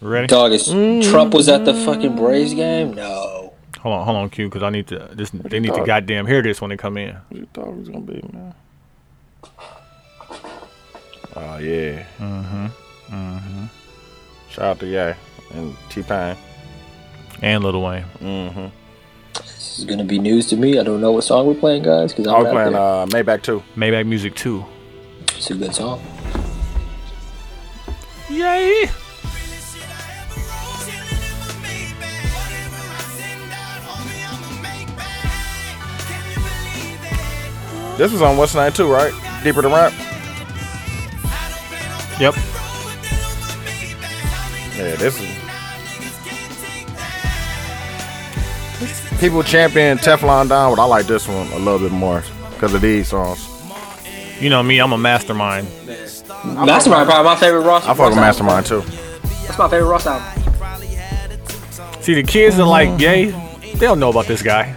Ready? Dog, is Trump was at the fucking Braves game? No. Hold on, hold on, Q, because I need to. This, they need to goddamn hear this when they come in. What you thought it was gonna be, man? Oh yeah. Mm-hmm. Mm-hmm. Mm-hmm. Shout out to Ye and T Pain. And Lil Wayne. This is gonna be news to me. I don't know what song we're playing, guys, because I I'm was not playing there. uh, Maybach too. Maybach Music 2. It's a good song. Yay! This was on What's Nine too, right? Deeper than rap. Yep. Yeah, this is. People champion Teflon Don, but I like this one a little bit more because of these songs. You know me, I'm a mastermind. Mastermind, probably my favorite Ross. I fuck with Ross album. Mastermind too. That's my favorite Ross album. See, the kids are like, yay, they don't know about this guy.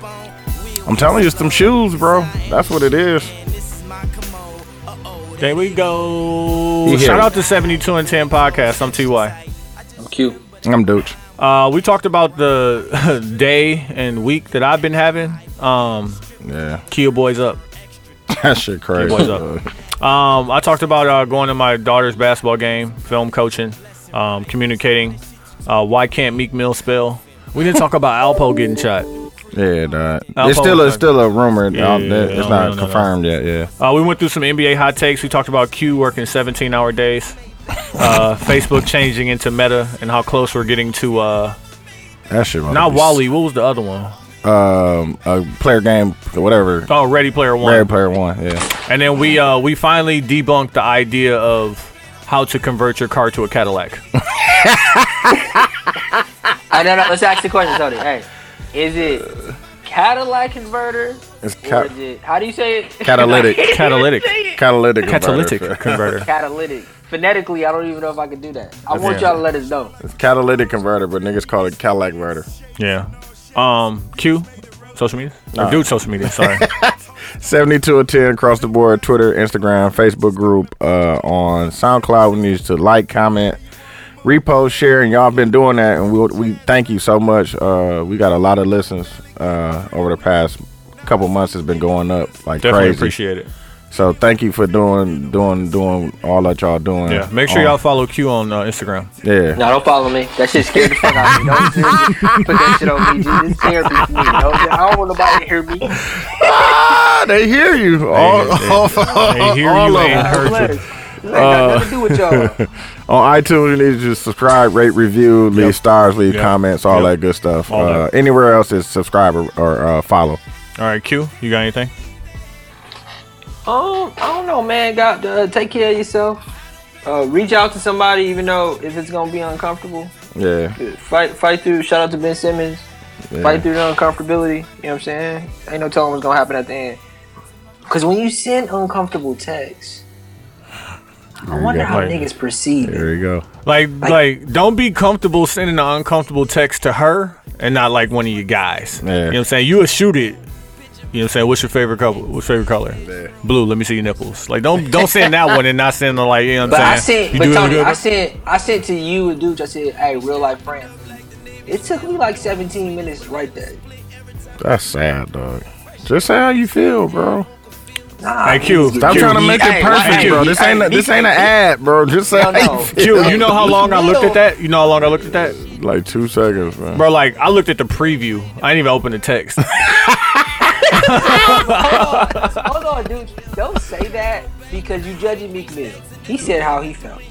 I'm telling you, it's them shoes, bro. That's what it is. There we go. You hear Shout it. out to 72 and 10 Podcast. I'm TY. I'm cute. I'm Dooch. Uh, we talked about the day and week that I've been having. Um, Yeah, Kia Boys Up. that shit crazy. Boys up. Um, I talked about uh, going to my daughter's basketball game, film coaching, um, communicating. Uh, why can't Meek Mill spell? We didn't talk about Alpo getting shot. yeah, dog. I'll It's still follow a, still a rumor. Yeah, out there. yeah, no, it's not no, no, no. confirmed yet. Yeah. Uh, we went through some NBA hot takes. We talked about Q working 17 hour days, uh, Facebook changing into Meta, and how close we're getting to uh, That shit. must not be- Wally. What was the other one? Um, a player game, whatever. Oh, Ready Player One. Rare player one. Yeah. And then we uh, we finally debunked the idea of how to convert your car to a Cadillac. I Oh, no no. Let's ask the question, Tony. Hey, is it Cadillac converter? It's Or ca- is it, how do you say it? Catalytic. I can't even Catalytic. say it. catalytic. Catalytic converter. converter. Catalytic. Phonetically, I don't even know if I can do that. I want Yeah. y'all to let us know. It's catalytic converter, but niggas call it Cadillac converter. Yeah. Um, Q, social media? Or dude, social media, sorry. 72 or 10 across the board Twitter, Instagram, Facebook group, uh, on SoundCloud. We need you to like, comment, repost, share, and y'all been doing that. And we, we thank you so much. Uh, we got a lot of listens uh, over the past couple months. It's been going up like Definitely crazy. appreciate it. So thank you for doing, doing, doing all that y'all doing. Yeah. Make sure on- y'all follow Q on uh, Instagram. Yeah. No, don't follow me. That shit scared the fuck out of me. Don't seriously put that shit on me. Dude. It's therapy for me. Don't- I don't want nobody to hear me. Ah, they hear you. All, they- all, They hear Uh, all you of and them. heard Letters. you. This ain't got nothing to do with y'all. on iTunes. You need to subscribe, rate, review, leave stars, leave Yep. comments, all Yep. that good stuff. All uh, that. Anywhere else is subscribe or, or uh, follow. All right, Q, you got anything? Um, I don't know, man. Got uh, take care of yourself. Uh, reach out to somebody, even though if it's gonna be uncomfortable. Yeah, Fight, fight through. Shout out to Ben Simmons. yeah. Fight through the uncomfortability. You know what I'm saying? Ain't no telling what's gonna happen at the end. Cause when you send uncomfortable texts, I you wonder go. how Like- niggas perceive it. there you go. Like, like, don't be comfortable sending an uncomfortable text to her and not like one of you guys. Yeah. You know what I'm saying? You a shoot it. You know what I'm saying? What's your favorite couple? What's your favorite color? Blue. Let me see your nipples. Like, don't don't send that one and not send the like. You know what But I I'm saying? sent, You but doing Tony, good? I sent, I sent to you and dude. I said, "Hey, real life friend." It took me like 17 minutes right there. That's sad, dog. Just say how you feel, bro. Nah, Hey, Q, niggas get- Stop Q, trying to you- make hey, it perfect, hey, bro. This hey, ain't a, this he- ain't an ad, bro. Just say No, how no. you feel. Q, you know how long I looked at that? You know how long I looked at that? Like two seconds, man. Bro, like I looked at the preview. I didn't even open the text. Hold on, dude. Don't say that because you judging Meek Mill. He said how he felt.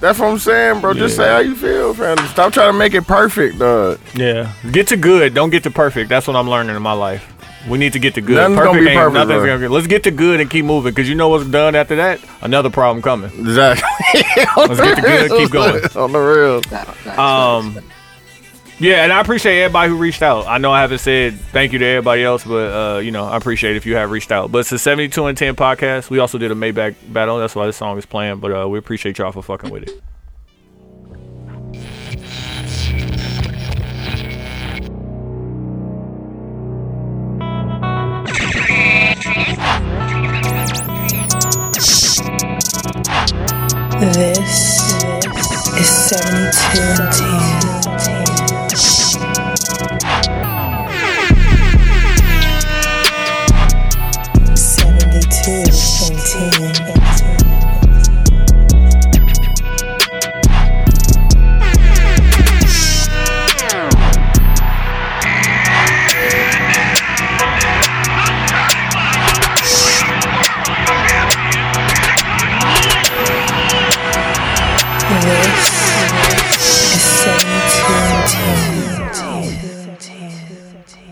That's what I'm saying, bro. Just say how you feel, fam. Stop trying to make it perfect, dog. yeah. Get to good. Don't get to perfect. That's what I'm learning in my life. We need to get to good. Nothing's gonna be ain't- perfect, nothing's bro. gonna be- Let's get to good and keep moving. Cause you know what's done after that? Another problem coming. Exactly. Let's get the good, keep going. On the real. Nah, nah, Um Yeah, and I appreciate everybody who reached out. I know I haven't said thank you to everybody else, but uh, you know, I appreciate if you have reached out. But it's the 72 and 10 podcast. We also did a Maybach battle. That's why this song is playing. But uh, we appreciate y'all for fucking with it. This is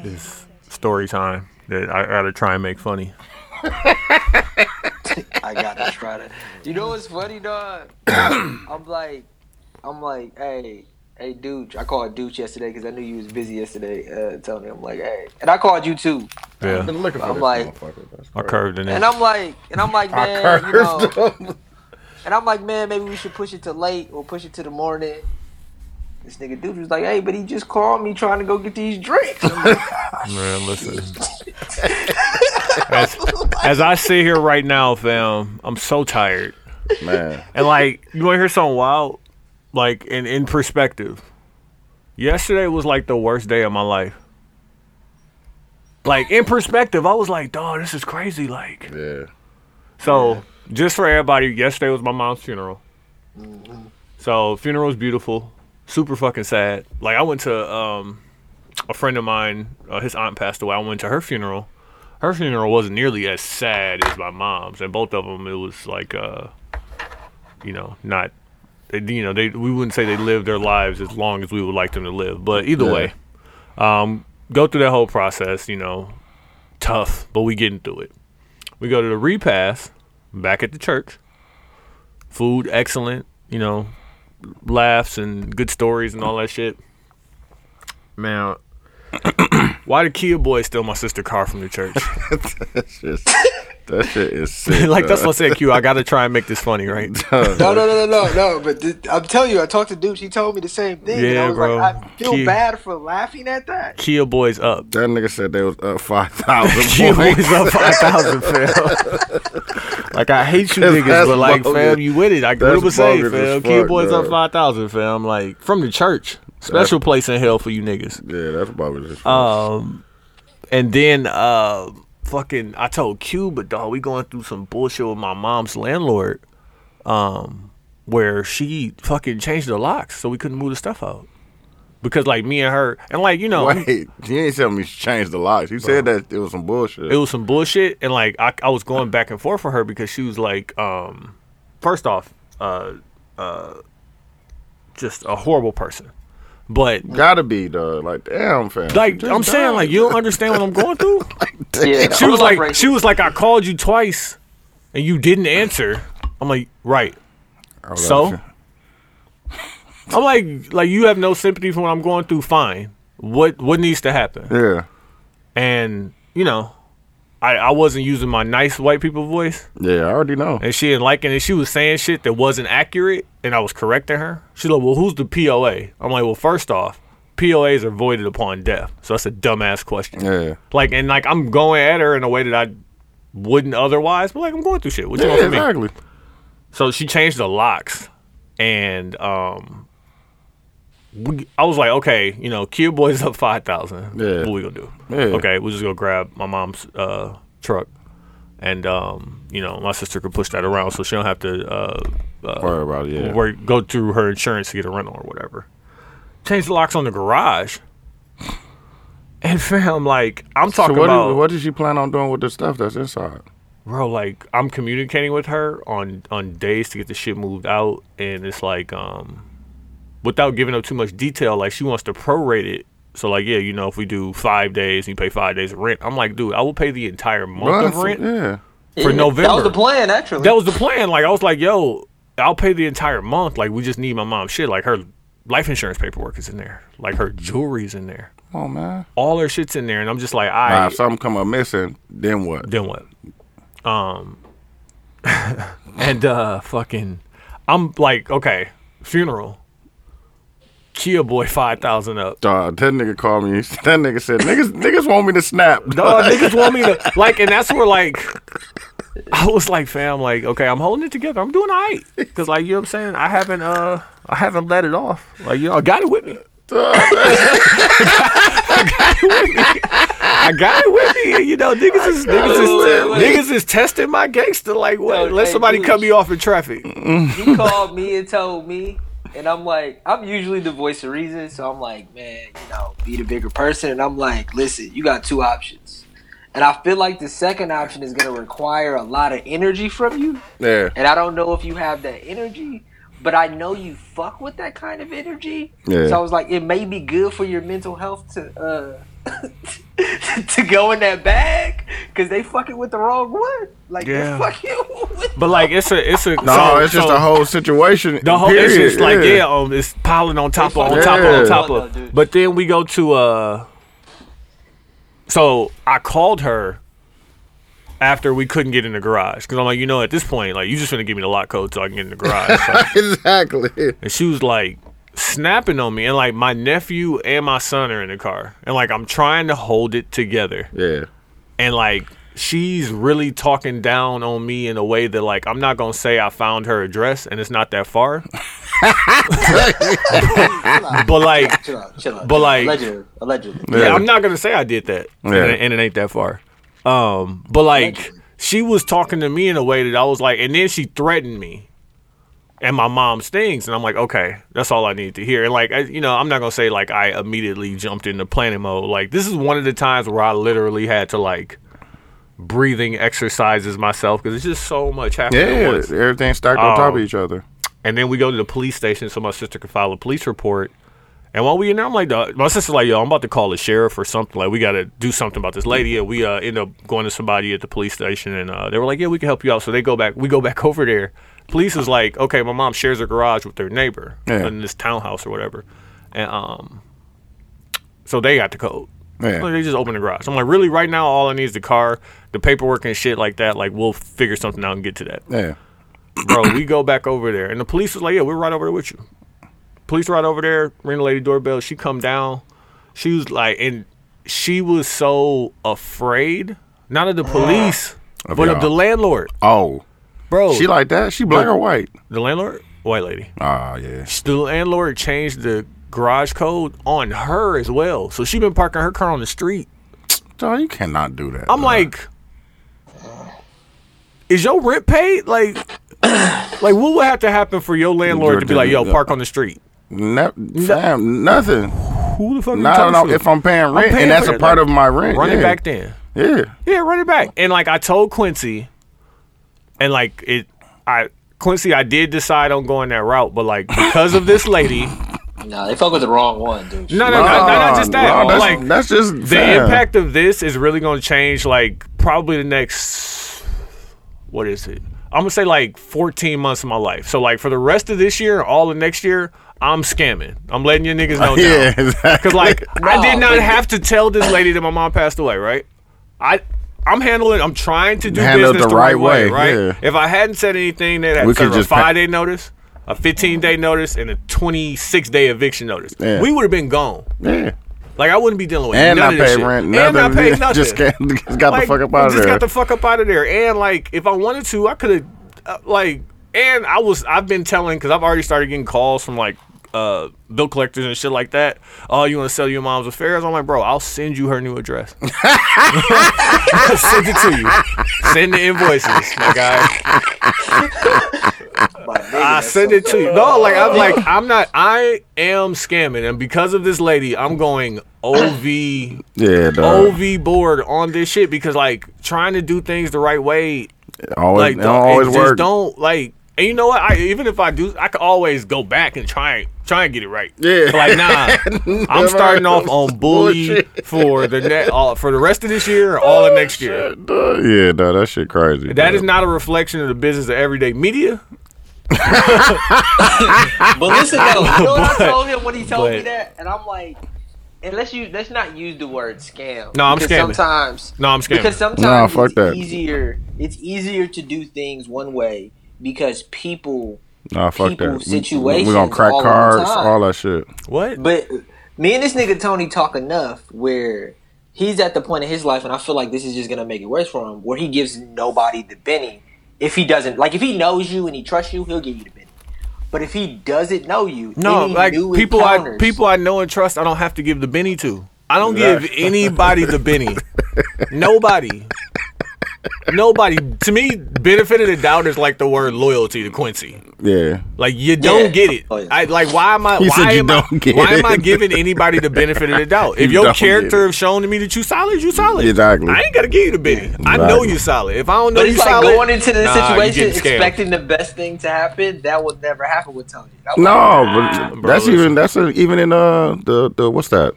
This story time that I gotta try and make funny. I gotta try to. You know what's funny, dog? I'm like, I'm like, hey, hey, dude. I called Dooch yesterday because I knew you was busy yesterday. Uh, telling me, I'm like, hey, and I called you too. I've Yeah, been looking for I'm this like- motherfucker. That's I crazy. curved in And it. I'm like, and I'm like, man, you know, I cursed him. and I'm like, man, maybe we should push it to late or push it to the morning. This nigga dude was like, hey, but he just called me trying to go get these drinks. I'm like, Man, listen. as, as I sit here right now, fam, I'm so tired. Man, And like, you want to hear something wild? Like, in in perspective, yesterday was like the worst day of my life. Like in perspective, I was like, "Dog, this is crazy." Like, yeah. so just for everybody, yesterday was my mom's funeral. So funeral was beautiful, super fucking sad. Like I went to um, a friend of mine, uh, his aunt passed away. I went to her funeral. Her funeral wasn't nearly as sad as my mom's, and both of them it was like, uh, you know, not, they, you know, they we wouldn't say they lived their lives as long as we would like them to live, but either Yeah. way, um, go through that whole process, you know, tough, but we getting through it. We go to the repast back at the church. Food excellent, you know, laughs and good stories and all that shit. Man, why did Kia Boy steal my sister car from the church? That's just, that shit is sick. like that's dog. what I said, Q. I gotta try and make this funny, right? no, no, no, no, no, no. But th- I'm telling you, I talked to dude. She told me the same thing. and Yeah, I was bro. like, I feel Key. bad for laughing at that. Kia Boy's up. That nigga said they was up five thousand Kia points. Boy's up five thousand, fam. like I hate you That's- niggas, that's but like, bogus. fam, you with it. I That's what it say, bogus fam. as Kia fuck, Boy's up dog. five thousand, fam. Like from the church, special place in hell for you niggas. yeah, that's probably just. Um, and then uh, fucking, I told Q, but dog, we going through some bullshit with my mom's landlord, um, where she fucking changed the locks so we couldn't move the stuff out because like me and her and like you know. Wait, you ain't telling me she changed the locks. You said that it was some bullshit. It was some bullshit, and like I, I was going back and forth with her because she was like, um, first off, uh, uh, just a horrible person. But Gotta be, dog. Like, damn, fam. like Just I'm saying, dog. like you don't understand what I'm going through. Yeah, she was like she was like I called you twice and you didn't answer. I'm like, right. I was So like, I'm like like you have no sympathy for what I'm going through, fine. What what needs to happen? yeah, And you know, I, I wasn't using my nice white people voice yeah, I already know. and she didn't like it and she was saying shit that wasn't accurate and I was correcting her. She's like, Well who's the POA? I'm like, Well first off, POAs are voided upon death. So that's a dumbass question. Yeah, Like and like I'm going at her in a way that I wouldn't otherwise, but like I'm going through shit. What you yeah, want from me? exactly. So she changed the locks, and um, we, I was like, okay, you know, Kia Boy's up five thousand. Yeah. what we gonna do? Yeah. Okay, we're just gonna grab my mom's uh, truck, and um, you know, my sister could push that around, so she don't have to uh, Worry about it. Yeah, work, go through her insurance to get a rental or whatever. Change the locks on the garage, and fam, like I'm so talking what, about did, what did you plan on doing with the stuff that's inside? bro like i'm communicating with her on on days to get the shit moved out and it's like um without giving up too much detail like she wants to prorate it so like yeah you know if we do five days and you pay five days of rent i'm like dude i will pay the entire month of Well, rent Yeah, for november That was the plan, actually. that was the plan like i was like yo i'll pay the entire month like we just need my mom's shit like her life insurance paperwork is in there like her jewelry's in there come on, man. all her shit's in there and i'm just like i Nah, if something come up missing, then what? Then what? Um, and uh, fucking, I'm like, okay, funeral. Kia boy five thousand up. Dog, that nigga called me. That Uh, nigga said, "Niggas, niggas want me to snap." Dog, niggas want me to like, and that's where like, I was like, fam, like, okay, I'm holding it together. I'm doing all right. Cause like you know what I'm saying? I haven't uh I haven't let it off. Like, you know, I got it with me. I got it with me. and, You know, niggas is niggas is, niggas is testing my gangster. Like, what? Yo, Let hey, somebody Dooch. cut me off in traffic. He called me and told me, and I'm like, I'm usually the voice of reason, so I'm like, man, you know, be the bigger person. And I'm like, listen, you got two options. And I feel like the second option is going to require a lot of energy from you. Yeah. And I don't know if you have that energy, but I know you fuck with that kind of energy. Yeah. So I was like, it may be good for your mental health to uh to go in that bag because they fucking with the wrong one. Like Yeah. they fucking with But like it's a it's a No, so- it's just so- the whole situation. The whole period. it's just like yeah, um, it's piling on top of on Yeah. top of on top Yeah. of. But then we go to uh. So I called her after we couldn't get in the garage because I'm like, you know, at this point, like you just gonna give me the lock code so I can get in the garage. So- exactly. and she was like snapping on me, and like my nephew and my son are in the car, and like I'm trying to hold it together Yeah. and like she's really talking down on me in a way that like I'm not gonna say I found her address and it's not that far. but like Chill out, chill out. But, like- allegedly, allegedly. yeah, I'm not gonna say I did that. And, Yeah. it, and it ain't that far. Um but like she was talking to me in a way that I was like and then she threatened me and my mom's things and I'm like okay that's all I need to hear and like I, you know I'm not gonna say like I immediately jumped into planning mode like this is one of the times where I literally had to like breathing exercises myself because it's just so much happening at Yeah. once Everything stacked on top of Um, each other. and then we go to the police station so my sister could file a police report. And while we in there, I'm like, "Duh," my sister like, yo, I'm about to call the sheriff or something. Like, we got to do something about this lady. And we uh, end up going to somebody at the police station, and uh, they were like, yeah, we can help you out. So they go back, we go back over there. Police is like, okay, my mom shares her garage with their neighbor Yeah. in this townhouse or whatever, and um, so they got the code. Yeah. Like, they just opened the garage. I'm like, really, right now, all I need is the car, the paperwork and shit like that. Like, we'll figure something out and get to that Yeah. bro, we go back over there. And the police was like, yeah, we're right over there with you. Police right over there, ring the lady doorbell. She come down. She was like, and she was so afraid, not of the police, Of but y'all. of the landlord. Oh. Bro, She like that? She Oh. black or white? the landlord? White lady. Ah, yeah. The landlord changed the garage code on her as well. So she been parking her car on the street. Dog, you cannot do that. I'm dog. like, is your rent paid? Like, like what would have to happen for your landlord to be like, yo, park on the street? ne- fam, nothing. Who the fuck? No, are no, you no. talking to? If I'm paying rent, paying and that's for a it, part like, of my rent. run yeah. it back then. Yeah. Yeah, run it back. And like I told Quincy, and like it, I Quincy, I did decide on going that route, but like because of this lady, no, Nah, they fuck with the wrong one, dude. no, no, no, not just that. Nah, but, that's, like that's just the impact of this is really going to change. Like probably the next, what is it? I'm gonna say like 14 months of my life. So like for the rest of this year, all of next year, I'm scamming. I'm letting you niggas know. now. Yeah, exactly. Cause like I did No, not but- have to tell this lady that my mom passed away, right? I I'm handling. I'm trying to do Handle it business the the, right right way, way, right? yeah. If I hadn't said anything, they'd We have could served a just pa- five day notice, a 15 day notice, and a 26 day eviction notice. Yeah. We would have been gone. yeah. Like I wouldn't be dealing with And none not of this pay shit. rent. and Nothing. not paid nothing. Just got, just got Like, the fuck up out of just there. got the fuck up out of there. And like, if I wanted to, I could have, uh, like, and I was, I've been telling because I've already started getting calls from like uh bill collectors and shit like that. Oh, you want to sell your mom's affairs? I'm like, bro, I'll send you her new address. I'll send it to you. Send the invoices, my guy. I send it to you. No, like I'm like I'm not. I am scamming, and because of this lady, I'm going OV yeah, dog. OV board on this shit because like trying to do things the right way, always, like it don't, don't always it just work. don't like. And you know what? I even if I do, I could always go back and try try and get it right. Yeah. But, like nah, I'm starting off on bully Bullshit. Oh, for the ne- uh, for the rest of this year, and all of next year. Dog, yeah, dog. That shit crazy. That is dog. not a reflection of the business of everyday media. But listen, though, you know what I told him when he told me but- that, and I'm like, and let's use let's not use the word scam. No, I'm because scamming. Sometimes No, I'm because scamming. sometimes Nah, fuck it's that. easier. It's easier to do things one way because people. Nah, fuck people that. We- We, situations we gonna crack all the cards, time. all that shit. What? But me and this nigga Tony talk enough where he's at the point in his life, and I feel like this is just gonna make it worse for him, where he gives nobody the Benny if he doesn't like if he knows you and he trusts you, he'll give you the Benny. But if he doesn't know you, No, any like new people I encounters- people I know and trust, I don't have to give the Benny to. I don't Nah. give anybody the Benny. Nobody. Nobody. To me, benefit of the doubt is like the word loyalty to Quincy. Yeah. Like you don't Yeah. get it. Oh, yeah. I like why am I He said why you am I don't get why am I it. giving anybody the benefit of the doubt? If You your don't get character it. have shown to me that you solid, you solid. Exactly. I ain't gotta give you the Benny. I know Exactly. you solid. If I don't know But you it's like solid, going into the nah, you situation getting scammed. expecting the best thing to happen. That will never happen with Tony. I'm like, No, but bro, that's listen. even that's a, even in uh the the what's that?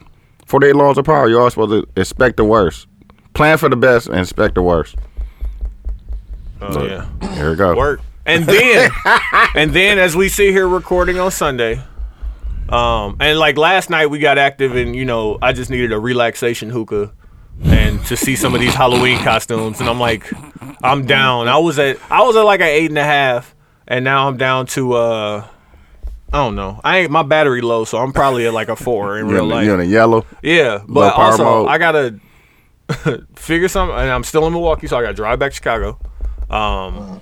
Forty eight laws of power. You're always supposed to expect the worst, plan for the best, and expect the worst. Oh, yeah. Here we go. Work. And then and then as we sit here recording on Sunday, um, and like last night we got active and you know, I just needed a relaxation hookah and to see some of these Halloween costumes and I'm like, I'm down. I was at I was at like an eight and a half and now I'm down to uh I don't know. I ain't my battery low, so I'm probably at like a four in You're real in, life. you're in a yellow. Yeah, but power also mode. I gotta figure something, and I'm still in Milwaukee, so I gotta drive back to Chicago, Uh-huh. um,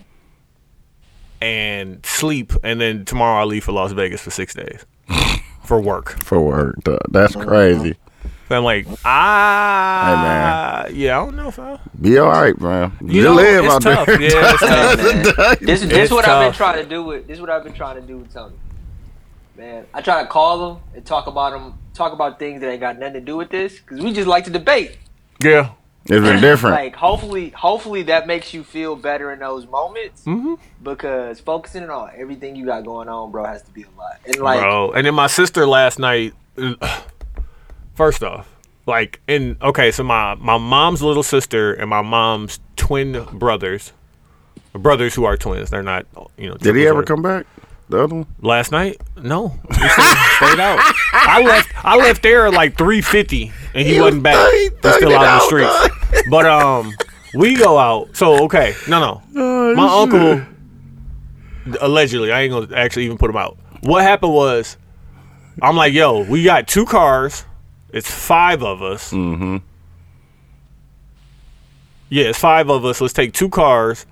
and sleep, and then tomorrow I leave for Las Vegas for six days for work. For work, duh. that's crazy. So I'm like, ah, yeah, I don't know if I. Be all right, man. You, You know, live it's out tough. there. Yeah, it's tough. This this It's what I've been tough. trying to do with this what I've been trying to do with Tony. Man, I try to call him and talk about him, talk about things that ain't got nothing to do with this, because we just like to debate. Yeah, It's been different. Like, hopefully, hopefully that makes you feel better in those moments, Mm-hmm. because focusing on everything you got going on, bro, has to be a lot. And like, bro. And then my sister last night. First off, like in okay, so my my mom's little sister and my mom's twin brothers, brothers who are twins. They're not, you know. Did triplets he ever or- come back? The other one? last night? No, He stayed, stayed out. I left. I left there at like three fifty, and he, You wasn't back. thug- He's still thugged out on it the out, streets. But um, we go out. So okay, no, no. Oh, My shit. uncle allegedly. I ain't gonna actually even put him out. What happened was, I'm like, yo, we got two cars. It's five of us. Mm-hmm. Yeah, it's five of us. Let's take two cars.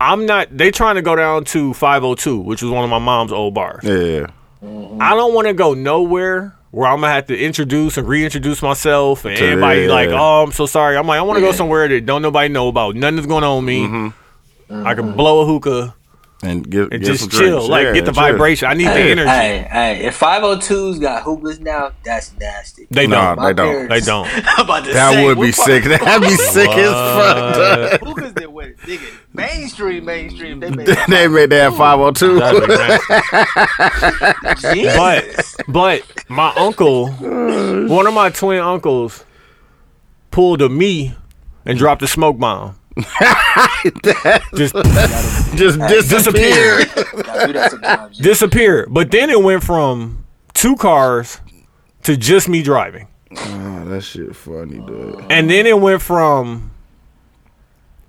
I'm not. They trying to go down to 502, which was one of my mom's old bars. Yeah. I don't want to go nowhere where I'm gonna have to introduce and reintroduce myself and To- everybody yeah. like, oh, I'm so sorry. I'm like, I want to go Yeah. somewhere that don't nobody know about. Nothing's going on with me. I can blow a hookah And Mm-hmm. get, and get some just chill, drinks. like Yeah, get the chill. vibration. I need the hey, energy. hey, hey, if 502's got hoopers now, that's nasty. They Nah, don't. My they don't. parents- They don't. I'm about to That say, would what be part- sick. That'd be sick as fuck. dog. Hookers that went nigga mainstream, mainstream. They made they made that 502. That'd be nasty. Jesus. but but my uncle, one of my twin uncles, pulled a me and dropped a smoke bomb. just just disappeared. Gotta do that sometimes. disappeared. But then it went from two cars to just me driving. Oh, that shit funny, dude. And then it went from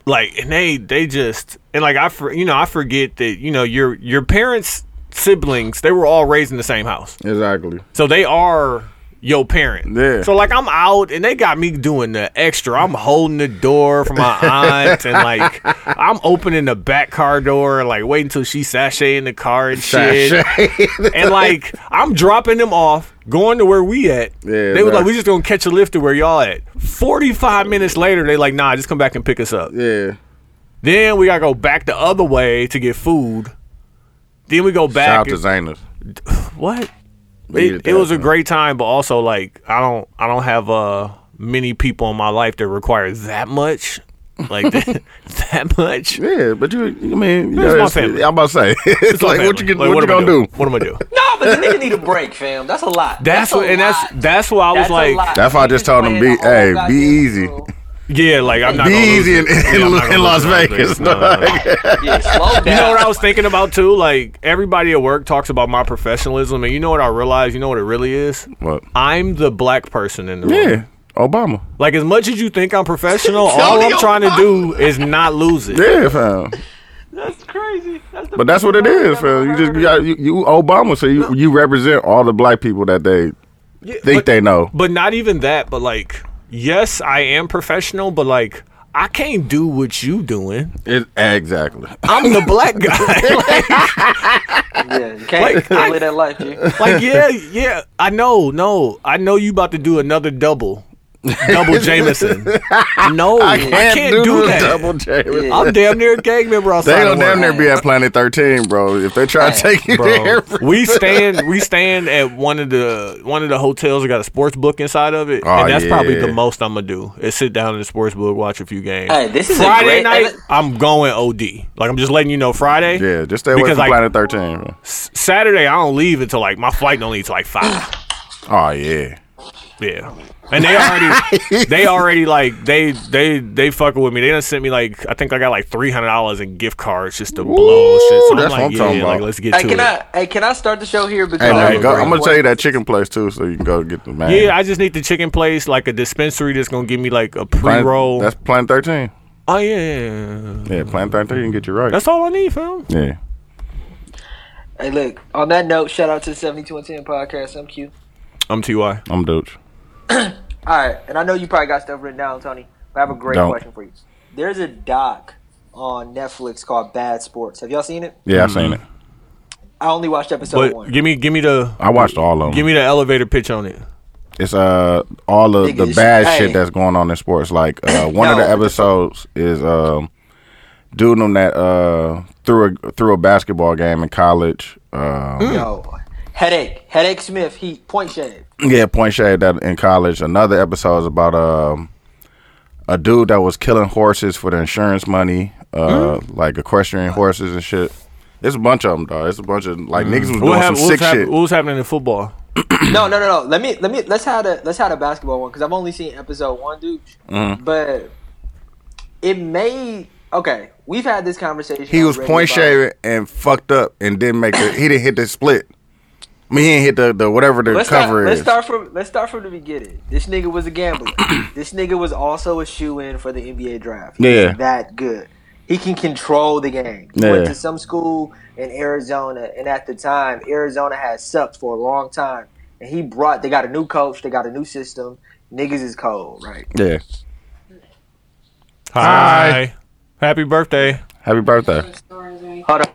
like and they they just and like I for, you know I forget that you know your your parents siblings they were all raised in the same house. Exactly. So they are your parent. Yeah. So like I'm out and they got me doing the extra. I'm holding the door for my aunt and like I'm opening the back car door and like waiting till she sashay in the car and shit. And like I'm dropping them off, going to where we at. Yeah, they was right. like, we just gonna catch a lift to where y'all at. Forty five minutes later, they like, nah, just come back and pick us up. yeah. Then we gotta go back the other way to get food. Then we go Shout out back. to Zaynus. what? Leave it, at it that, was a man. great time, but also like I don't I don't have uh many people in my life that require that much, like that, that much. Yeah, but you, you mean, you It's my gotta- family. I'm about to say, it's like Family. what you, can- Like, what you am I gonna do? What am I do? No, but the nigga need a break, fam. That's a lot. That's a what, and that's lot. that's why I was That's a like, lot. That's why I Niggas just told him, playing be- the whole hey, be goddamn easy. rule. yeah, like I'm not Be gonna lose easy in, it. Yeah, in, I'm not gonna in Las lose it. Vegas. No, no, no. dog. Yeah, slow down. You know what I was thinking about too? Like everybody at work talks about my professionalism, and you know what I realized? You know what it really is? What? I'm the black person in the room. Yeah, Obama. Like as much as you think I'm professional, all I'm trying to do is not lose it. Yeah, fam. That's crazy. That's the But that's what it is, fam. You just you, got, you, you Obama, so you, you represent all the black people that they Yeah, think but- they know. But not even that, but like yes, I am professional, but like I can't do what you doing. It, exactly. I'm the black guy. Yeah, you can't Like, can't I- live that life, G. like, like, yeah, yeah. I know, no. I know you about to do another double. Double Jameson. No, I can't, do, the that. Double J. I'm damn near a gang member outside. They of gonna work. damn near be at Planet Thirteen, bro. If they try to take you there, Bro, bro. we stand we stand at one of the one of the hotels that got a sports book inside of it, Oh, and that's probably yeah. the most I'm gonna do is sit down in the sports book, watch a few games. Hey, this is a Friday great- night. I'm going OD. Like I'm just letting you know. Friday, yeah, just stay away Because, from like- Planet Thirteen. Bro. S- Saturday, I don't leave until like my flight don't leave till like five. Oh yeah, Yeah, and they already they already like they they they fucking with me. They done sent me like I think I got like three hundred dollars in gift cards just to blow shit. So that's I'm like, what I'm yeah, talking like about. let's get Hey, to can it. I? Hey, can I start the show here? Because hey, I man, have a go, great I'm gonna one. tell you that chicken place too, so you can go get the man. Yeah, I just need the chicken place, like a dispensary that's gonna give me like a pre Planet- roll. That's Planet Thirteen. Oh yeah, yeah, yeah. Yeah, Planet Thirteen can get you right. that's all I need, fam. yeah. Hey, look. On that note, shout out to the 72 and 10 podcast. I'm Q. I'm Ty. I'm Dooch. All right, and I know you probably got stuff written down, Tony. But I have a great Don't. question for you. There's a doc on Netflix called Bad Sports. Have y'all seen it? Yeah, I Mm-hmm. seen it. I only watched episode But one. give me, give me the, I watched all of them. give me the elevator pitch on it. It's uh all of the Niggas, bad hey. shit that's going on in sports. Like uh, one of No. the episodes is um dude on that uh threw a threw a basketball game in college. Um, Mm. Yo, headache, headache Smith, heat, point shave. Yeah, point shade that in college. Another episode is about um a dude that was killing horses for the insurance money, uh Mm. like equestrian horses and shit. It's a bunch of them, dog. It's a bunch of like niggas was doing Mm. What some happened? sick What's, hap- shit. what was happening in football? no, no, no, no. Let me, let me, let's have a let's have a basketball one because I've only seen episode one, dude. But it may okay. We've had this conversation. He was already point about- shaving and fucked up and didn't make the. He didn't hit the split. I mean, he didn't hit the, the whatever the Let's start, cover let's is. start from let's start from the beginning. This nigga was a gambler. this nigga was also a shoe in for the NBA draft. He's Yeah. that good. He can control the game. He Yeah. Went to some school in Arizona, and at the time, Arizona had sucked for a long time. And he brought. They got a new coach. They got a new system. Niggas is cold, right? yeah. Hi. Happy birthday. Happy birthday. Hold on.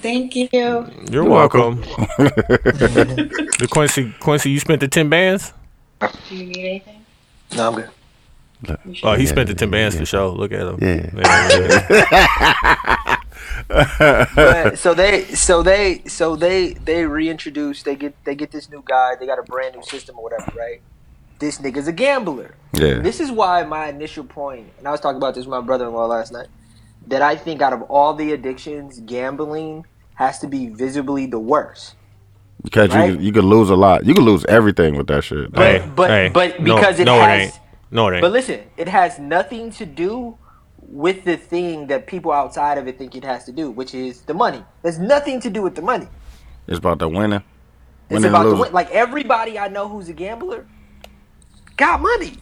Thank you. You're, welcome. welcome. The Quincy, Quincy, you spent the ten bands. Do you need anything? No, I'm good. Oh, he spent the ten bands for sure. Look at him. Yeah. yeah, yeah. But- so they so they so they they reintroduce they get they get this new guy they got a brand new system or whatever right this nigga's a gambler Yeah. this is why my initial point and i was talking about this with my brother-in-law last night that i think out of all the addictions gambling has to be visibly the worst Because you Right? you could lose a lot. You could lose everything with that shit. dog. Hey, but- hey, but no, because it no, has- it ain't. No, it ain't. but listen it has nothing to do with the thing that people outside of it think it has to do which is the money there's nothing to do with the money It's about the winning. It's Winning and about the losing. win. Like everybody I know who's a gambler got money.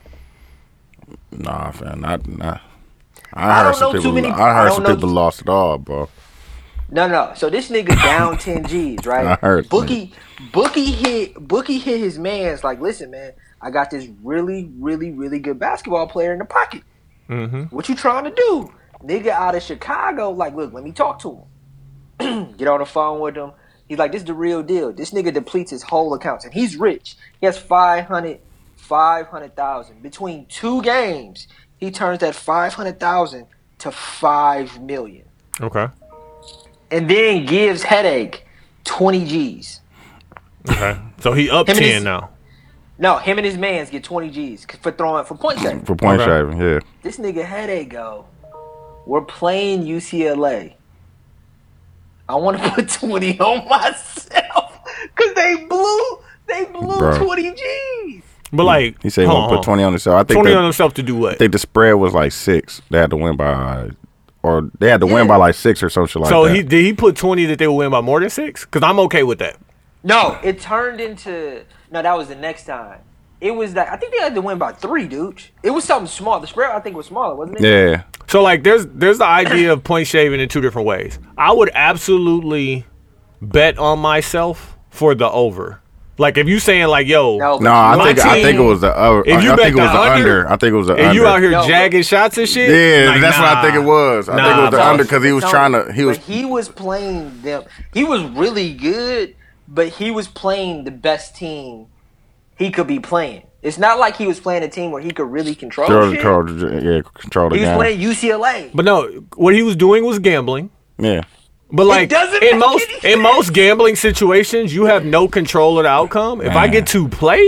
Nah, fam. Not, nah. I heard don't some know too people. many- I I heard don't some know people too- lost it all, bro. No, no. So this nigga down ten G's, right? I heard. Bookie, Bookie hit Bookie hit his man's like, listen, man, I got this really, really, really good basketball player in the pocket. Mm-hmm. What you trying to do, nigga? Out of Chicago, like, look, let me talk to him. Get on the phone with him. He's like, this is the real deal. This nigga depletes his whole accounts, and he's rich. He has 500, 500,000 between two games. He turns that five hundred thousand to five million okay. and then gives headache 20 G's. Okay. So he up Him and ten his- now. No, him and his mans get 20 G's c- for throwing for point save. For point Okay. shaving, yeah. This nigga headache go. We're playing UCLA. I want to put 20 on myself cuz they blew they blew Bruh. 20 G's. But like He said he hold want on, Oh. to put twenty on himself. I think Twenty that- on himself to do what? I think the spread was like six. They had to win by, or they had to Yeah. win by like six or something like so that. he did he put twenty that they would win by more than six? Because I'm okay with that. No, it turned into No, that was the next time. It was that I think they had to win by 3, dude. It was something small. The spread I think was smaller, wasn't it? yeah, So like there's there's the idea of point shaving in two different ways. I would absolutely bet on myself for the over. Like if you saying like, yo, No, No, I My think I team- think it was the other. If I, you I think bet it was the the under, under. I think it was the and under. you out here Yo, jagging shots and shit. Yeah, Like, that's what I nah. think it was. I think it Nah, was the bro. under because he was trying to. He was. But he was playing them. He was really good, but he was playing the best team he could be playing. It's not like he was playing a team where he could really control Georgia shit. Carter, yeah, control the He was game. playing UCLA. But no, what he was doing was gambling. yeah, But like doesn't in make most any in most gambling situations, you have no control of the outcome. If I Man. get to play,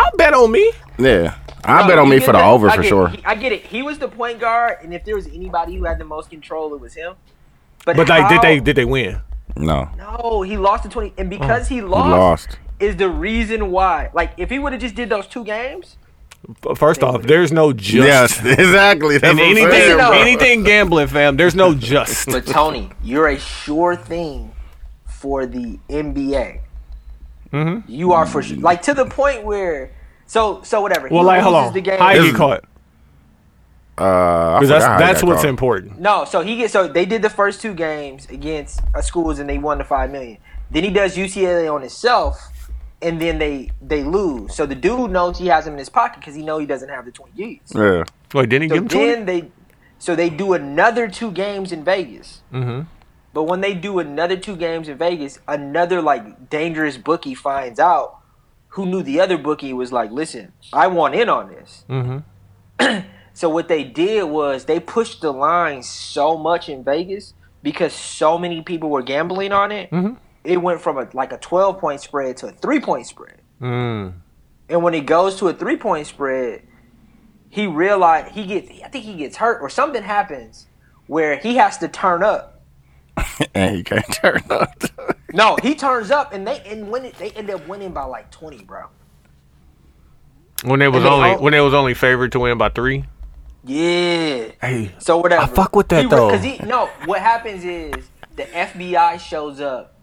I'll bet on me. yeah. I No, bet on he me did for the that. over I for get- sure. he- I get it. He was the point guard, and if there was anybody who had the most control, it was him. But, But like, did how- they did they win? No, No, he lost the twenty, and because he Oh, he lost, lost. is the reason why. Like, if he would have just did those two games, F- First off, there's no just. Yes, exactly. That's In what I'm anything, saying, bro. anything gambling, fam. There's no just. But Tony, you're a sure thing for the NBA. Mm-hmm. You are for sure, like to the point where, so so whatever. well, he like, hold loses on. The game. How you This- get caught? Uh, I Because forgot how that's he that's got what's caught. important. no, so he gets so they did the first two games against uh, schools and they won the five million. Then he does UCLA on himself, and then they they lose. So the dude knows he has him in his pocket because he know he doesn't have the twenty G's. Yeah, Wait, didn't he So give him twenty? then they, so they do another two games in Vegas. Mm-hmm. But when they do another two games in Vegas, another like dangerous bookie finds out who knew the other bookie was like, listen, I want in on this. Mm-hmm. so what they did was they pushed the line so much in Vegas because so many people were gambling on it. It went from a, like a twelve point spread to a three point spread. And when he goes to a three point spread, he realized he gets. I think he gets hurt or something happens where he has to turn up. and he can't turn up. No, he turns up and they and when it, they end up winning by like twenty, bro. When it was And they only all- when it was only favored to win by three. Yeah. Hey, So whatever. I fuck with that, He re- though. Cause he, no, what happens is the FBI shows up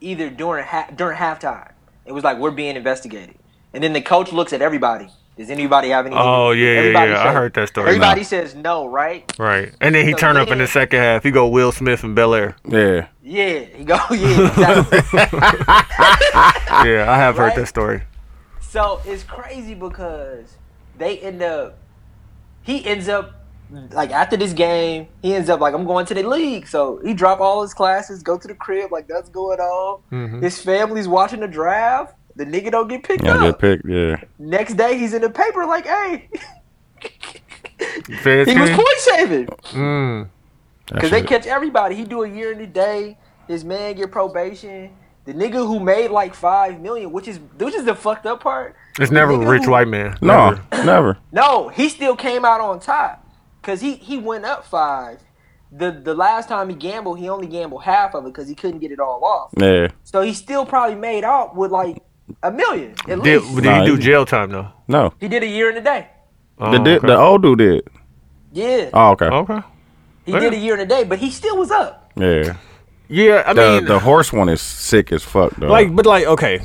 either during ha- during halftime. It was like we're being investigated, and then the coach looks at everybody. Does anybody have anything? Oh, yeah, yeah, yeah. I heard that story. Everybody says no, right? right. And then he So turned up in the then- second half. He go Will Smith and Bel Air. Yeah, Yeah. He go, yeah, exactly. Ah, Yeah, I have Right? heard that story. So it's crazy because they end up. He ends up like after this game, he ends up like I'm going to the league. So he drop all his classes, go to the crib, like that's going on. His family's watching the draft. The nigga don't get picked yeah, I up. get picked. Yeah, Next day, he's in the paper like, hey, Fair he was skin? point shaving Mm. because they catch everybody. He do a year in the day. His man get probation. The nigga who made like five million, which is which is the fucked up part. It's never a nigga rich who- white man. no, Never. never. No, he still came out on top because he he went up five. The the last time he gambled, he only gambled half of it because he couldn't get it all off. Yeah, So he still probably made out with like a million at Did, least. did Nah, he do he- jail time though? no. He did a year in a day. Oh, The di- okay. the old dude did. Yeah, Oh, okay. okay. he did a year in a day, but he still was up. Yeah. Yeah, I The mean, the horse one is sick as fuck though. like, but like, okay,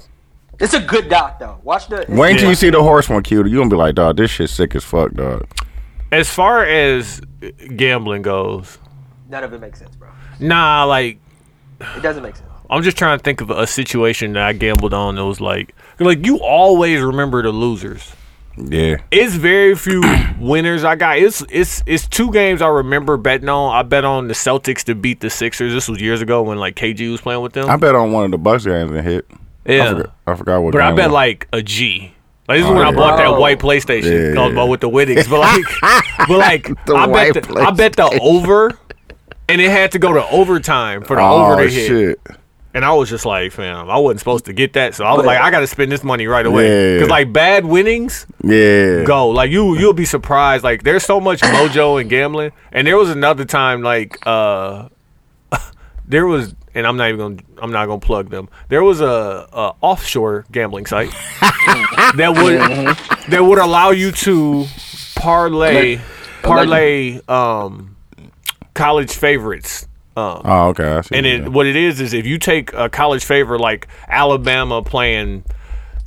It's a good doc though. Watch the. Wait until Yeah. you see the horse one, Q. You gonna be like, dog, this shit sick as fuck, dog. as far as gambling goes, None of it makes sense, bro. nah, like, It doesn't make sense. I'm just trying to think of a situation that I gambled on that was like, like you always remember the losers. Yeah, It's very few winners I got. It's it's it's two games I remember betting on. I bet on the Celtics to beat the Sixers. This was years ago when like KG was playing with them. I bet on one of the Bucks games and hit. I yeah, forgot, I forgot what. But I game bet it was. like a G. Like this is when I yeah. bought that Oh. white PlayStation. Yeah, Talking about yeah. with the Wittings. But like but like The I white bet the, I bet the over and it had to go to overtime for the oh over to hit. shit. And I was just like, fam, I wasn't supposed to get that. So I was like, I gotta spend this money right away. Yeah. Cause like bad winnings Yeah. go. Like you you'll be surprised. Like there's so much mojo in gambling. And there was another time like uh there was and I'm not even gonna I'm not gonna plug them. There was a, a offshore gambling site that would that would allow you to parlay parlay um college favorites. Um Oh, okay. I see and what it, you what it is is if you take a college favor like Alabama playing,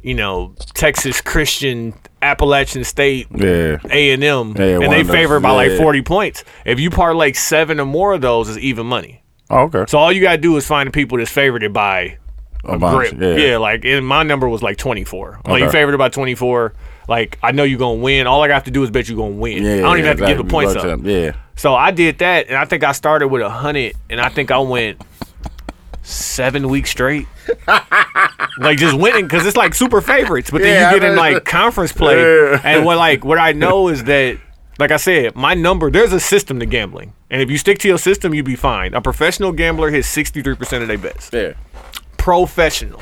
you know, Texas Christian, Appalachian State, did. Yeah. A and M, Yeah, and one they of those. favored by like Yeah. forty points. If you parlay seven or more of those, it's even money. Oh, okay. So all you gotta do is find the people that's favored it by A bunch, grip. yeah. like and my number was like 24. Like you Okay. favored by 24. Like I know you're gonna win. All I got to do is bet you're gonna win. Yeah, I don't even yeah, have to give the exactly. points Vote up. to them. Yeah. So I did that, and I think I started with a hundred, and I think I went seven weeks straight, like just winning because it's like super favorites. But Yeah, then I you get in know. like conference play, Yeah. and what like what I know is that, like I said, my number there's a system to gambling, and if you stick to your system, you be fine. A professional gambler hits sixty three percent of their bets. Yeah. Professional,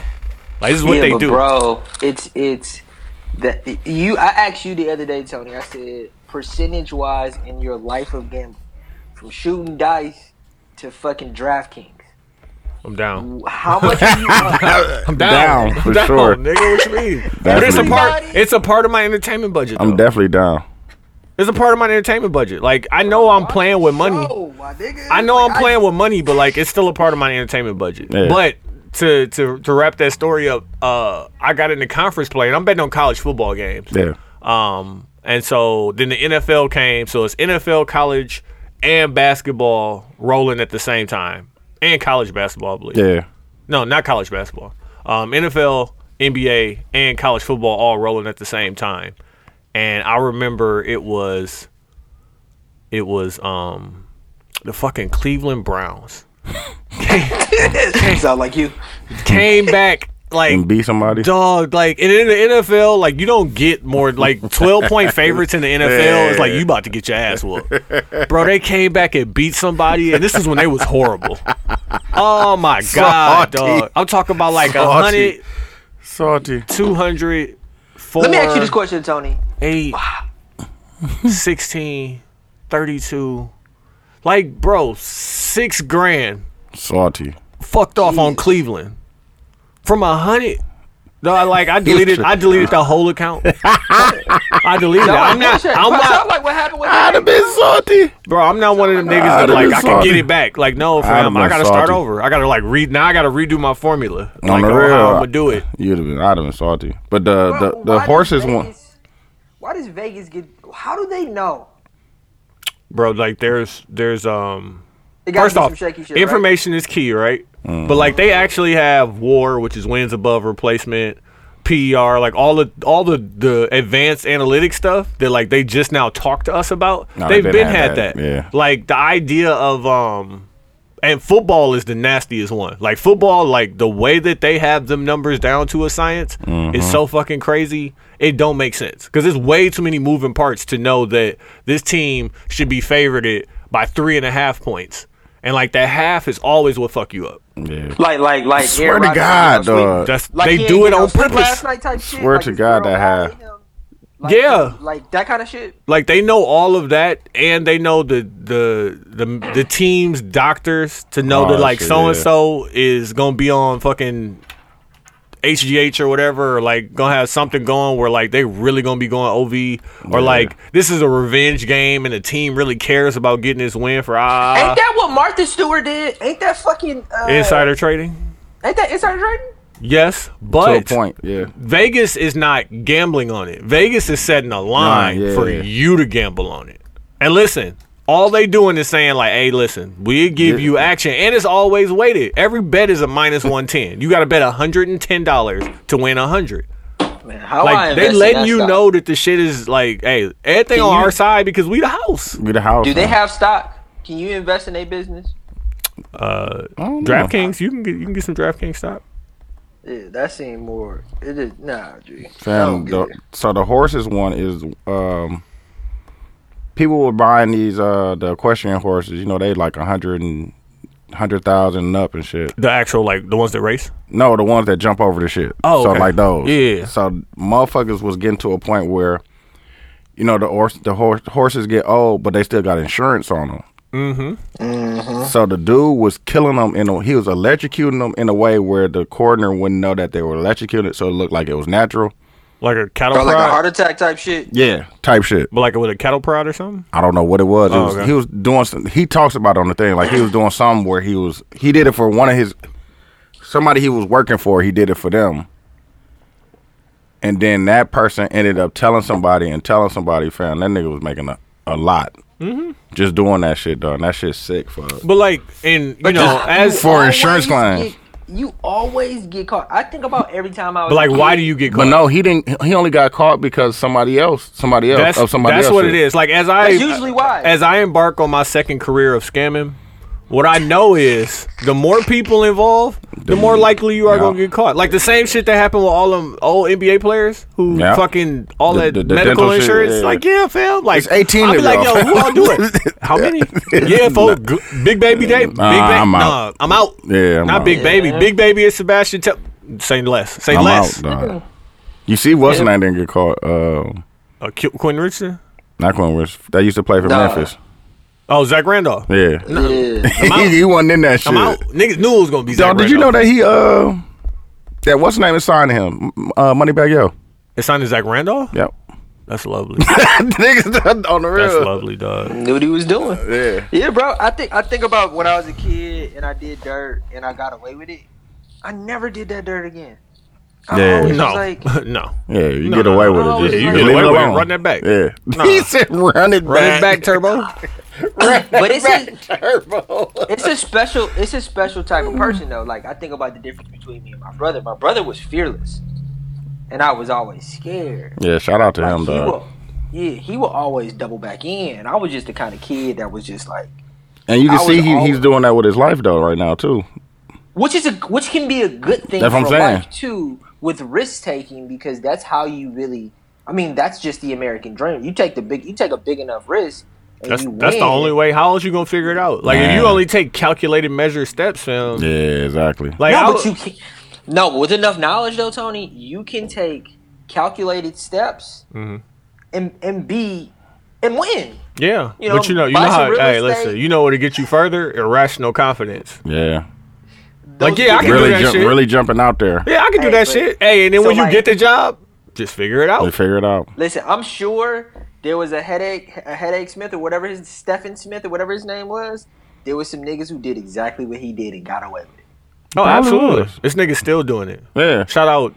like this is what yeah, they but do. bro. It's it's that you. I asked you the other day, Tony. I said percentage wise in your life of gambling, from shooting dice to fucking DraftKings. I'm down. How much are you? I'm Down, down. for down, sure. nigga. What you mean? but it's a Definitely. part. It's a part of my entertainment budget. I'm though. definitely down. It's a part of my entertainment budget. Like I know I'm playing with money. Oh, my nigga. I know Like, I'm playing with money, but like it's still a part of my entertainment budget. Yeah. But to, to to wrap that story up, uh, I got into conference play and I'm betting on college football games. Yeah. Um, and so then the NFL came, so it's NFL, college, and basketball rolling at the same time, and college basketball, I believe. Yeah. No, not college basketball. Um, NFL, NBA, and college football all rolling at the same time. And I remember it was it was um the fucking Cleveland Browns It sound like you. came back like And beat somebody. dog like and in the NFL like you don't get more like 12 point favorites in the NFL it's like you about to get your ass whooped. Bro, they came back and beat somebody and this is when they was horrible. Oh my god, Salty. dog. I'm talking about like a Salty. 100 Salty. 200 four, Let me ask you this question, Tony. eight, 16 32 like bro 6 grand Salty. fucked off on Cleveland from a 100 no, I, like I deleted, I deleted the whole account. I deleted. it. I'm not, I'm Sound not, like what happened with I'd have been salty. bro. I'm not one of them niggas that I'd have like been I can get salty. it back. Like no, have fam, I been gotta start salty. over. I gotta like read now. I gotta redo my formula. Like, On the on real, how I'm gonna do it. You'd have been. I'd have been salty. But the Bro, the, the why does horses won. Vegas- Why does Vegas get? How do they know? bro like there's there's um They gotta first do off some shaky shit, right? information is key right but like they actually have war which is wins above replacement per like all the all the the advanced analytics stuff that like they just now talk to us about No, they've they been didn't had have that, that, yeah. like the idea of um and football is the nastiest one. Like football, like the way that they have them numbers down to a science Mm-hmm. is so fucking crazy. It don't make sense because there's way too many moving parts to know that this team should be favored by three and a half points, and like that half is always what fuck you up. Yeah. Like, like, like. Swear Aaron to Rodgers God, was asleep. dog. That's Like, he they ain't do get it no on sleep purpose. Last night type shit. Swear like to his girl God that lied to happened. him. Like, Yeah. like that kind of shit. Like they know all of that, and they know the the the, the team's doctors to know Oh, that like shit, so and so is gonna be on fucking HGH or whatever, or like gonna have something going where like they really gonna be going OV, or like this is a revenge game and the team really cares about getting this win for ah ain't that what Martha Stewart did? Ain't that fucking uh, insider trading. Ain't that insider trading? Yes, To but a point. Yeah. Vegas is not gambling on it. Vegas is setting a line yeah, for yeah. you to gamble on it. And listen, all they doing is saying like, "Hey, listen, we give Yeah. you action," and it's always weighted. Every bet is a minus one ten. You got to bet hundred and ten dollars to win a hundred. Man, how I Like they invest in letting that you stock? know that the shit is like, hey, everything Can on you- our side because we the house. Be the house. Do they man. have stock? Can you invest in their business? I don't know. DraftKings, you can get you can get some DraftKings stock. Yeah, that seemed more. It is nah, G. I don't Fam, get the, it. so the horses one is um, people were buying these uh the equestrian horses. You know they like a hundred and hundred thousand and up and shit. The actual like the ones that race. No, the ones that jump over the shit. Oh, so okay. like those. Yeah. So motherfuckers was getting to a point where, you know, the horse the horse horses get old, but they still got insurance on them. Mm-hmm. So the dude was killing them in a, he was electrocuting them in a way where the coroner wouldn't know that they were electrocuted, so it looked like it was natural. Like a cattle Bro, like a prod, heart attack type shit. Yeah, type shit. but like with a cattle prod or something. I don't know what it was. Oh, it was okay. He was doing. Some, he talks about it on the thing like he was doing something where he was. He did it for one of his somebody he was working for. He did it for them, and then that person ended up telling somebody and telling somebody. Found that nigga was making a, a lot Mm-hmm. just doing that shit, dog. And that shit's sick, fuck. But like, and you know, as For insurance claims. you always get caught. I think about every time I was But like, why do you get caught? But no, he didn't. He only got caught because somebody else, somebody else, that's of somebody that's else. what it is. Like as I That's usually why. as I embark on my second career of scamming, what I know is the more people involved, the more likely you are Yeah. gonna get caught. Like the same shit that happened with all them old NBA players who Yeah. fucking all The- that the- the medical dental shit, insurance. yeah. Like yeah, fam. Like It's 18 I'll be of like, y'all. yo, who all do it? How many? yeah, folks. Big baby Dave. Nah, big I'm baby. out. Nah, I'm out. Yeah, I'm not out. big baby. Yeah. Big baby is Sebastian. Tell say less. Say I'm out. less. dog. You see, what's name didn't get caught. Uh, Uh, Qu- Quentin Richardson. not Quinn Rich. That used to play for Nah. Memphis. Oh, Zach Randolph. Yeah, Yeah. out. he, he wasn't in that shit. I'm out. Niggas knew it was gonna be. Zach Dog, did you know Randolph. that he uh that what's his name is signing him? M- Uh, Moneybag Yo. It sounded Zach Randolph. Yep. That's lovely. Niggas on the That's real. lovely, dog. Knew what he was doing. Yeah. Yeah, bro. I think I think about when I was a kid and I did dirt and I got away with it. I never did that dirt again. I Yeah. always was No, like, no. Yeah, you No, get no, away no, Oh, with no, it. Just, yeah, you just get leave away with it. alone. Run that back. Yeah. Nah. he said run it Run it back. back, Turbo. but it's a, Turbo. it's a special it's a special type of person though. Like I think about the difference between me and my brother. My brother was fearless, and I was always scared. Yeah, shout out to Like, him, he dog. will, yeah, he will always double back in. I was just the kind of kid that was just like, And you can I see was he, he's always- doing that with his life though right now too. which is a which can be a good thing That's for what I'm saying. life too, with risk taking because that's how you really. I mean, that's just the American dream. You take the big, you take a big enough risk, and That's you that's the win. only way. How else you gonna figure it out? Like if you Nah. only take calculated, measured steps, fam. Yeah, exactly. Like I no, was- but you can, no, but with enough knowledge though, Tony, you can take calculated steps Mm-hmm. and and be and win. yeah. you know, but you know, you know buy some how. real Hey, estate. listen. You know what to get you further? Irrational confidence. yeah. Those Like, yeah, I big- can do Really that jump, shit. really jumping out there. Yeah, I can do Hey, that but- shit. Hey, and then so, when you like- get the job, just figure it They out. figure it out. Listen, I'm sure there was a headache, a headache Smith or whatever his Stephen Smith or whatever his name was. There was some niggas who did exactly what he did and got away with it. Oh, Probably absolutely. was. This nigga's still doing it. Yeah. Shout out.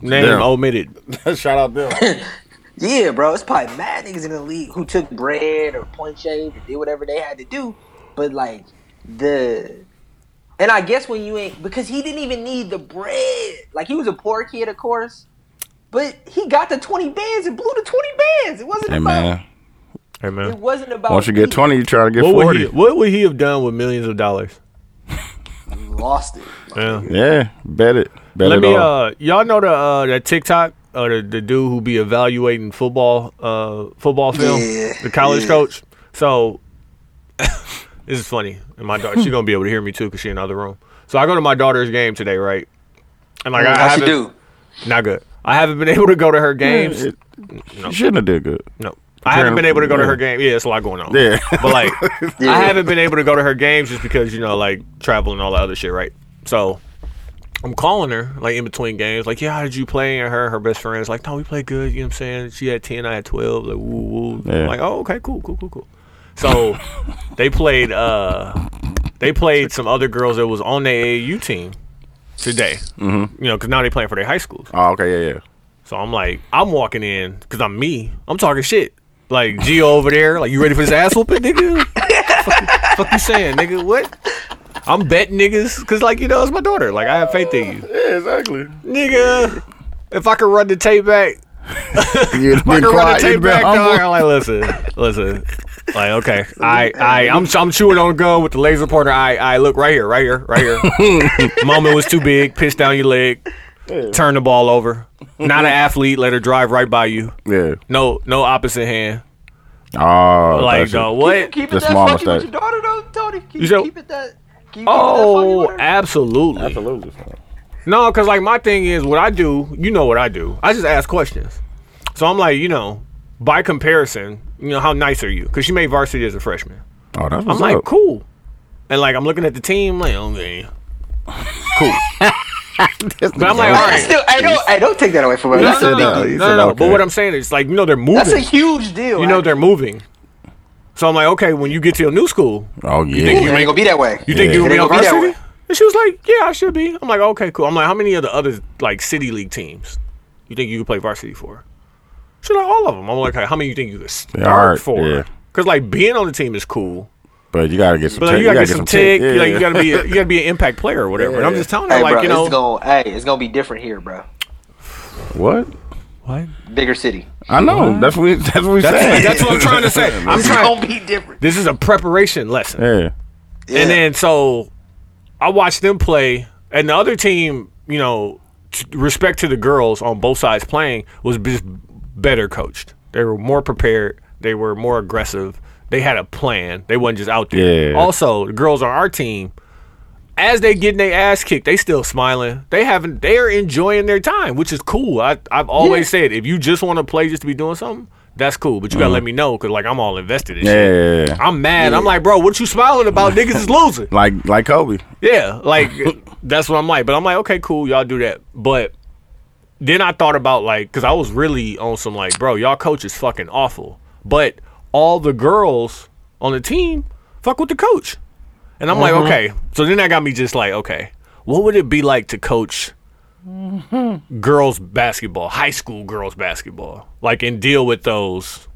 Name Damn. omitted. shout out them. Yeah, bro, it's probably mad niggas in the league who took bread or point shave or did whatever they had to do, but like the. And I guess when you ain't because he didn't even need the bread. Like he was a poor kid, of course, but he got the twenty bands and blew the twenty bands. It wasn't Hey about. man. Hey It man. wasn't about. Once you get me. twenty, you try to get What would forty. he? What would he have done with millions of dollars? lost it. Yeah. Yeah, bet it. Bet Let it me all. uh y'all know the uh that TikTok or the, the dude who be evaluating football uh football film, Yeah, the college yeah. coach. So this is funny. And my daughter she's gonna be able to hear me too because she in the other room. So I go to my daughter's game today, right? And like I, How she haven't do? not good. I haven't been able to go to her games. It- You shouldn't have did good. No. I haven't been able to go to Yeah. her game. Yeah, it's a lot going on. Yeah. But like Yeah. I haven't been able to go to her games just because, you know, like travel and all that other shit, right? So I'm calling her, like in between games, like, yeah, how did you play? And her, her best friend's like, no, we played good. You know what I'm saying? She had 10, I had 12. Like, woo, woo. Yeah. I'm like, oh, okay, cool, cool, cool, cool. So they played, uh, they played some other girls that was on their AAU team today. Mm-hmm. You know, because now they playing for their high schools. Oh, okay, yeah, yeah. So I'm like, I'm walking in because I'm me. I'm talking shit. Like Gio over there, like you ready for this ass whooping, nigga? fuck, fuck you saying, nigga? What? I'm betting niggas because like you know it's my daughter. Like I have faith in you, Yeah, exactly. nigga. If I could run the tape back, You'd I been could run the quiet. tape You'd been back, dog. humble. I'm like, listen, listen. Like okay, I, I, I'm, I'm chewing on gum with the laser pointer. I, I look right here, right here, right here. Moment was too big. Pitch down your leg. Turn the ball over. Not an athlete. Let her drive right by you. Yeah. No, no opposite hand. Oh, Like, that's it. uh, what? Keep it That's that my fucking with your mistake. daughter though, Tony. Keep, You said- keep it that. Keep Oh, it that absolutely. absolutely. No, because like my thing is what I do. You know what I do. I just ask questions. So I'm like, you know, by comparison, you know, how nice are you? Because she made varsity as a freshman. Oh, that's I'm what's like, up. cool. And like I'm looking at the team, like okay, cool. but I'm like, all I right. still, I don't, I don't take that away from her. He That's, said a, that. He No, said no, no. okay. But what I'm saying is, like, you know, they're moving. that's a huge deal. you know, they're moving. So I'm like, okay, when you get to your new school, Oh actually. yeah. It ain't gonna be that way. You think Yeah. you would be It ain't on gonna be that varsity? way. And she was like, Yeah, I should be. I'm like, okay, cool. I'm like, how many of the other like city league teams you think you could play varsity for? She's like, all of them. I'm like, how many you think you could start alright, for? yeah. Because like being on the team is cool, But you gotta get some. But like, tech- you gotta get get some tick. tech, yeah. Like you gotta be you gotta be an impact player or whatever. And I'm Yeah. just telling her Hey, like bro, you know it's gonna hey, it's gonna be different here, bro. what? what? Bigger city. I know. That's what. We, that's what we That's, saying. that's what I'm trying to say. I'm It's trying. gonna be different. This is a preparation lesson. yeah. Yeah. And then so I watched them play, and the other team, you know, t- respect to the girls on both sides playing was just better coached. They were more prepared. They were more aggressive. They had a plan. They wasn't just out there. Yeah. Also, the girls on our team, as they getting their ass kicked, they still smiling. They haven't. They are enjoying their time, which is cool. I, I've always said, if you just want to play just to be doing something, that's cool. But you gotta let me know because like I'm all invested in Uh-huh. Yeah. shit. yeah, yeah. I'm mad. I'm like, bro, what you smiling about? Niggas is losing. Like like Kobe. Yeah, like that's what I'm like. But I'm like, okay, cool, y'all do that. But then I thought about like, because I was really on some like, bro, y'all coach is fucking awful. But all the girls on the team fuck with the coach, and I'm like, okay. So then that got me just like, okay, what would it be like to coach? girls basketball high school girls basketball like and deal with those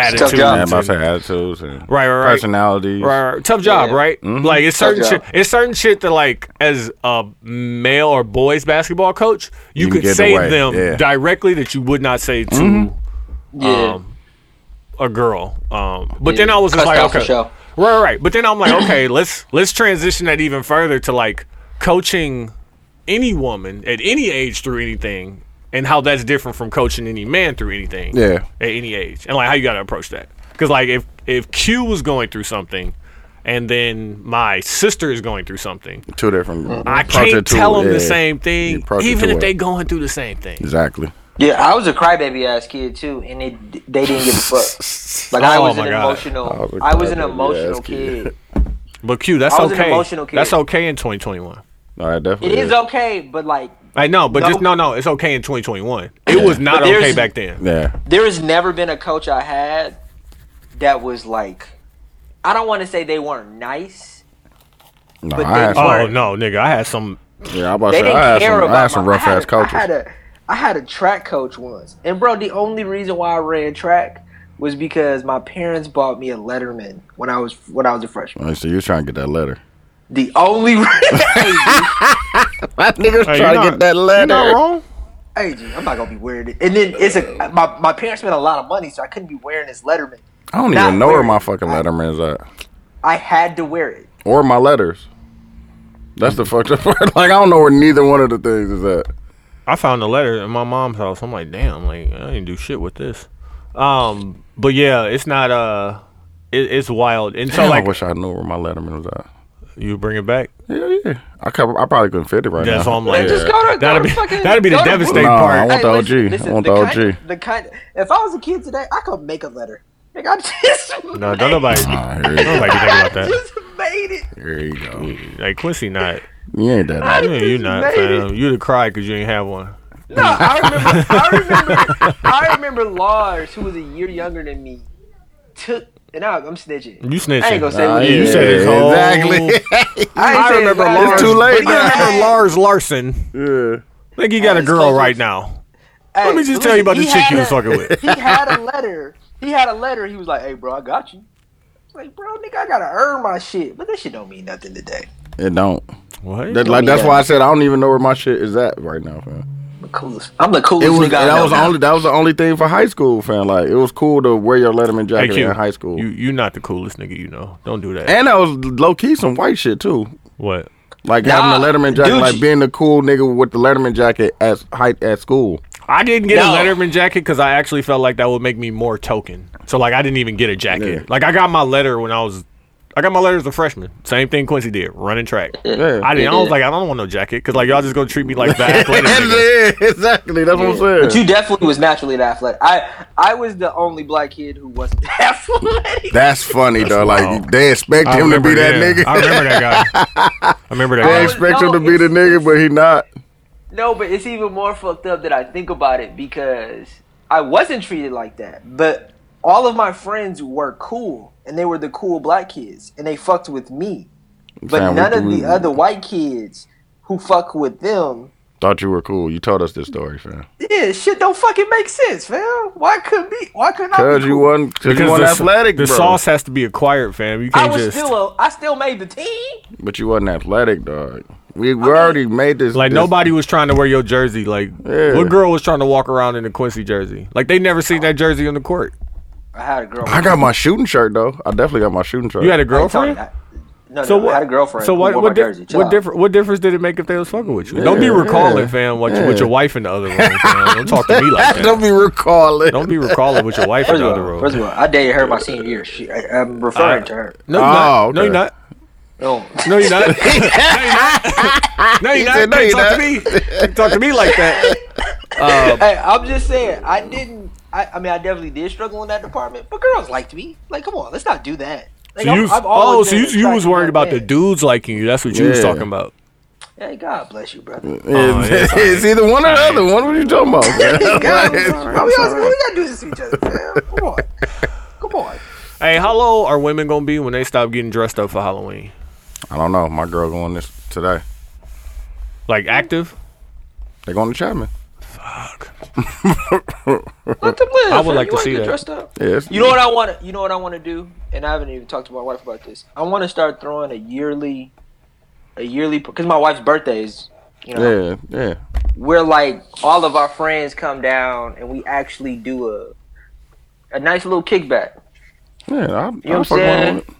a attitudes tough job. Yeah, about and- to say attitudes and Right, right, right. personalities. Right, right. tough job, Yeah. Mm-hmm. right? Like it's Tough certain shit. job. It's certain shit that like as a male or boys basketball coach, you, You can could get say away, them yeah. directly that you would not say to Mm-hmm. yeah. um, a girl. Um, but then Yeah. I was just Cussed like, out for okay, sure. right, right, right. But then I'm like, okay, let's let's transition that even further to like coaching any woman at any age through anything, and how that's different from coaching any man through anything Yeah. at any age, and like how you got to approach that. Because like if if Q was going through something, and then my sister is going through something, Two different. I approach it can't to- tell them yeah. the same You thing, approach it even to if it. they going through the same thing. Exactly. Yeah, I was a crybaby ass kid too, and they they didn't give a fuck. Like I Oh, was my an God. emotional, I was a I was an crybaby-ass emotional kid. kid. But Q, that's I was an okay. emotional kid. That's okay in 2021. All right, It definitely. is okay, but like I know, but No. just no, no. It's okay in 2021. It was not But there's- okay back then. Yeah. there has never been a coach I had that was like, I don't want to say they weren't nice. No, But I had they- some. Oh no, nigga, I had some. yeah, I about to They say, didn't I had care some. about I had some my- rough ass a- I had coaches. a I had a track coach once, and bro, the only reason why I ran track was because my parents bought me a Letterman when I was when I was a freshman. I see you trying to get that letter. The only re- hey, G, My niggas Hey, you trying to not- get that You letter. not wrong. hey, G, I'm not gonna be wearing it. And then it's a my, my parents spent a lot of money, so I couldn't be wearing this Letterman. I don't Not even know where wearing my it. fucking I- letterman is at. I had to wear it. Or my letters. That's the fucked up part. Like I don't know where neither one of the things is at. I found a letter in my mom's house. I'm like, damn, like I didn't do shit with this. Um, but yeah, it's not. Uh, it, it's wild. And so Damn, like, I wish I knew where my letterman was at. you bring it back. Yeah, yeah. I, could, I probably couldn't fit it right That's now. all I'm like. Hey, just go to- go Oh, that'd to be fucking- that'd be the go to- devastating No, I part. want the OG. I want the kind- OG. the kind. If I was a kid today, I could make a letter. Like I just No, don't nobody. Ah, here you go. Nobody think about I that. just made it. Here you go. Like Quincy, not. You ain't that. You ain't- you just not. made Fam. You'd have cried because you ain't have one. No, I remember. I remember. I remember Lars, who was a year younger than me, took. And I, I'm snitching. You snitching. I ain't gonna say Nah, what You it yeah, is. said his whole. exactly. I, ain't I say his remember last Lars. It's too name. late But you remember now. Lars Larson? yeah. I think he got a Hey, girl so- right now. Hey, Let me just listen, tell you about he the chick had you a- was fucking with. He had a letter. He had a letter. He was like, "Hey, bro, I got you." I was Like, bro, nigga, I gotta earn my shit, but that shit don't mean nothing today. It don't. What? That, like that's why I said I don't even know where my shit is at right now, fam. I'm the coolest. I'm the coolest. It was nigga I that know was the now. only that was the only thing for high school, fam. Like it was cool to wear your letterman Hey, jacket Q, in high school. Eh? You you not the coolest nigga you know. Don't do that. and that was low key some white shit too. What? Like Nah, having a Letterman jacket, dude, like you- being the cool nigga with the Letterman jacket at height at school. I didn't get No. a Letterman jacket because I actually felt like that would make me more token. So like I didn't even get a jacket. Yeah. Like I got my letter when I was. I got my letter as a freshman. Same thing Quincy did, running track. Yeah. I didn't. I was like, I don't want no jacket because like y'all just gonna treat me like that. athletic nigga. yeah, exactly. That's what I'm saying. But you definitely was naturally an athletic. I I was the only black kid who wasn't athletic. That's funny though. Like wild. they expect I him to remember- be that yeah, nigga. I remember that guy. I remember that they guy. was- expect no, him to be the it's- nigga, but he not. no, but it's even more fucked up that I think about it because I wasn't treated like that. But all of my friends were cool, and they were the cool black kids, and they fucked with me. But Fam, we- none of we- the other white kids who fuck with them Thought you were cool. You told us this story, fam. Yeah, shit don't fucking make sense, fam. Why couldn't be? Why couldn't I? Cause Be you cool? wasn't, cause you Because wasn't the, athletic, the bro. sauce has to be acquired, fam. You I can't was just still a. I still made the team. But you wasn't athletic, dog. We, we already made this. like this- nobody was trying to wear your jersey. Like Yeah. what girl was trying to walk around in a Quincy jersey? Like they never seen that jersey on the court. I had a girlfriend. I got my shooting shirt though. I definitely got my shooting shirt. You had a I ain't talking- girlfriend. I- No, So no, what? I had a girlfriend. So who what? wore What, my di- jersey. Chill what out. different? What difference did it make if they was fucking with you? Don't be Yeah, recalling, yeah, fam, what, you- yeah. with your wife in the other room. Fam. Don't talk to me like that. Don't be recalling. Don't be recalling with your wife in First the of, other all, first room. of all, I dated her my senior year. She, I, I'm referring Alright. to her. No, you're Oh, not. No, okay. you're not. No, No, you're not. no, you're not. No, said, you're "No, you're not. Can't talk to me. Can't talk to me like that. Uh, hey, I'm just saying. I didn't. I, I mean, I definitely did struggle in that department, but girls liked me. Like, come on, let's not do that. Like, so I'm- you, I've oh, always so been you, you was an attractive worried young about man. the dudes liking you. That's what you was Yeah. talking about. Hey, God bless you, brother. Oh, yeah, it's, it's either one or the other one. What are you talking about? God, man? we always- we gotta do this to each other, man. Come on, come on. Hey, how low are women gonna be when they stop getting dressed up for Halloween? I don't know. My girl going this today. Like active? They going to Chapman. Let them live. I would like man. You to wanna see get that. Dressed up. Yeah, it's- You know what I want to? You know what I want to do? And I haven't even talked to my wife about this. I want to start throwing a yearly, a yearly because my wife's birthday is, you know, Yeah, yeah. where like all of our friends come down and we actually do a, a nice little kickback. Yeah, I, You know what I I'm fuck around saying? with it.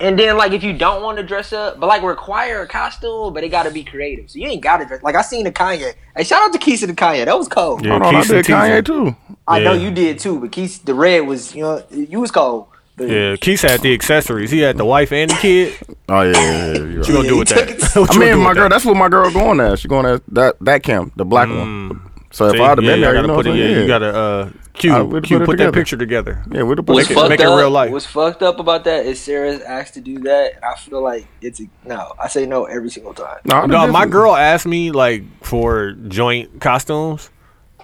And then like if you don't want to dress up, but like require a costume, but it got to be creative. So you ain't got to dress. Like I seen the Kanye. Hey, shout out to Keisha the Kanye. That was cold. Yeah. Hold on, I Keisha did teasing. Kanye too. I know Yeah. you did too, but Keisha the red was you know you was cold. But Yeah, Keith had the accessories. He had the wife and the kid. Oh yeah, yeah, yeah you're right. You gonna do he with took that? it- What I you gonna mean, do my with girl. that? That's what my girl going at. She going at that that camp, the black one. So if Mm. See, I'd have been yeah, you there, you gotta know, put what I'm it. Yeah, saying? you gotta uh, Q, I would Q, put it put that together. picture together. yeah, we'd have put What's it- fuck- fucked make it up, real life. What's fucked up about that is Sarah's asked to do that, and I feel like it's a, no. I say no every single time. No, I'd No, have my definitely- girl asked me like for joint costumes,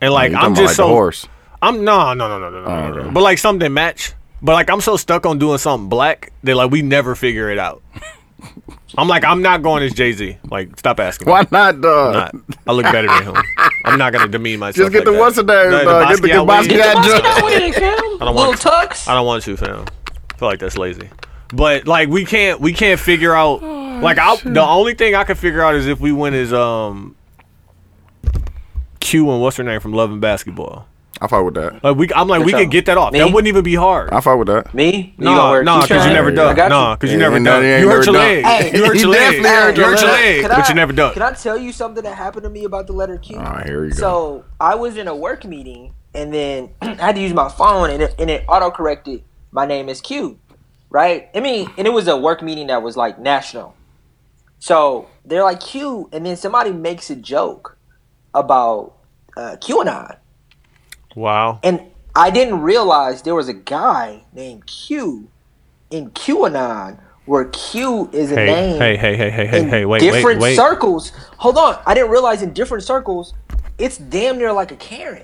and like You talking I'm about, just like, the so horse. I'm no no no no no no, no, no. okay. but like something match. But like I'm so stuck on doing something black that like we never figure it out. I'm like I'm not going as Jay Z. Like stop asking. me. Why not, uh, I'm dog? not. I look better than him. I'm not gonna demean myself. Just get like the that. what's the name, No, dog. Get the- get Basquiat Basquiat wig. joint. What's up with it, fam? don't Little want- tux. I don't want to, fam. I feel like that's lazy. But like we can't we can't figure out like I the only thing I can figure out is if we win is um Q and what's her name from Love and Basketball. I fight with that. Like we I'm like we Which could one? get that off. Me? That wouldn't even be hard. I fight with that. Me? You gonna No, wear a no, because t-shirt? you never Yeah, duck. I got No, you. because you Yeah, never he never- duck. he ain't You hurt never your leg. ducked. You hurt He your leg. definitely hurt You your hurt your leg. leg, Can but I- you never duck. Can I tell you something that happened to me about the letter Q? Ah, here you go. So I was in a work meeting, and then I had to use my phone, and it, and it auto corrected. My name is Q, right? I mean, and it was a work meeting that was like national. So they're like Q, and then somebody makes a joke about uh, QAnon, Wow. and I didn't realize there was a guy named Q in QAnon, where Q is a Hey, name hey, hey, hey, hey, hey, in hey, wait, wait, different wait. circles. Hold on, I didn't realize in different circles, it's damn near like a Karen.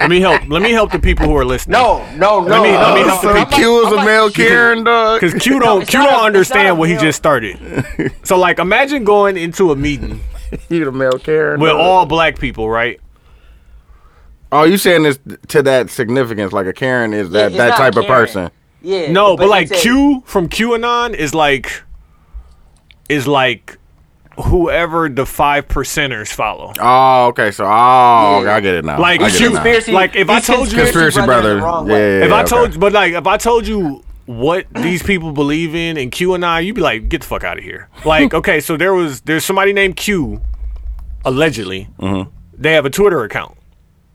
Let me help. Let me help the people who are listening. No, no, no. me- let me no. help the so people. Q Oh, I'm is a like- male Karen, dog. Because Q don't it's Q not don't a- it's not understand a what he real- just started. So like, imagine going into a meeting you the male Karen. with dog. all black people, right? Oh, you saying this to that significance? Like a Karen is that It's that not type of Karen. person? Yeah. No, but, like it's a- Q from QAnon is like is like whoever the five percenters follow. Oh, okay. So, oh, Yeah. I get it now. Like, I get Q- it now. Conspiracy. Like, if I he's told you- conspiracy in brother. the wrong Yeah, way. if I okay. told, but like, if I told you what these people believe in and Q and I, you'd be like, get the fuck out of here. Like, okay, so there was there's somebody named Q, allegedly. Mm-hmm. They have a Twitter account.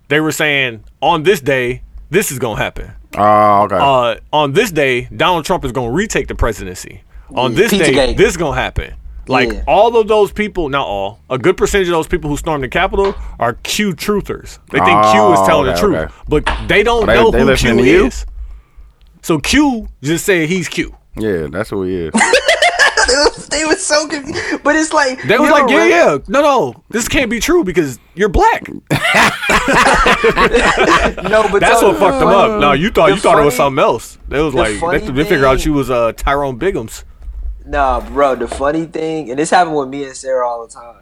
They were saying on this day, this is gonna happen. oh, okay. uh, on this day, Donald Trump is going to retake the presidency. On this day, Pizzagate. this going to happen. Like Yeah. all of those people, not all, a good percentage of those people who stormed the Capitol are Q truthers. They think Q is Oh, telling okay, the truth, okay. but they don't they- know they who listening Q to you? is. So Q just said he's Q. yeah, that's who he is. They was- they was so confused. But it's like They you was like, don't yeah, really- yeah, no, no, this can't be true because you're black. No, but That's tell what me- fucked them up. No, you thought the you thought it was funny- something else. They was like, funny they, they figured out thing- she was uh, Tyrone Biggums. Nah, bro. The funny thing, and this happened with me and Sarah all the time,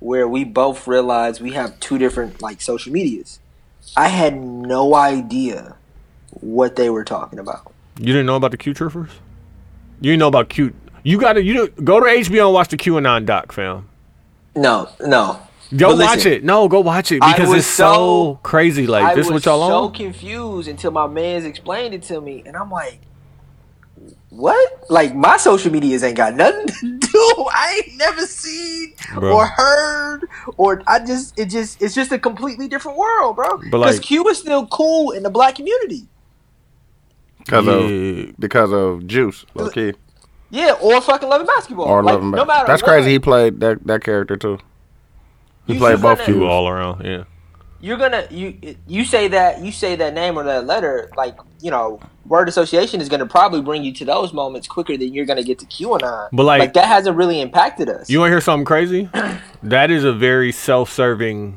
where we both realized we have two different like social medias. I had no idea what they were talking about. You didn't know about the Q trippers? You didn't know about Q. You gotta you don't- go to HBO and watch the QAnon doc, fam. No, no. Go But listen, watch it. No, go watch it I because was it's so, so- crazy. Like I this, is was what y'all so on? confused until my man's explained it to me, and I'm like, "What? Like my social medias ain't got nothing to do. I ain't never seen Bro. or heard, or I just it just it's just a completely different world, bro. But, Because like- Q is still cool in the black community. because Yeah. of because of Juice, low key, Yeah, or fucking loving basketball. or Oh, like, Love and no matter That's what, crazy. He played that that character too. He You played should both kinda- You you. all around, yeah. You're gonna you you say that you say that name or that letter like you know word association is gonna probably bring you to those moments quicker than you're gonna get to QAnon. But, like- that hasn't really impacted us. You want to hear something crazy? that is a very self-serving,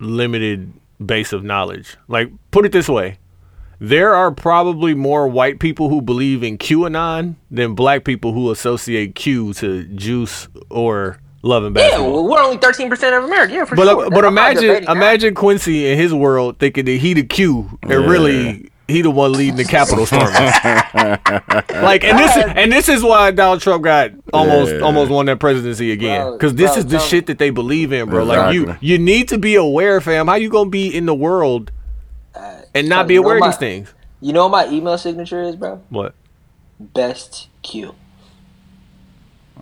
limited base of knowledge. Like, put it this way: there are probably more white people who believe in QAnon than black people who associate Q to Juice or Love and yeah, Basketball. well, we're only thirteen percent of America. Yeah, for but sure. but I'm not imagine debating that. imagine Quincy in his world thinking that he the Q and really he the one leading the Capitol storm. like and this and this is why Donald Trump got almost Yeah. almost won that presidency again Bro, because this bro, is the tell me- shit that they believe in, bro. Like Exactly. you you need to be aware, fam. How you gonna be in the world Uh, and so not be you know aware of my- these things? You know what my email signature is, bro? What Best Q.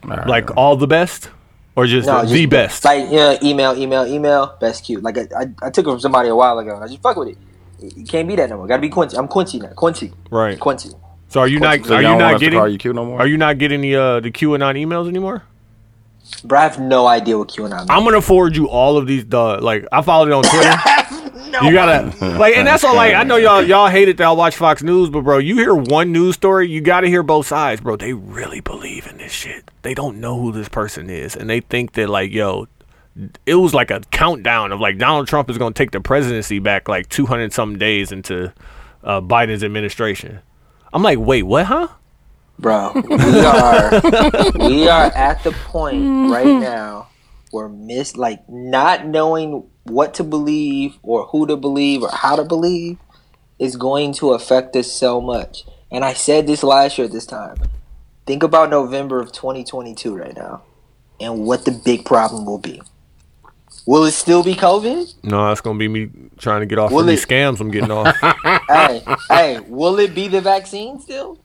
like all the best or just, No, the, just the best? Like you know, email, email, email. Best Q. Like I, I, I took it from somebody a while ago, and I just fuck with it. You can't be that no more. Gotta be Quincy. I'm Quincy now. Quincy. Right. Quincy. so are you not So are y'all you don't want not us to call getting you Q no more? are you not getting the uh, the QAnon emails anymore? Bro, I have no idea what QAnon. means. I'm gonna forward you all of these. Duh, like I followed it on Twitter. no. You gotta like, and that's all. Like I know y'all y'all hate it that I watch Fox News, but bro, you hear one news story, you gotta hear both sides, bro. They really believe in this shit. They don't know who this person is, and they think that like, yo, it was like a countdown of like Donald Trump is gonna take the presidency back like 200 something days into uh, Biden's administration. I'm like, wait, what? Huh? Bro, we are we are at the point right now where miss like not knowing what to believe or who to believe or how to believe is going to affect us so much. And I said this last year at this time. Think about November of 2022 right now and what the big problem will be. Will it still be COVID? No, that's gonna be me trying to get off Will from these it- scams I'm getting off. hey, hey, will it be the vaccine still?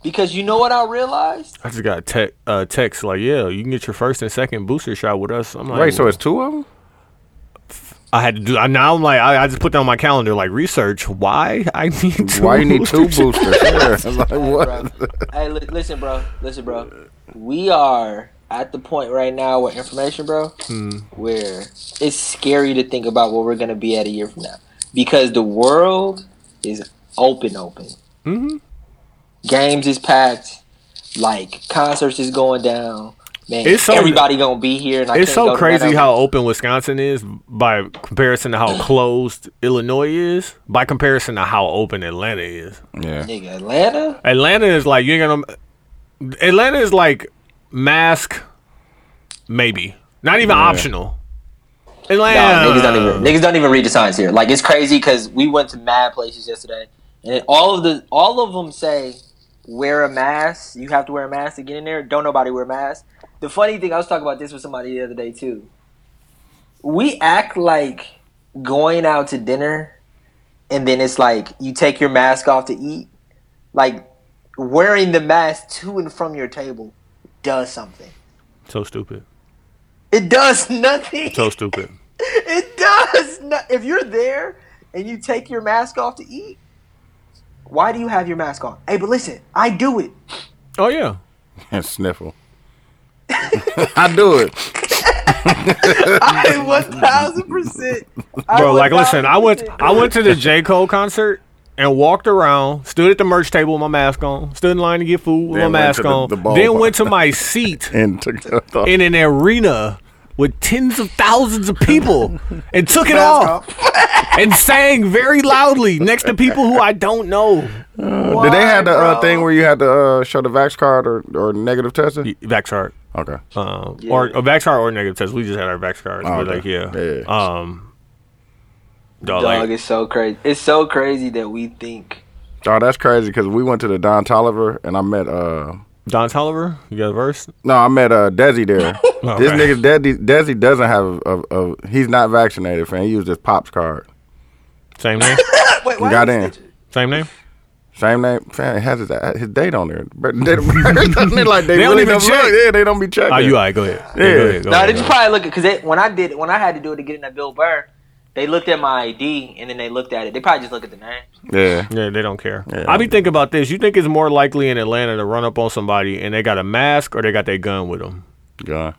Because you know what I realized? I just got a tec- uh, text like, yeah, you can get your first and second booster shot with us. I'm like, Wait, so it's two of them? I had to do. I, now I'm like, I, I just put that on my calendar, like research. Why I need two? Why you need two boosters? boosters? Yeah, it's like, what? Hey, li- listen, bro. Listen, bro. We are at the point right now with information, bro, Hmm. where it's scary to think about where we're gonna be at a year from now because the world is open, open. Mhm. Games is packed. Like concerts is going down. Man, It's so- everybody gonna be here. And I It's can't go so to none of crazy them. how open Wisconsin is by comparison to how closed Illinois is. By comparison to how open Atlanta is. Yeah. nigga Atlanta. Atlanta is like you ain't gonna. Atlanta is like mask, maybe not even optional. Nah, Atlanta. niggas don't even niggas don't even read the signs here. Like it's crazy because we went to mad places yesterday, and it, all of the all of them say wear a mask. You have to wear a mask to get in there. Don't nobody wear a mask. The funny thing I was talking about this with somebody the other day too. We act like going out to dinner, and then it's like you take your mask off to eat. Like wearing the mask to and from your table does something. so stupid. It does nothing. So stupid. It does. Not, if you're there and you take your mask off to eat, why do you have your mask on? Hey, but listen, I do it. Oh yeah. And sniffle. I do it. I one thousand percent. bro. Like, listen, I went, I went to the J Cole concert and walked around, stood at the merch table with my mask on, stood in line to get food with Then my went mask to the- on, the ball then part. went to my seat And took that off. in an arena with tens of thousands of people and took it off and sang very loudly next to people who I don't know. Did they have the uh, thing where you had to uh, show the vax card or, or negative testing? Vax card. Okay. Um, Or a vax card or negative test. We just had our vax cards. Oh, but okay. like, yeah. Yeah. Um, dog, Dog, like, it's so crazy. It's so crazy that we think. Oh, that's crazy because we went to the Don Tolliver and I met uh Don Tolliver, you got a verse? no I met uh Desi there. This Okay. nigga Desi, Desi doesn't have a, a, a he's not vaccinated fan. He used his pops card. Same name? Wait, why Got you in. snitching? Same name? Same name, fan. It has his, uh, his date on there. But they, they like they, They don't really even don't check. look. Yeah, they don't be checking. Oh, you all right. Go ahead. Yeah. Go ahead. Go Nah, ahead. did you probably look at? Because when I did, when I had to do it to get in that Bill Burr, they looked at my ID and then they looked at it. They probably just look at the name. Yeah. Yeah, they don't care. Yeah. I be thinking about this. You think it's more likely in Atlanta to run up on somebody and they got a mask or they got their gun with them? Gone.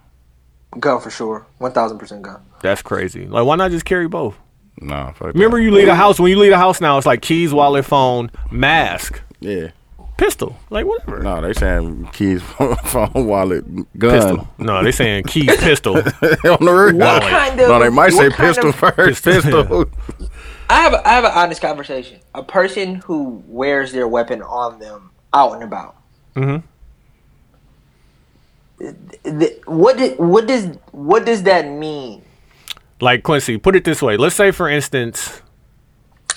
Gun for sure, one thousand percent gun. That's crazy. Like, why not just carry both? No, fuck Remember, you leave a house. When you leave a house now, it's like keys, wallet, phone, mask, that. Yeah. pistol, like whatever. No, they saying keys, phone, wallet, gun. Pistol. No, they saying key pistol. on the roof. Wallet. Kind No, they might say what kind pistol of- first. Pistol. Pistol. I have, a, I have an honest conversation. A person who wears their weapon on them out and about. Mhm. Th- What did, what does what does that mean? Like Quincy, put it this way. Let's say, for instance,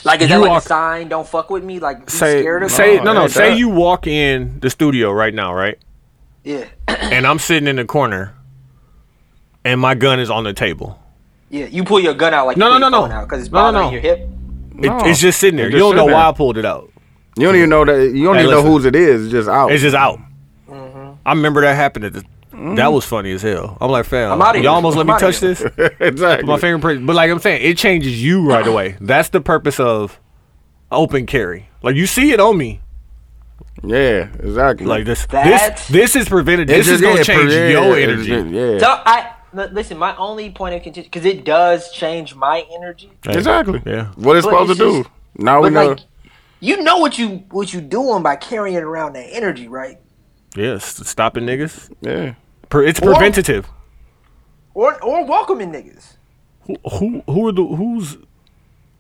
Like is You that like are- a sign? Don't fuck with me. Like be say scared of say me? no No, no it say does. you walk in the studio right now, right? Yeah, And I'm sitting in the corner, and my gun is on the table. yeah. You pull your gun out like No, you no, pull no, your no. phone out because it's No, no, bothering no. your hip. It, No. it's just sitting there. It's you just don't know sitting why there. I pulled it out. You don't even know that. You don't Hey, even know listen. whose it is. It's just out. It's just out. Mm-hmm. I remember that happened at the. That was funny as hell. I'm like, fam, I'm outta you here. almost let I'm me outta touch here. this. exactly. My fingerprint, but like I'm saying, it changes you right away. That's the purpose of open carry. Like you see it on me. yeah, exactly. Like this, That's- this, this is preventative. It's This is just- gonna yeah, change yeah, your it's energy. just- yeah. So I l- listen. My only point of contention because it does change my energy. Hey, Exactly. Yeah. What it's But supposed it's to do. just- Now Oh, we But know. like, you know what you what you doing by carrying around that energy, right? Yes, stopping niggas. yeah. Pre- It's preventative. Or or welcoming niggas. Who who are the who's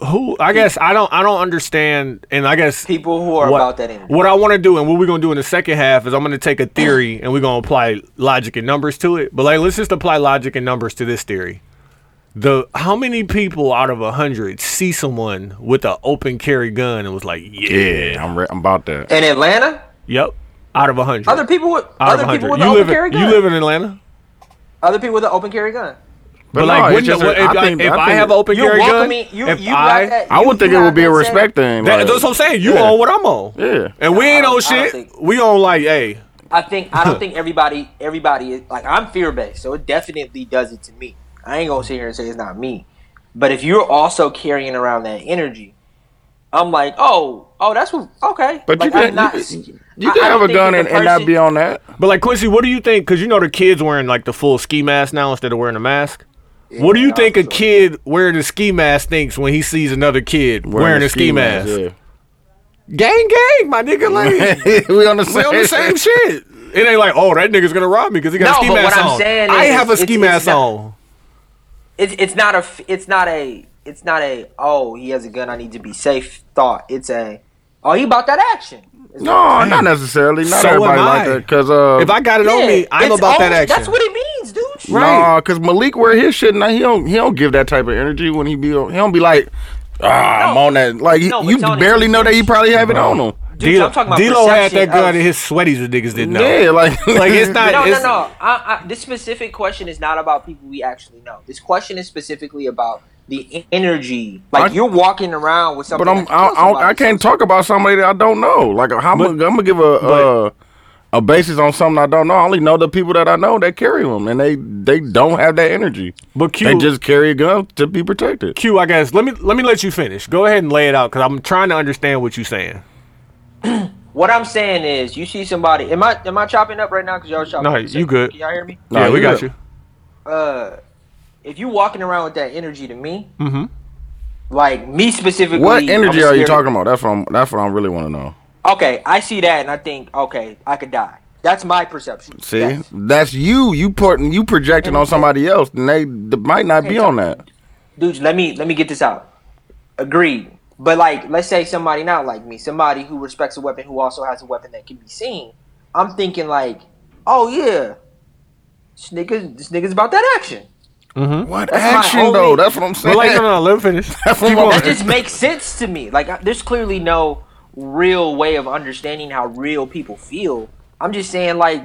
who? I guess I don't I don't understand, and I guess People who are what, about that energy. What I want to do and what we're gonna do in the second half is I'm gonna take a theory and we're gonna apply logic and numbers to it. But like, let's just apply logic and numbers to this theory. The how many people out of a hundred see someone with an open carry gun and was like, yeah, Yeah. I'm, re- I'm about that. In Atlanta, yep, out of a hundred, other people with out other of a people hundred. with You an open live carry in, gun. you live in Atlanta. other people with an open carry gun. But, no, like, wouldn't it's just it- a- if, I, think- if I I, think- have an open You're carry gun, welcoming. You if you I, got that. I you would think it got would be a that respect same- thing. that- like- that's what I'm saying. You Yeah. on what I'm on, Yeah. and we ain't I on don't- I don't shit. think- we on like, hey, I think I don't think everybody everybody is like I'm fear based, so it definitely does it to me. I ain't gonna sit here and say it's not me, but if you're also carrying around that energy, I'm like, oh, oh, that's what okay. But you Like, I'm can not- not, you, you I- can I have don't a think gun that and, the and not person- be on that. But like Quincy, what do you think? Because you know the kids wearing like the full ski mask now instead of wearing a mask. what do you Yeah, think a so- kid wearing a ski mask thinks when he sees another kid wearing, a ski, mask? Gang, gang, my nigga, like yeah. we on the we same. on the same shit. It ain't like oh that nigga's gonna rob me because he got No, a ski but mask what I'm on. saying I is have a it's- ski it's mask not- on. it's it's not a f- it's not a it's not a oh he has a gun I need to be safe thought. It's a oh he about that action. It's No, not necessarily. Not So am everybody like I. that. Because uh, If I got it on yeah, me, I'm it's about that only- action. That's what it means, dude. Right. Nah, cause Malik wear his shit now. He don't he don't give that type of energy when he be on, he don't be like ah I'm No. on that like No, you, but you Tony, barely know that he probably have it on him. Dude, I'm talking about D-Lo had that perception gun of- in his sweaties the niggas didn't know. Yeah, like Like, it's not- No, no, It's- no. I, I, this specific question is not about people we actually know. This question is specifically about the e- energy. Like I- you're walking around with something. But I'm that I, kills somebody. I, I can't talk about somebody that I don't know. Like how I'm gonna give a uh, a basis on something I don't know. I only know the people that I know that carry them, and they they don't have that energy. But Q, They just carry a gun to be protected. Q, I guess let me let me let you finish. Go ahead and lay it out because I'm trying to understand what you're saying. What I'm saying is, you see somebody. Am I am I chopping up right now? Because y'all chopping. No, up. you good. Can y'all hear me? Nah, yeah, we you got good. you. Uh, if you walking around with that energy to me, mm-hmm. like me specifically, What I'm energy are you scared- talking about? That's what I'm, that's what I really want to know. Okay, I see that and I think, okay, I could die. That's my perception. See, Yes. that's you. You putting you projecting on somebody else, and they, they might not be on that. dude, let me let me get this out. Agreed. But like, let's say somebody not like me, somebody who respects a weapon, who also has a weapon that can be seen. I'm thinking like, oh yeah, this nigga, this nigga's about that action. What That's my action only- though? That's what I'm But saying. like, no, no, no, let me finish. That's what Keep going. I'm- That just makes sense to me. Like, I- there's clearly no real way of understanding how real people feel. I'm just saying, like,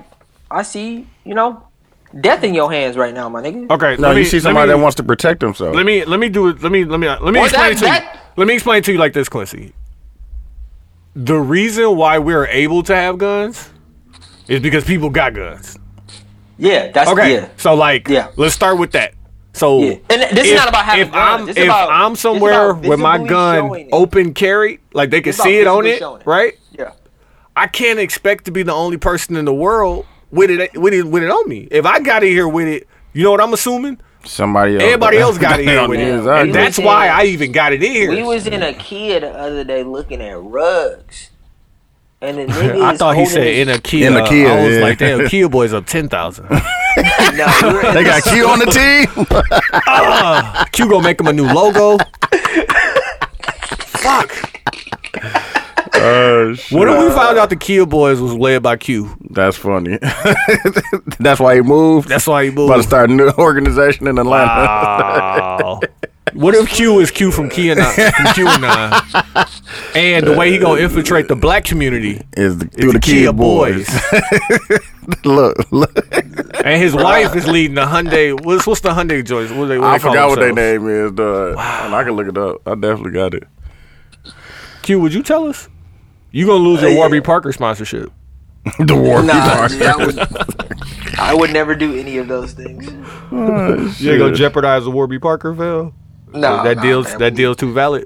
I see, you know, death in your hands right now, my nigga. Okay, no, let me, you see let somebody me- that wants to protect themselves. Let me let me do it. Let me let me let me Well, explain it that- to you. that- Let me explain it to you like this, Quincy. The reason why we're able to have guns is because people got guns. Yeah, that's Okay, yeah. so like, Yeah. let's start with that. So, Yeah. And this is if- not about having if guns. I'm This is if about- I'm this is about somewhere with my visibly gun showing it. open carried, like they can It's about see it on visibly it, showing it. right? Yeah. I can't expect to be the only person in the world with it with it with it on me. If I got in here with it, you know what I'm assuming? Somebody else. Everybody else got in here with it. Yeah, And that's We was why in- I even got it in here. We was in a Kia the other day looking at rugs, and the nigga I is thought he holding said in his- a Kia. In a Kia, I was yeah. like, damn, Kia boys up ten thousand. No, you're in They got Q on the team. Q gonna make him a new logo. Fuck. What if we found out the Kia boys was led by Q? That's funny. that's why he moved. That's Ah. why he about to moved. start a new organization in Atlanta. Wow. What if Q is Q from Kia from QAnon? And the way he gonna infiltrate the black community is the, through the the, Kia boys. look, look. and his wife is leading the Hyundai. What's what's the Hyundai joints? What they, what I they call forgot what their themselves? name is, dog. And I can look it up. I definitely got it. Q, would you tell us? You gonna lose your Uh, yeah. Warby Parker sponsorship? the war. Nah, dude, I would, I would never do any of those things. You ain't gonna jeopardize the Warby Parker Phil. No, that nah, deal's man. that deal's too valid.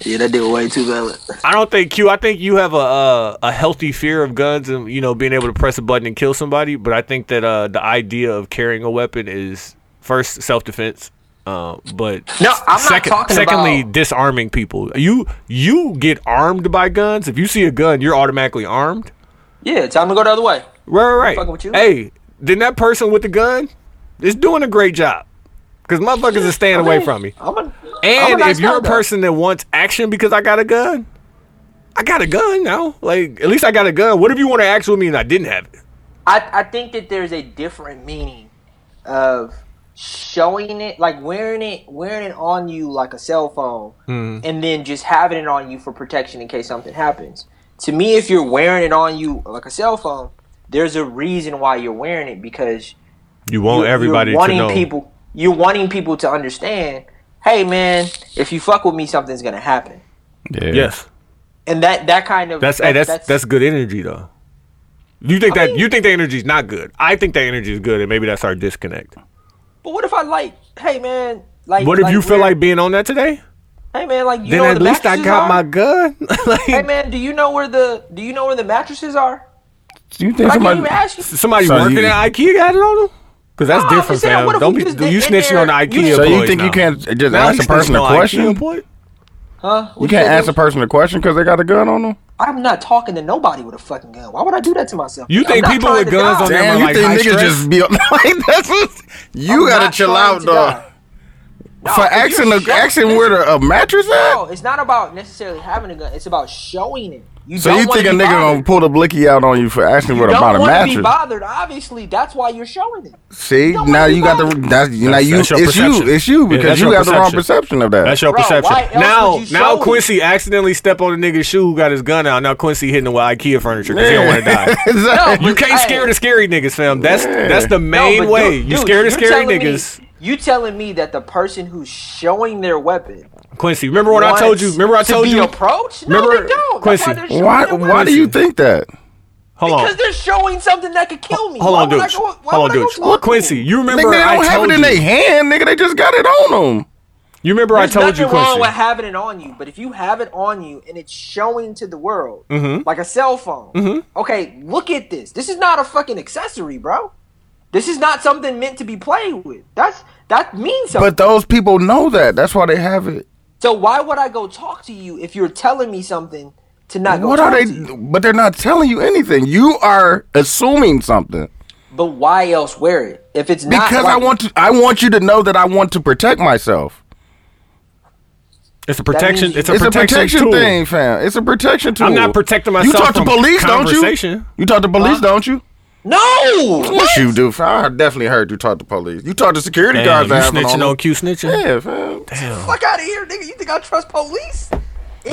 Yeah, that deal way too valid. I don't think Q. I think you have a uh, a healthy fear of guns and you know being able to press a button and kill somebody. But I think that uh, the idea of carrying a weapon is first self defense. Uh, but No, I'm not talking secondly, about- disarming people. You you get armed by guns. If you see a gun, you're automatically armed. Yeah, time to go the other way. Right, right, right. fucking with you. Hey, then that person with the gun is doing a great job because motherfuckers are staying away from me. I'm a, I'm And nice if you're guy, a though. person that wants action because I got a gun, I got a gun now. Like, at least I got a gun. What if you want to act with me and I didn't have it? I, I think that there's a different meaning of showing it, like wearing it, wearing it on you like a cell phone, Hmm. and then just having it on you for protection in case something happens. To me, if you're wearing it on you like a cell phone, there's a reason why you're wearing it because You want you- Oh, everybody you're wanting to know. people you're wanting people to understand. Hey, man, if you fuck with me, something's gonna happen. Yeah. Yes, And that that kind of that's that- hey, that's, that's good energy though. You think that mean- you think the energy's not good? I think the energy is good, and maybe that's our disconnect. But what if I like? Hey, man, like What if you feel we're- like being on that today? Hey, man, like you Then know at where the least I mattresses got are? my gun. like, Hey man, do you know where the do you know where the mattresses are? Do you think I can't somebody? even ask you. somebody So working you- at IKEA got it on them. Because that's No, I'm different, just saying, fam. what if Don't we be just do you in snitching there- on the IKEA. you- So you employees think you now. can't just Now ask you a person snitching a on IKEA question? employees? Huh? What You can't said, ask a dude? person a question because they got a gun on them. I'm not talking to nobody with a fucking gun. Why would I do that to myself? You I'm think not people trying with to guns die. on their- Damn, Damn, you like think high niggas stress? just be up like that's what you I'm gotta not chill trying out, to dog. die. No, For if you're asking the showing- asking where the a mattress No, at. it's not about necessarily having a gun. It's about showing it. You So don't you wanna think a be nigga bothered. gonna pull the blicky out on you for asking where You the don't bottom want to be mattress? bothered. Obviously, that's why you're showing it. See, don't now wanna you be got the bothered. that's you now That's- you that's it's your perception. you it's you Yeah, that's because you your got the wrong perception. perception of that. That's your Bro, perception. why else Now, would you now show it? Quincy accidentally stepped on a nigga's shoe who got his gun out. Now Quincy hitting him with IKEA furniture because he don't want to die. Exactly. You But, can't hey. scare the scary niggas, fam. That's that's the No, main but way. dude- you dude, scare the you're scary telling me- niggas. you telling me that the person who's showing their weapon Quincy, remember what I told you? wants Remember I told to be you? approached? No, Remember- they don't. Quincy, That's why, Why why do you think that? Hold Because on. they're showing something that could kill me. Hold Why on, would I dude. go- why Hold on, would I go dude. talk to Quincy, them? you Nigga, remember they I don't have told it in their you. hand, nigga. They just got it on them. You remember I There's told you, nothing wrong with Quincy. having it on you, but if you have it on you and it's showing to the world Mm-hmm. like a cell phone, okay, look at this. This is not a fucking accessory, bro. This is not something meant to be played with. That's that means something. But those people know that. That's why they have it. So why would I go talk to you if you're telling me something to not go What talk are to they? you. But they're not telling you anything. You are assuming something But why else wear it if it's not? because I like- want to. I want you to know that I want to protect myself. It's a protection. means It's a It's a protection, protection tool. thing, fam. It's a protection tool. I'm not protecting You myself talk to from police, don't you? conversation. You talk to police, don't you? no. What you do? Fam? I definitely heard you talk to police. You talk to security Damn, guards. that have you it snitching on on Q snitching. them. Yeah, fam. fuck out of here, nigga. You think I trust police? If-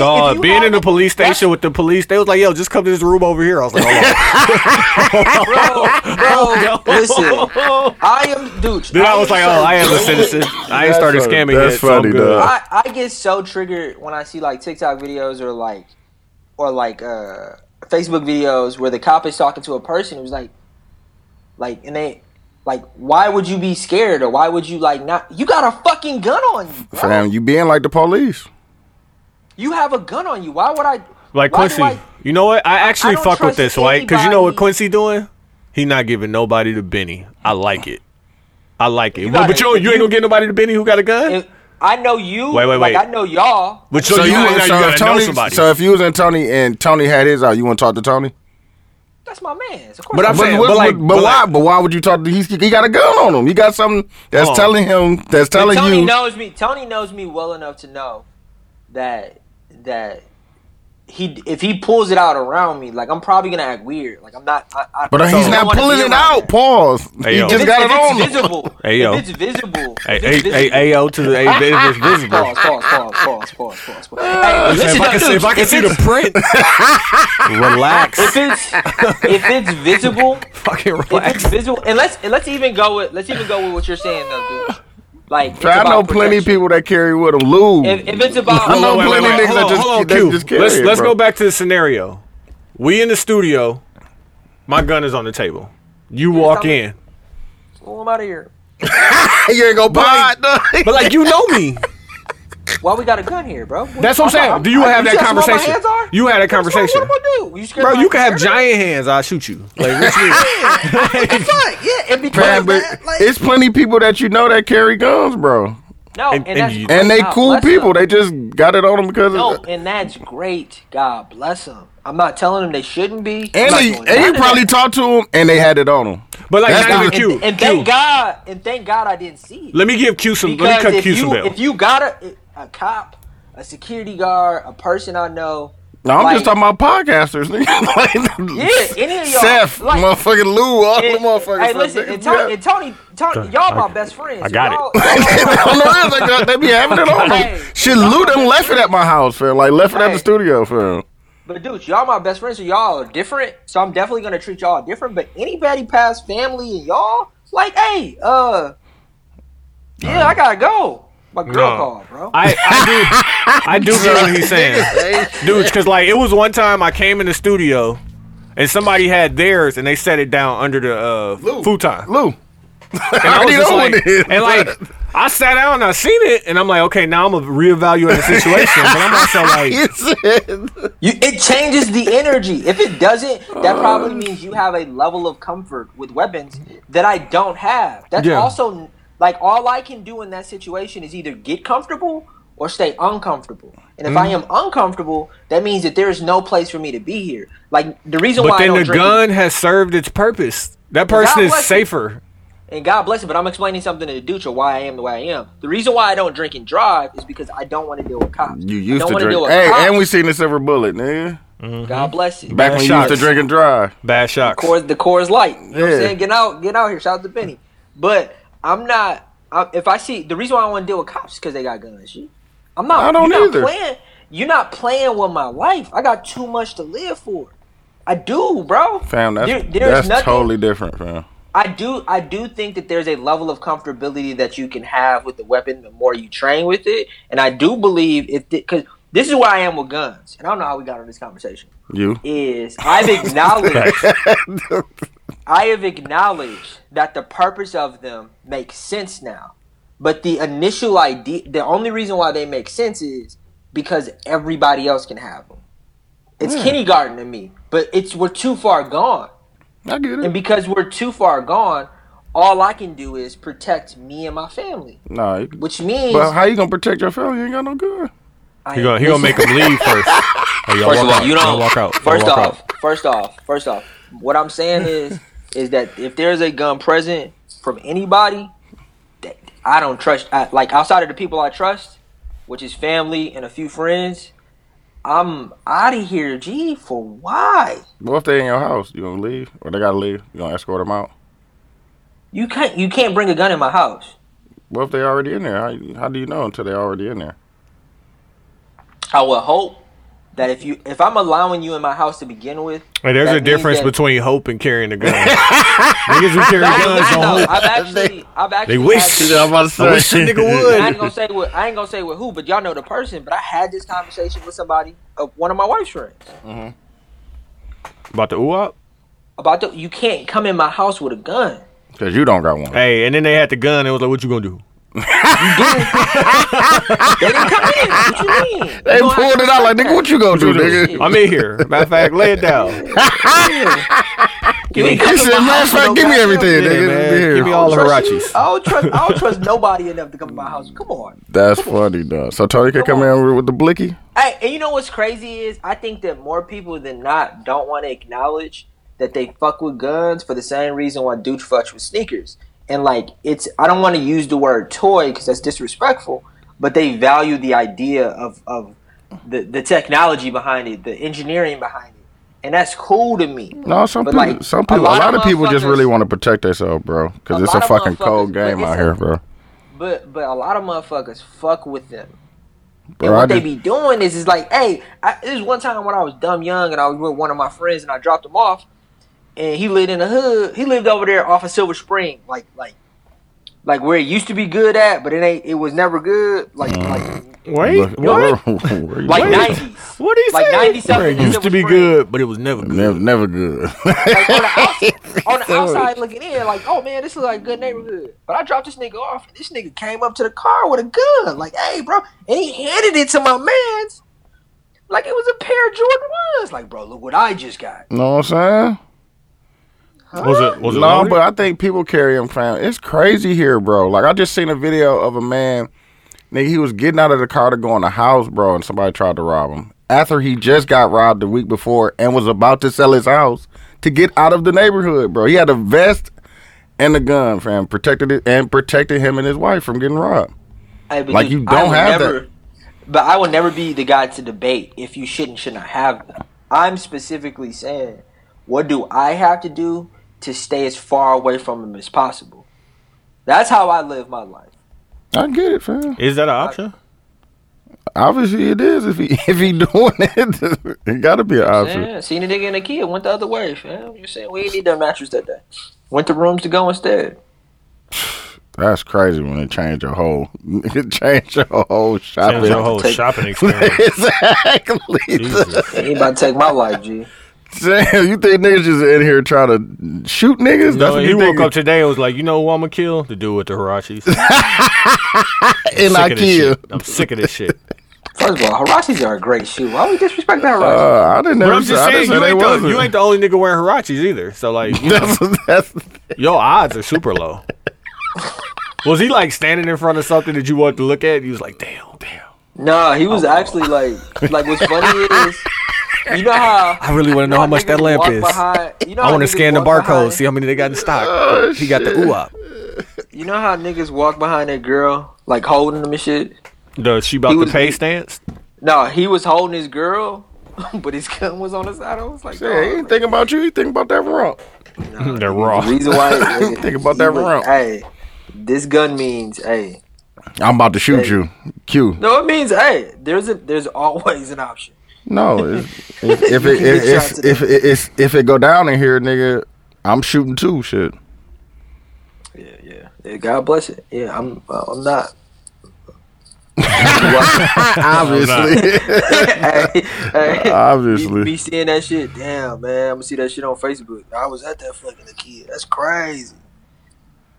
if Dog, you Uh, being had- in the police station with the police, they was like, "Yo, just come to this room over here." I was like, "Hold Bro, listen, on." I am, dude. Then I was like, "Oh, I am a citizen. I ain't started That's funny. scamming That's yet, so I'm funny, good." dog. I, I get so triggered when I see like TikTok videos or like or like uh Facebook videos where the cop is talking to a person who's like like and they like why would you be scared or why would you like not you got a fucking gun on you. bro. Fam, you being like the police. You have a gun on you. Why would I Like why do Quincy, I- you know what? I actually don't fuck with trust this, right? Because you know what anybody. Quincy doing? He not giving nobody to Benny. I like it. I like it. got but it. you, you ain't gonna get nobody to Benny who got a gun. if- I know you. Wait, wait, like, wait. I know y'all. but so, you, now you so if gotta know Tony, somebody. so if you was in Tony and Tony had his out, you want to talk to Tony? That's my man. Of course. But I I'm would. saying- but what- like- but but why? like- but why would you talk to? He, he got a gun on him. He got something that's Hold on. telling him. That's telling Tony you. knows me. Tony knows me well enough to know that that he if he pulls it out around me, like I'm probably gonna act weird. Like I'm not. I, I, But I he's don't not wanna pulling be it around out. that. Pause. He yo. If just it's, got it if on it's him. visible, Hey, yo. if it's visible, Hey, if hey, it's hey, visible. hey, yo, to the hey, Benny was visible. Pause, pause, pause, pause, pause, pause, pause. Hey, If listen, I can see, if I can see the print, relax. if it's if it's visible, Fucking if it's relax. visible, and let's and let's even go with let's even go with what you're saying though, dude. Like it's I know about plenty protection. of people that carry with them. Lube. If, if it's about, I know Wait, wait, plenty wait, of niggas hold that on, just- hold on, they Q. just carry Let's it, let's bro. go back to the scenario. We in the studio. My gun is on the table. You walk I'm- in, well, I'm out of here. you ain't gonna pod. but like you know me. Why we got a gun here, bro? That's what I'm saying. Do you have that see how small my conversation? hands are? You had that That's what- conversation. What am I do? You scared Bro, my- you can have scared of- giant hands. I'll shoot you. Like, what you mean? Fuck, yeah, and because Man, of but that, like, it's plenty of people that you know that carry guns, bro. no, and- and, and that's you- And they God cool bless people. them. They just got it on them because no, of. and that's great. God bless them. I'm not telling them they shouldn't be. I'm And not they, doing and none you of probably that. talked to them, and they had it on them. But like, That's not even not- Q. and, and Q. thank God, and thank God I didn't see it. Let me give Q some. because Let me cut if Q you some bail. if you got a a cop, a security guard, a person I know, No, I'm just like- talking about podcasters. nigga. like, Yeah, any of y'all, Seth, like- motherfucking Lou, all And- the motherfuckers. Hey, listen, and Tony, and Tony, Tony, y'all my best friends. I got it. Y'all- y'all- on the real, like, uh, they be having it on them. Hey. Shit, Lou them left it at my house, fam. Like, left it at the Hey. studio, fam. but dude, y'all my best friends, so y'all are different. So I'm definitely gonna treat y'all different. But anybody past family and y'all, like, hey, uh, yeah, I gotta go. My girl No. called, bro. I, I do. I do get what he's saying, dudes. Because like it was one time I came in the studio, and somebody had theirs, and they set it down under the uh, futon. Lou. And I was already just know like, what it is. and like I sat down and I seen it, and I'm like, okay, now I'm gonna reevaluate the situation. but I'm also like, You, it changes the energy. If it doesn't, that probably means you have a level of comfort with weapons that I don't have. That's Yeah. also like all I can do in that situation is either get comfortable or stay uncomfortable. And if I Mm-hmm. am uncomfortable, that means that there is no place for me to be here. Like the reason but why I then don't the drink gun has served its purpose. That person God is bless you. safer. and God bless it, but I'm explaining something to Ducha why I am the way I am. The reason why I don't drink and drive is because I don't want to deal with cops. You I used don't to wanna drink. Deal with Hey, cops. and we seen the silver bullet, nigga. God bless it. Back when you used to shots. drink and drive. Bad shots. Coors, the Coors Light. You know what Yeah. I'm saying? Get out, get out here. Shout out to Benny. But I'm not. I, if I see the reason why I want to deal with cops because they got guns. She, I'm not. I don't you're either. Not playing, you're not playing with my life. I got too much to live for. I do, bro. Fam, that's, There- there's that's nothing- totally different, fam. I do. I do think that there's a level of comfortability that you can have with the weapon the more you train with it, and I do believe it because this is where I am with guns, and I don't know how we got on this conversation You. is I've acknowledged I have acknowledged that the purpose of them makes sense now. But the initial idea the only reason why they make sense is because everybody else can have them. It's kindergarten to me, but it's we're too far gone. I get And it. because we're too far gone, all I can do is protect me and my family, Nah, you- which means but how you gonna protect your family? You ain't got no gun. I He am gonna he gonna listening. make him leave first. Hey, y'all First walk of all, out. you Y'all don't- walk out. Y'all First walk off, out. first off, first off, what I'm saying is, is that if there's a gun present from anybody, that I don't trust. I, like outside of the people I trust, which is family and a few friends, I'm out of here. Gee, for why? Well, if they in your house, you gonna leave or they gotta leave? You gonna escort them out? You can't. You can't bring a gun in my house. Well, if they already in there, how, you- how do you know until they already in there? I would hope that if you, if I'm allowing you in my house to begin with, Hey, there's that a means difference that- between hope and carrying a gun. Niggas who carry guns No, don't hope. I've actually, I've They actually, wish. had- Yeah, I'm about to I wish a nigga I would. ain't gonna say with I ain't gonna say with who, but y'all know the person. But I had this conversation with somebody, uh, one of my wife's friends, About the ooh up. about the you can't come in my house with a gun. Cause you don't got one. Hey, and then they had the gun. It was like, what you gonna do? They didn't come in. What you mean? They You gonna pulled have- it out like, nigga, what you gonna do, What you do? nigga? I'm in here. Matter of fact, lay it down. You ain't He come in my said, matter house of with fact, no give me goddamn- everything, Yeah, nigga. man. Be here. Give me all the Trust- hirachis. I don't trust. I don't trust nobody enough to come in my house. Come on. That's funny, though. So Tony could come in with the blicky. Hey, and you know what's crazy is I think that more people than not don't want to acknowledge that they fuck with guns for the same reason why dudes fucks with sneakers. And like it's I don't want to use the word toy because that's disrespectful, but they value the idea of of the the technology behind it, the engineering behind it, and that's cool to me. No, some But, people, like, some people, a lot, of people just motherfuckers- really want to protect themselves, bro. Cause A it's a lot of motherfuckers- fucking cold but game out listen. here, bro. But but a lot of motherfuckers fuck with them. Bro, and I what they just- be doing is is like, hey, I, this is one time when I was dumb young and I was with one of my friends and I dropped him off, and he lived in the hood. He lived over there off of Silver Spring, like like like where it used to be good at, but it ain't. It was never good. Like like Wait, Look, what? where you like at? nineties. What is Like 90 something It used to be Silver Spring. good, but it was never good. Never, never good. Like on the, outs- on the outside looking in, like, oh man, this is like a good neighborhood. But I dropped this nigga off, and this nigga came up to the car with a gun, like, hey, bro, and he handed it to my man's, like it was a pair of Jordan ones. Like, bro, look what I just got. know what I'm saying? Was it? Was it? No, loaded? but I think people carry them, fam. It's crazy here, bro. Like I just seen a video of a man, nigga. He was getting out of the car to go in the house, bro, and somebody tried to rob him. After he just got robbed the week before and was about to sell his house to get out of the neighborhood, bro. He had a vest and a gun, fam, protected it and protected him and his wife from getting robbed. Hey, but Like, you don't would have never, that. But I will never be the guy to debate if you should and should not have them. I'm specifically saying, what do I have to do to stay as far away from them as possible? That's how I live my life. I get it, fam. Is that an option? Obviously, it is. If he if he doing it, it got to be an option. Yeah, seen a nigga and a kid went the other way, fam. You saying we ain't need that mattress that day. Went to rooms to go instead. That's crazy when it changed your whole, it changed your whole shopping. Change your whole Take- shopping experience. exactly. Jesus. Ain't about to take my life, G. Damn, you think niggas just in here trying to shoot niggas? That's No, what he you woke think. up today and was like, you know who I'm gonna kill? The dude with the hirachis. and I Sick of this kill. shit. I'm sick of this shit. First of all, Hirachis are a great shoe. Why we disrespect the Uh, Hirachi? I didn't But never I'm say, just I didn't saying, say you they ain't, the, wasn't. you ain't the only nigga wering hirachis either. So like, that's, that's, your odds are super low. Was he like standing in front of something that you wanted to look at? He was like, damn, damn. Nah, he was actually like, like what's funny is, you know how I really want to know how how much that niggas lamp walk is. behind- you know I how want to niggas scan the walk behind- barcode, see how many they got in stock. Oh, he got the shit. ooh up. You know how niggas walk behind that girl, like holding them and shit. The she about He to was- pay stance. No, he was holding his girl, but his gun was on his side. I was like, yeah, he dawg, ain't thinking about you. He thinking about that rock. They're raw. The reason why Think about that was- round. Hey, this gun means hey. I'm about to shoot you. Q. No, it means hey. There's a there's always an option. No, if if if it, You can if, get shot if, today. if, it- it's- if it go down in here, nigga, I'm shooting too. Shit. Yeah, yeah. yeah God bless it. Yeah, I'm uh, I'm not. hey, Obviously. hey, Obviously. Be, seeing that shit. Damn, man. I'm gonna see that shit on Facebook. I was at that fucking kid. That's crazy.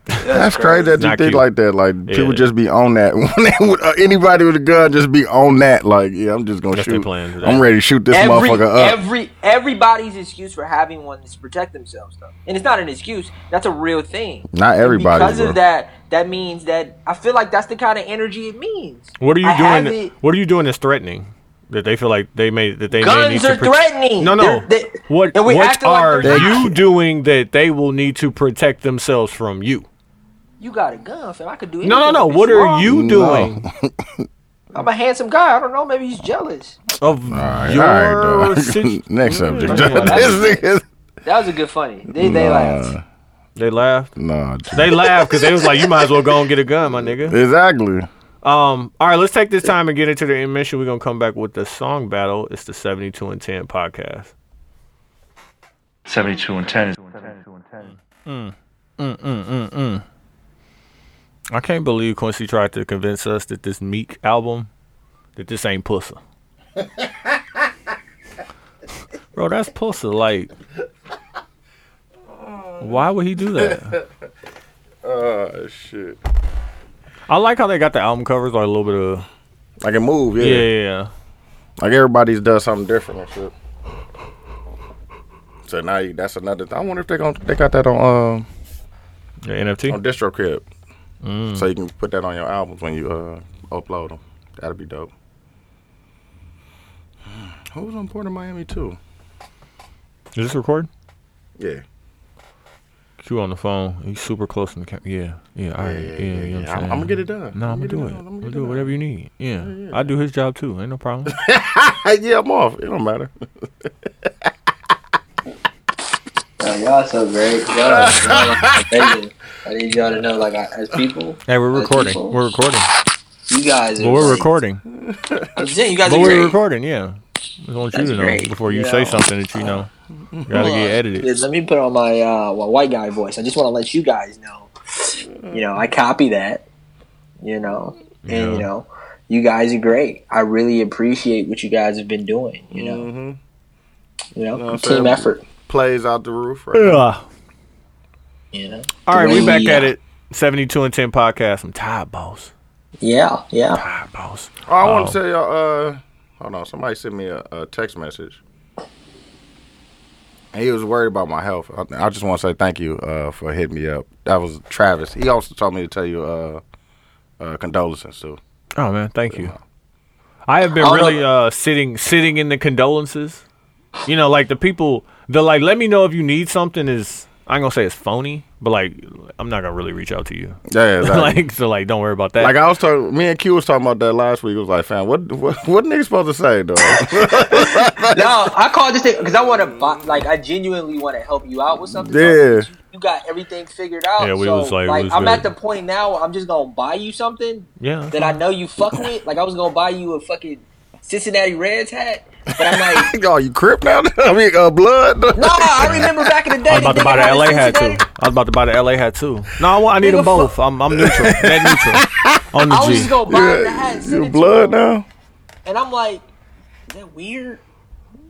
That's crazy that you Not think cute. like that. Like people just be on that. When they would- uh, Anybody with a gun just be on that. Like yeah, I'm just gonna That's their shoot. plan. I'm ready to shoot this Every, motherfucker up. every everybody's excuse for having one is to protect themselves though, and it's not an excuse. That's a real thing. Not everybody. because bro. of that, that means that I feel like that's the kind of energy it means. What are you I have doing? it- What are you doing that's threatening? that they feel like they may that they may need Guns to are pro- threatening. No, no. They're- they- what and we what acting like are they're you not. doing that they will need to protect themselves from you? You got a gun, fam. I could do anything. No, no, no. with What this are wrong. you No. doing I'm a handsome guy. I don't know. Maybe he's jealous. of All right, your all right, dog. situ- Next subject. Mm, Yeah, that's- this nigga. That was a good funny. They, they laughed. They laughed. Nah, They laughed because they was like, "You might as well go and get a gun, my nigga." exactly. Um. All right, let's take this time and get into the intermission. We're gonna come back with the song battle. It's the seventy-two and ten podcast. 72 and 10 is I can't believe Quincy tried to convince us that this Meek album, that this ain't Pussa. Bro, that's Pussa. Like, why would he do that? Oh shit. I like how they got the album covers like a little bit of Like it move, yeah. yeah, yeah, yeah. Like everybody's does something different and shit. So now you, that's another. Th- I wonder if they gonna they got that on um The on NFT. DistroKid, Mm. so you can put that on your albums when you uh upload them. That'd be dope. Who was on Port of Miami too? Is this recording? Yeah, Q on the phone. He's super close to the camera. Yeah, yeah, all right. Yeah, yeah, you know what I'm, I'm, gonna get it done. No, I'm gonna do it. done. I'm I'ma gonna get do it. done. Whatever you need. Yeah, I do his job too. Ain't no problem. Hey, yeah, I'm off. It don't matter. Oh, y'all so great. Y'all, y'all amazing. I need y'all to know, like, I, as people, hey, we're Other recording. people? We're recording. you guys. Are But we're like- recording. I'm saying you guys But are we're great. recording, yeah. I want you That's to know great. before you Yeah. say something that you know. Gotta Hold get on. edited. Yeah, let me put on my uh, well, white guy voice. I just want to let you guys know. You know, I copy that. You know, and Yeah. you know, you guys are great. I really appreciate what you guys have been doing. You know, Mm-hmm. you know, No, team fam. effort. Plays out the roof. Right? Yeah. You know. uh, All right, we back Yeah. at it. 72 and 10 podcast. I'm tired, boss. Yeah, yeah. Tired, boss. Oh, I want Oh. to tell y'all. Uh, hold on. Somebody sent me a, a text message. And He was worried about my health. I, I just want to say thank you uh, for hitting me up. That was Travis. He also told me to tell you uh, uh, condolences too. Oh man, thank you. I have been Oh, no. really uh sitting sitting in the condolences. You know, like the people the like let me know if you need something is I'm gonna say it's phony, but like I'm not gonna really reach out to you. Yeah, exactly. like, like so like don't worry about that. I was talking. Me and Q was talking about that last week. It was like, fam, what what, what niggas supposed to say though? no, I called this thing because I want to, like, I genuinely want to help you out with something. so Yeah. you got everything figured out. Yeah, we so, was like- we was I'm good. at the point now where I'm just gonna buy you something yeah. that I know you fuck with. Like I was gonna buy you a fucking Cincinnati Reds hat, but I'm like, oh, you crip now? I mean, uh, blood. nah. I remember back in the day. I was about they to buy had the a LA hat too. Cincinnati- I was about to buy the LA hat too. No, I, want, I need Nigga, them both. I'm, I'm neutral. Net neutral. On the I was G. just gonna buy him the hat, and send you it to blood him. now? and I'm like, is that weird?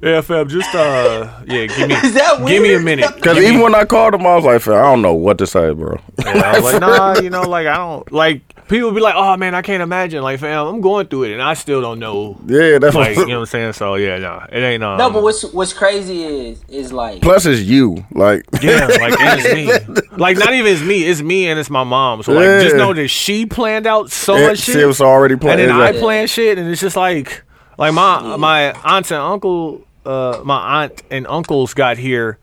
Yeah, fam. Just uh, yeah. Give me. Is that Give weird? me a minute. Because even when I called him, I was like, fam, I don't know what to say, bro. Yeah, I was like, nah, you know, like I don't like people be like, oh man, I can't imagine. Like, fam, I'm going through it and I still don't know. yeah, that's Like, like, you know what I'm saying? So yeah, nah, it ain't um, No, but what's what's crazy is is like, Plus, it's you. Like, yeah, like it's me. Like not even it's me, it's me and it's my mom. So like, just Yeah. know that she planned out so it, much shit. she was already and playing. then I Exactly. plan shit, and it's just like like my my aunts and uncle, uh, my aunt and uncles got here,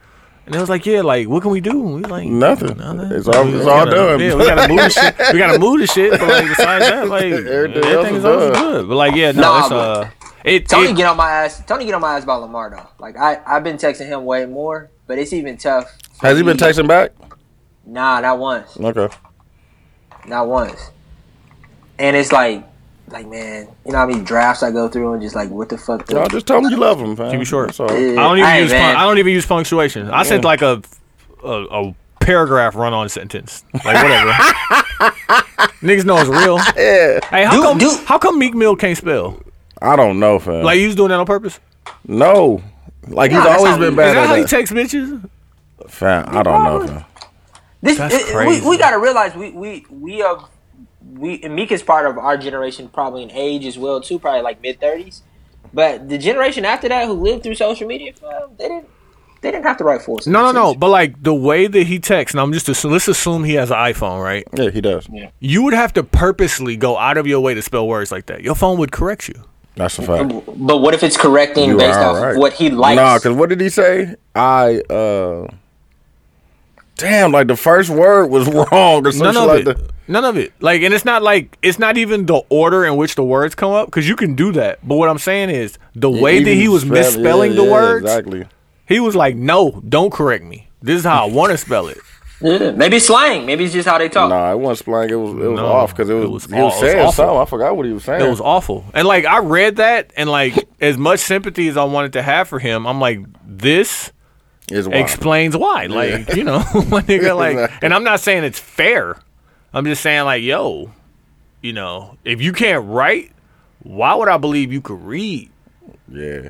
and it was like, yeah, like what can we do? We like Nothing. nothing. It's all, it's We all gotta- done. Yeah, we gotta move the shit. We gotta move the shit. But like besides that, like Everything everything, else is is always done. good. But like yeah, no, Nah, it's but- uh, it, Tony it- get on my ass. Tony get on my ass about Lamar though. Like I I've been texting him way more, but it's even tough. for Has he been me. texting back? Nah, not once. Okay. Not once. And it's like, like man, you know how many drafts I go through and just like, what the fuck? do- No, just tell him you love him, fam. Keep it short. So, I Yeah. don't even Hey, use man. pun- I don't even use punctuation. I sent like a a, a paragraph run on sentence, like whatever. Niggas know it's real. yeah. Hey, how Dude, come dude. how come Meek Mill can't spell? I don't know, fam. Like Like, you was doing that on purpose? no. Like, he's Nah, that's always how been he- Is bad that how at he that. texts bitches? fam, I don't know, fam. This That's it- it- crazy. We, we gotta realize we we we have we and Meek is part of our generation, probably in age as well too, probably like mid thirties. But the generation after that who lived through social media, fam, they didn't they didn't have to write four. No, no, no. sentences. But like the way that he texts, and I'm just assu- let's assume he has an iPhone, right? Yeah, he does. You would have to purposely go out of your way to spell words like that. Your phone would correct you. That's a fact. But what if it's correcting You based are off right. what he likes? Nah, because what did he say? I uh, damn, like the first word was wrong or None something of like it. that. None of it. Like, and it's not like it's not even the order in which the words come up because you can do that. But what I'm saying is the way that Even he was spell- misspelling yeah, the yeah, words, Exactly. he was like, "No, don't correct me. This is how I want to spell it." Yeah, maybe it's slang. Maybe it's just how they talk. Nah, it wasn't slang. It was it was No, off because it was, it was he was aw- it was saying awful. something. I forgot what he was saying. It was awful. And like I read that, and like as much sympathy as I wanted to have for him, I'm like, this It's wild. explains why. Like you know, my nigga. Like, Exactly. and I'm not saying it's fair. I'm just saying like, yo, you know, if you can't write, why would I believe you could read? yeah.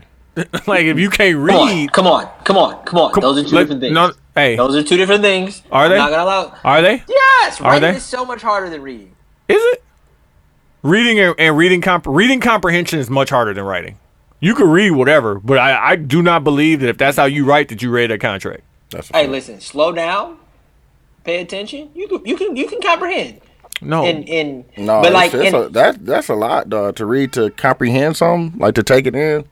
like if you can't Come on, read, come on, come on, come on. come- Those are two let- different things. No, hey, Those are two different things. Are they? I'm not gonna allow. are they? Is Yes, Are writing they? is so much harder than reading. it? Reading and, and reading comp- reading comprehension is much harder than writing. You can read whatever, but I, I do not believe that if that's how you write that you read a contract. That's a Hey, fact. listen, slow down, pay attention. You can, you can, you can comprehend. No, And and Oh. No, but like it's, in- it's a, that that's a lot, dog. To read, to comprehend something, like to take it in.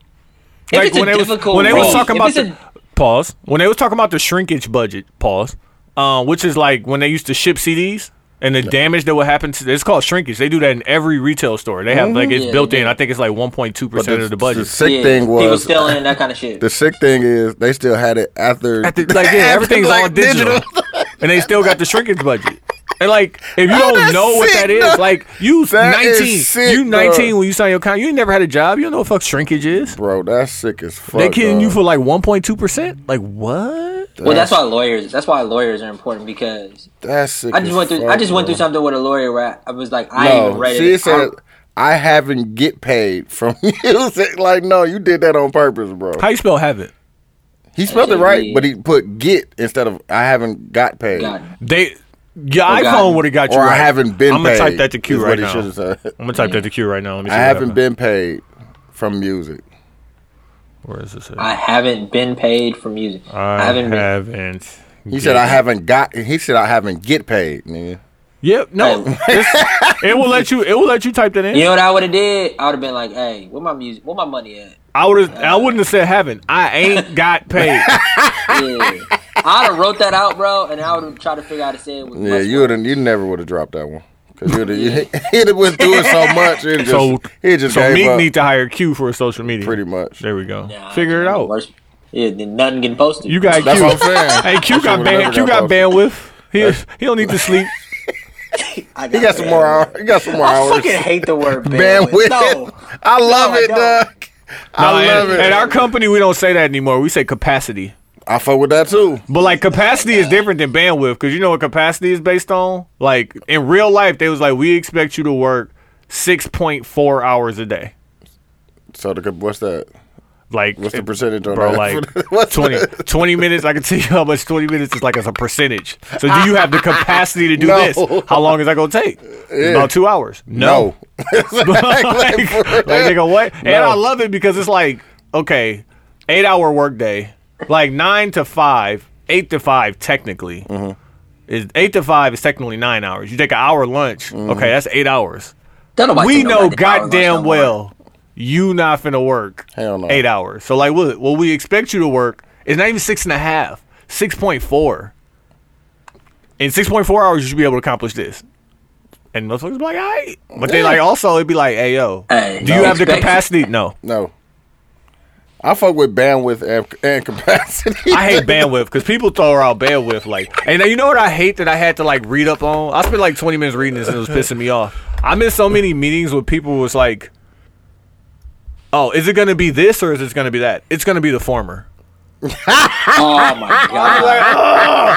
if like it's when a they was difficult when they was read, talking if about it's a- the pause when they was talking about the shrinkage budget pause, um, which is like when they used to ship CDs and the damage that would happen to it's called shrinkage. They do that in every retail store. They have like it's Yeah, built in. Mm-hmm. yeah. I think it's like one point two But percent of the budget. sick yeah, thing people was stealing and that kind of shit. the sick thing is they still had it after. At the- like yeah, everything's all digital, and they still got the shrinkage budget. And like, if you don't that's know what that sick, is, dog. like you That is nineteen, sick, you nineteen dog. when you sign your contract, you ain't never had a job. You don't know what fuck shrinkage is. Bro, that's sick as fuck. they kidding you dog. for like one point two percent. Like what? well, that's why lawyers. That's why lawyers are important because That's sick. I just as went through. fuck, I just went bro. through something with a lawyer where I, I was like, I ain't even No, read she it. Oh said I haven't get paid from music. Like, no, you did that on purpose, bro. How you spell habit? He spelled it That's right, it. but he put get instead of I haven't got paid. God, They your Oh, God. iPhone would have got you. Or right. I haven't been I'm paid. gonna type that to is Q what right he now. I'm should've said. gonna type that to Q right now. Let me see I what haven't happens. been paid from music. Where is this? At? I haven't been paid for music. I, haven't been. haven't. He said I haven't got he said I haven't get paid, nigga. Yep. No. It's- it will let you. It will let you type that in. You know what I would have did? I would have been like, "Hey, where my music? Where my money at?" I would. have I wouldn't have said haven't. I ain't got paid. Yeah. I'd have wrote that out, bro, and I would have tried to figure out how to say it with Yeah, much you would you never would have dropped that one. Cause you'd have he'd have went through it so much. It just, So- he just so gave Meek up need to hire Q for a social media. pretty much. There we go. Nah, Figure it I'm the out. worst. Yeah, then nothing getting posted. You got That's Q. what I'm saying. Hey, Q That got band. shit would've Q never got got bandwidth. He he don't need to sleep. I He got some more hours. He got some more I hours. fucking hate the word bandwidth. bandwidth. No. I love No, I it, don't. Doug. I Nah, love and- it. At our company, we don't say that anymore. We say capacity. I fuck with that too. But like capacity is different than bandwidth because you know what capacity is based on. Like in real life, they was like, we expect you to work six point four hours a day. So the what's that? Like What's the percentage on bro? that? Like What's 20, the- 20 minutes. I can tell you how much twenty minutes is like as a percentage. So do you have the capacity to do No. this? How long is that gonna take? About two hours. No. like, like, nigga, what? And No. I love it because it's like, okay, eight hour workday, like nine to five, eight to five technically. Is eight to five is technically nine hours. You take an hour lunch, okay, that's eight hours. Don't nobody we take know nobody hours lunch no goddamn more. well you not finna work Hell no. eight hours. So like what what we expect you to work is not even six and a half, six point four. In six point four hours you should be able to accomplish this. And motherfuckers be like, all right. But then like also it'd be like, hey yo, Hey, do you no. have the Expect- capacity? No. no. I fuck with bandwidth and, and capacity. I hate bandwidth because people throw around bandwidth like, and you know what I hate that I had to like read up on. I spent like 20 minutes reading this and it was pissing me off. I'm in so many meetings where people was like, "Oh, is it gonna be this or is it gonna be that? It's gonna be the former." Oh my god.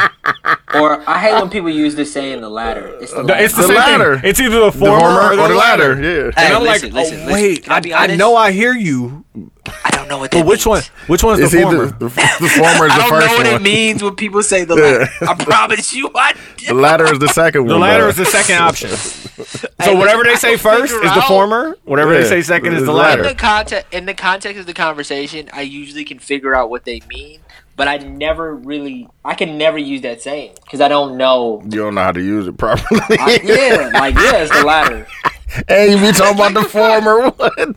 or I hate when people use this saying the latter. It's the, No, it's the, The same latter. Thing. It's either the the former, former or the, latter. Yeah. Hey, And I'm like, listen, listen, oh, listen. wait, Can I, be I, I honest? know I hear you, I don't know what that but which one? means. Which one's It's the either former? the, the former is I the don't first know what one. it means when people say the latter. I promise you, I The latter is the second The one. latter bro. is the second option. So whatever they say first figure is the out- former. Whatever they Yeah, say second is it's the the latter. latter. In the context in the context of the conversation, I usually can figure out what they mean, but I never really I can never use that saying because I don't know. You don't know how to use it properly. I, yeah, like yeah, it's the latter. And you be talking about the former one.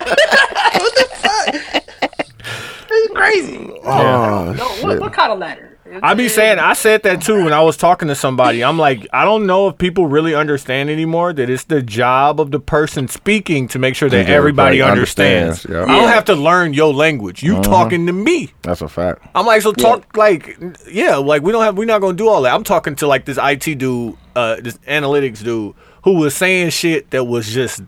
It's crazy. Oh, No, shit. what, what kind of ladder? I be saying I said that too when I was talking to somebody. I'm like, I don't know if people really understand anymore that it's the job of the person speaking to make sure that That everybody everybody understands. understands, yeah. Uh-huh. I don't Yeah. have to learn your language. You talking to me. That's a fact. I'm like, so talk like, yeah, like we don't have, we're not gonna do all that. I'm talking to like this IT dude, uh, this analytics dude who was saying shit that was just.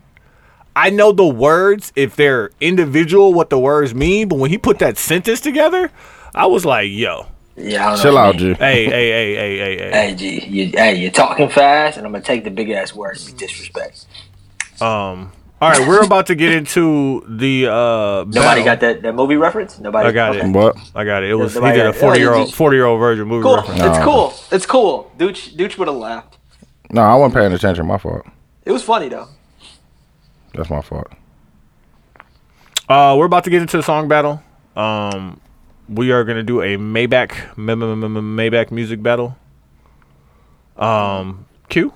I know the words if they're individual, what the words mean, but when he put that sentence together, I was like, yo, Yeah, I don't Chill know. out, G. hey, hey, hey, hey, hey, hey. Hey, G, you, hey, you're talking fast, and I'm gonna take the big ass words as disrespect. Um, all right, we're about to get into the uh. Nobody battle. got that, that movie reference? Nobody. I got it. Okay. What? I got it. It was he Nobody did a got it. forty year old Yeah. forty year old version movie Cool. reference. It's Nah. cool. It's cool. Dooch Dooch would have laughed. No, I wasn't paying attention. My fault. It was funny though. That's my fault. Uh, we're about to get into the song battle. Um, we are gonna do a Maybach M- M- M- M- Maybach music battle. Um, Q.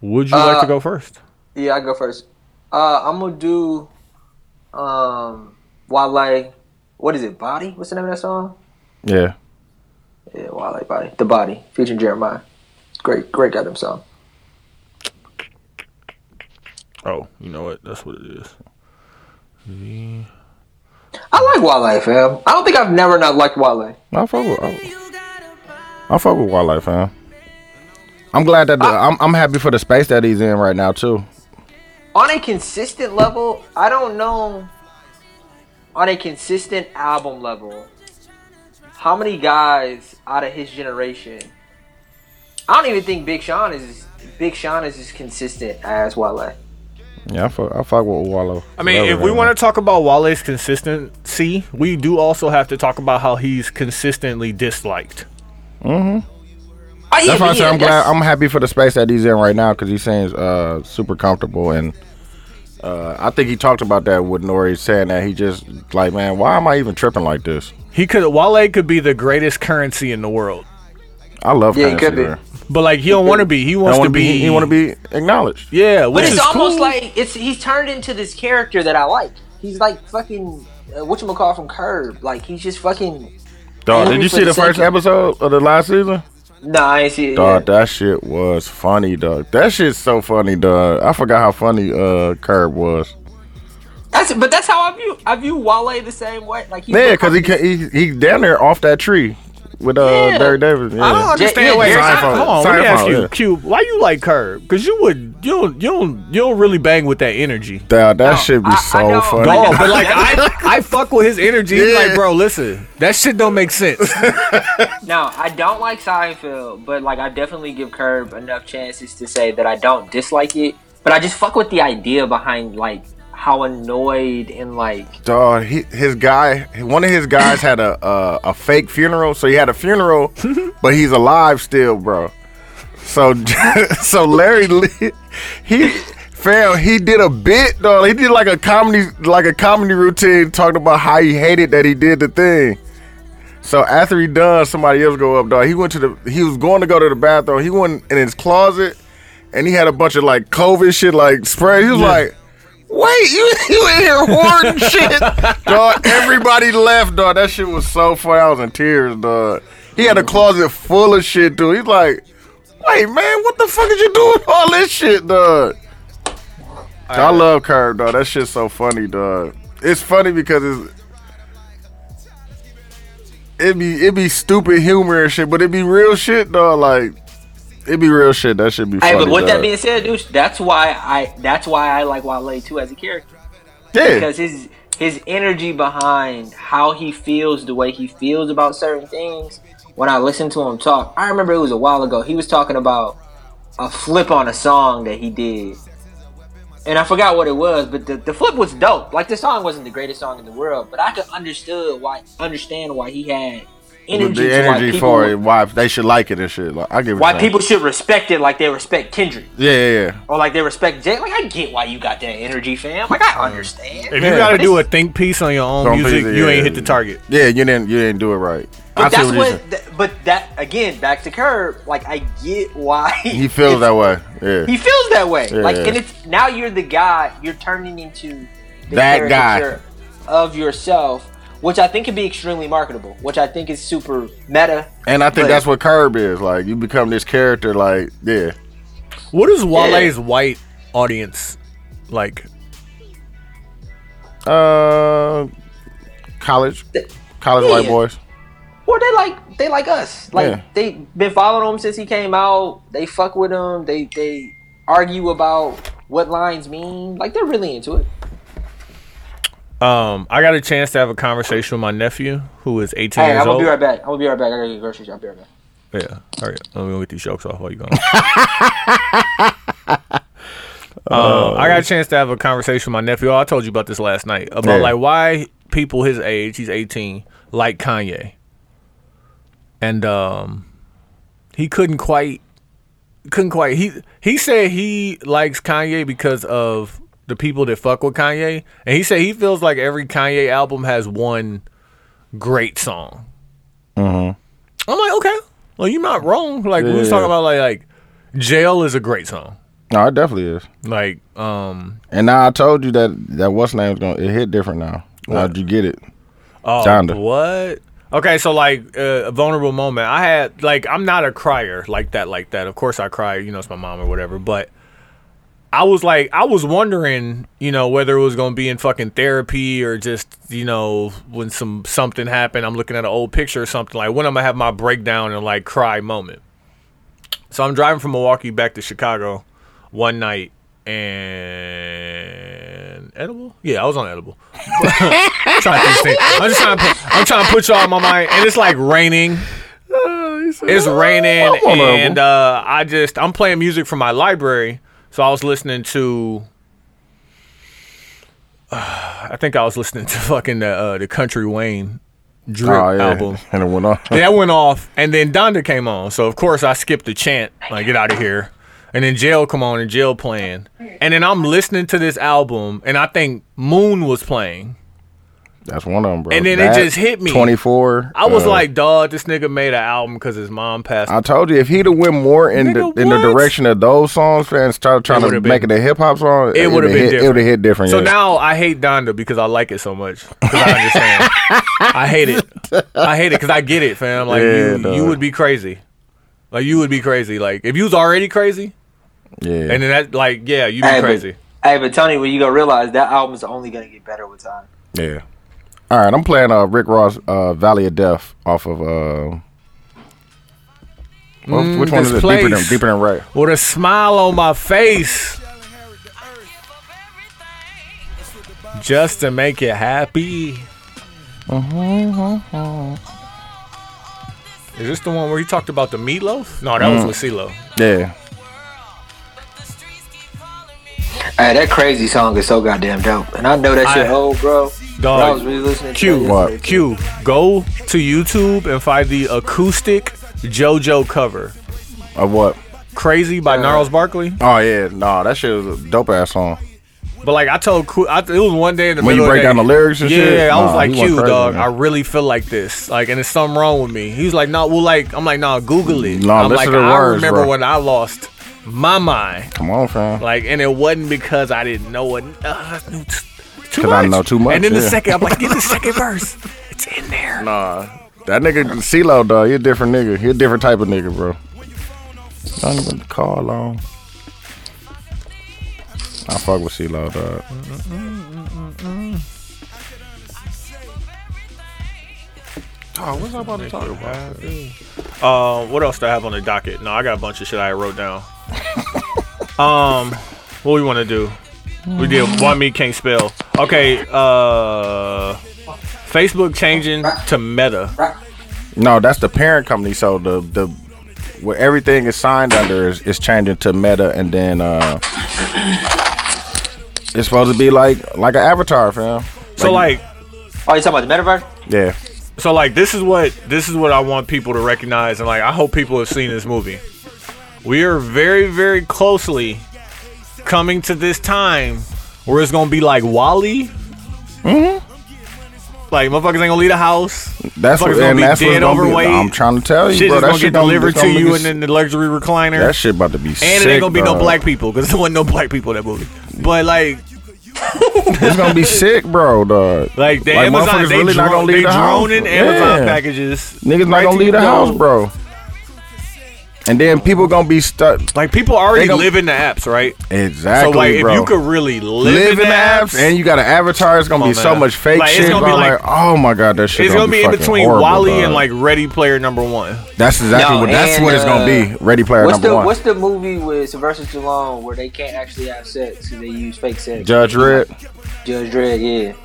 Would you like Uh, to go first? Yeah, I go first. Uh, I'm gonna do um Wale. What is it? Body? What's the name of that song? Yeah. Yeah, Wale Body. The Body, featuring Jeremiah. Great, great goddamn song. Oh, you know what? That's what it is. I like Wale, fam. I don't think I've never not liked Wale. I fuck with I, I fuck with wildlife, man. I'm glad that the, I'm I'm happy for the space that he's in right now too. On a consistent level, I don't know. On a consistent album level, how many guys out of his generation? I don't even think Big Sean is Big Sean is as consistent as Wale. Yeah, I fuck I fuck with Wallow. I mean, if we want to talk about Wale's consistency, we do also have to talk about how he's consistently disliked. Oh, yeah, that's why I yeah, said I'm glad that's- I'm happy for the space that he's in right now because he seems uh super comfortable and uh I think he talked about that with Nori saying that he just like man why am I even tripping like this? He could Wale could be the greatest currency in the world, I love Yeah, yeah, he could be. but like he don't want to be. He I wants want to to be. be he want to be acknowledged. Yeah, which But it's is almost cool. like it's he's turned into this character that I like. He's like fucking uh, whatchamacallit from Curb. Like he's just fucking. Dog, Yeah, did he you for see the the first second- episode of the last season? Nah, I ain't see it. Dog, yet. that shit was funny, dog. That shit's so funny, dog. I forgot how funny uh Curb was. That's but that's how I view I view Wale the same way. Like he's Yeah, because he, ca- he he down there off that tree with uh Yeah. Barry Davis. Yeah. I don't understand. yeah, wait, Jerry I- Seinfeld. hold on. Let me ask Seinfeld, you, yeah. Cube, why you like Curb? Because you would, you don't, you don't, you don't really bang with that energy. Dog, that shit be I- I so know. funny. No, but like I, I fuck with his energy. He's Like, Yeah. bro, listen, that shit don't make sense. Now, I don't like Seinfeld, but like I definitely give Curb enough chances to say that I don't dislike it. But I just fuck with the idea behind like how annoyed and like Dog, uh, he, his guy, one of his guys had a uh, a fake funeral, so he had a funeral, but he's alive still, bro. So so Larry, Lee, he fam, he did a bit, dog. He did like a comedy like a comedy routine talking about how he hated that he did the thing. So after he done, somebody else go up, dog. He went to the he was going to go to the bathroom. He went in his closet, and he had a bunch of like COVID shit, like spray. He was like. Wait, you you in here hoarding shit, dog? Everybody left, dog. That shit was so funny. I was in tears, dog. He had a closet full of shit, dude. He's like, wait, man, what the fuck is you doing with all this shit, dog? I love Curb, dog. That shit's so funny, dog. It's funny because it's it be it be stupid humor and shit, but it be real shit, dog. Like it be real shit. That should be funny. Hey, but with dog. that being said, dude, that's why I that's why I like Wale too as a character yeah, because his his energy behind how he feels, the way he feels about certain things. When I listen to him talk, I remember it was a while ago. He was talking about a flip on a song that he did, and I forgot what it was. But the, the flip was dope. Like the song wasn't the greatest song in the world, but I could understood why understand why he had with energy, the to why energy people, for it, why they should like it and shit. Like I give it why that. people should respect it like they respect Kendrick. Yeah, yeah, yeah. or like they respect Jay. Like I get why you got that energy, fam. Like I understand. If you Yeah. gotta do a think piece on your own Don't music, please it, you yeah. ain't hit the target. Yeah, you didn't you didn't do it right. I But see that's what what. you're th- but that again, back to Curb. Like I get why He feels that way. Yeah. He feels that way. Yeah. Like, and it's now you're the guy. You're turning into the That guy. caricature of yourself, which I think can be extremely marketable. Which I think is super meta. and I think But- that's what Curb is. Like you become this character. Like yeah, What is Wale's white audience like? uh, college, college white Yeah. boys. Well, they like they like us. Like Yeah. they been following him since he came out. They fuck with him. They they argue about what lines mean. Like they're really into it. Um, I got a chance to have a conversation with my nephew who is 18 Hey, years I'm gonna old. be right back. I'm gonna be right back. I gotta get groceries. I'll be right back. Yeah. All right. Let me go get these jokes off while you gone. um, Uh, I got a chance to have a conversation with my nephew. Oh, I told you about this last night about Yeah. like why people his age, he's 18, like Kanye. And um, he couldn't quite, couldn't quite. He he said he likes Kanye because of the people that fuck with Kanye, and he said he feels like every Kanye album has one great song. I'm like, okay, well, you're not wrong. Like we was Yeah. talking about, like, like jail is a great song. No, it definitely is. Like, um, And now I told you that that what's name's gonna it hit different now. How'd you get it? oh, Donda. what? Okay, so like uh, a vulnerable moment. I had like I'm not a crier like that, like that. Of course I cry, you know, it's my mom or whatever. But I was like, I was wondering, you know, whether it was gonna be in fucking therapy or just, you know, when some something happened. I'm looking at an old picture or something. Like when I'm gonna have my breakdown and like cry moment. So I'm driving from Milwaukee back to Chicago one night and edible. Yeah, I was on edible. I'm, trying to think. I'm just trying to put, I'm trying to put y'all on my mind, and it's like raining. It's raining, I'm on edible. and uh, I just I'm playing music from my library, so I was listening to. I think I was listening to fucking the uh, the Country Wayne drip album. Oh, and it went on. That went off, and then Donda came on. So of course I skipped the chant, like get out of here. And then Jail come on and Jail playing, and then I'm listening to this album, and I think Moon was playing. That's one of them, bro. And then it That, just hit me. 24. I was uh, like, dog, this nigga made an album because his mom passed. I told you if he'd have went more in Nigga, the in the what? direction of those songs, fans started trying to would've make been- it a hip hop song, it would have been hit, different. It would have hit different. So yeah. now I hate Donda because I like it so much. 'Cause I understand. I hate it. I hate it because I get it, fam. Like Yeah, you, dog. you would be crazy. Like you would be crazy. Like if you was already crazy, yeah, and then that, like, yeah, you'd be Hey, but- crazy. Hey, but Tony, when you gonna realize that album's only gonna get better with time. yeah. All right, I'm playing uh, Rick Ross uh, "Valley of Death" off of. Uh, well, which Mm, one this is it? Deeper than place. deeper than right. With a smile on my face, just to make you happy. Is this the one where he talked about the meatloaf? No, that was with CeeLo. Yeah, Hey, that crazy song is so goddamn dope, and I know that shit I- old, bro. But I was Dog, really listening. to Q, that What? yesterday, too. Q, go to YouTube and find the acoustic JoJo cover. of what? Crazy by Gnarls Barkley. Oh yeah, nah, that shit was a dope ass song. But like I told, Q, I, it was one day in the When you middle of break down day- the lyrics and yeah, shit? Yeah, I was Nah, like, he went "Q, crazy, dog, man. I really feel like this. Like, and it's something wrong with me." He was like, "No, nah, well, like, I'm like, nah, Google it. Nah, I'm listen like, to the I words, remember bro." when I lost my mind. Come on, fam. Like, and it wasn't because I didn't know it. Uh, I knew t- too 'Cause I know too much, And then yeah. the second, I'm like, "Get the second verse. It's in there." Nah, that nigga CeeLo, dog. He a different nigga. He a different type of nigga, bro. Don't even call on. I fuck with CeeLo, dog. Oh, what's I about to talk about? Uh, what else do I have on the docket? No, I got a bunch of shit I wrote down. um, what we want to do? We did one me can't spell. Okay, uh, Facebook changing to Meta. No, that's the parent company. So the the what everything is signed under is, is changing to Meta, and then uh, it's supposed to be like like an avatar, fam. So like, Oh, you talking about the metaverse? Yeah. so like, this is what this is what I want people to recognize, and like, I hope people have seen this movie. We are very very closely coming Mm-hmm. to this time where it's gonna be like Wally. Like motherfuckers ain't gonna leave the house. Motherfuckers That's what, gonna and be that's what's dead gonna overweight. be. I'm trying to tell you, Shit bro. is That gonna shit get gonna- delivered that's to gonna you make and it- in the luxury recliner. that shit about to be. and sick, it ain't gonna be no dog. black people because there wasn't no black people in that movie. But like, It's gonna be sick, bro. Dog. like the Like, Amazon, motherfuckers they really not drone, gonna they leave the house. droning Yeah. Amazon packages. Niggas not right gonna to leave the your house, door. bro. And then people gonna be stuck. Like people already They gonna- live in the apps, right? Exactly, so like, bro. if you could really live, live in the apps and you got an avatar, it's gonna Come be on, so man. much fake Like, it's shit. gonna Gonna be like- like, oh my god, that shit. it's gonna be in fucking between horrible, Wally dog. and like Ready Player Number One. That's exactly No, what. That's and, what it's gonna be. uh, Ready Player What's Number the One. What's the movie with Sylvester Stallone where they can't actually have sex because they use fake sex? Judge Red. Judge Dredd, yeah.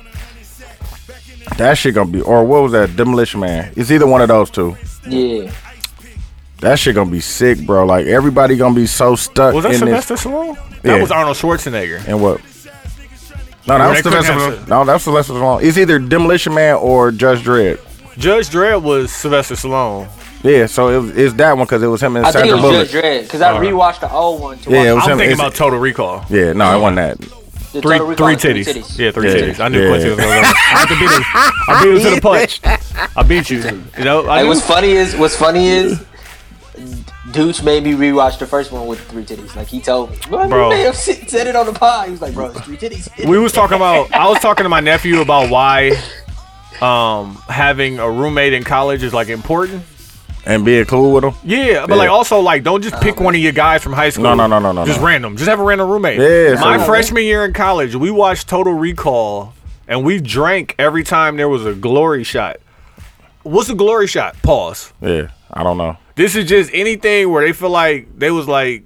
That shit gonna be. Or what was that? Demolition Man. It's either one of those two. Yeah. That shit gonna be sick, bro. Like everybody gonna be so stuck Was that in Sylvester this. Stallone? That Yeah. was Arnold Schwarzenegger. And what? No, Or that was they couldn't Sylvester. have Stallone. No, that was Sylvester Stallone. It's either Demolition Man or Judge Dredd. Judge Dredd was Sylvester Stallone. Yeah, so it was, it's that one because it was him and I think it Sandra was Bullock. Judge Dredd because I rewatched the old one to Yeah, it watch was I'm him. thinking it's- about Total Recall. Yeah, no, it wasn't that. Three, the Total Recall three and titties. Yeah, three Yeah. titties. I knew Yeah. Quincy was gonna go. there. I had to beat him. I beat him to the punch. I beat you. You know, I Like, knew- what's funny is what's funny is Dooch made me rewatch the first one with three titties. Like he told me, bro, Bro. You may have said said it on the pod. He was like, bro, it's three titties. we was talking about. I was talking to my nephew about why um having a roommate in college is like important. And being cool with him. Yeah, but Yeah. like also like don't just pick one of your guys from high school. No, no, no, no, no, Just no. random. Just have a random roommate. Yeah, My so- freshman year in college, we watched Total Recall and we drank every time there was a glory shot. What's a glory shot? Pause. Yeah, I don't know. This is just anything where they feel like they was like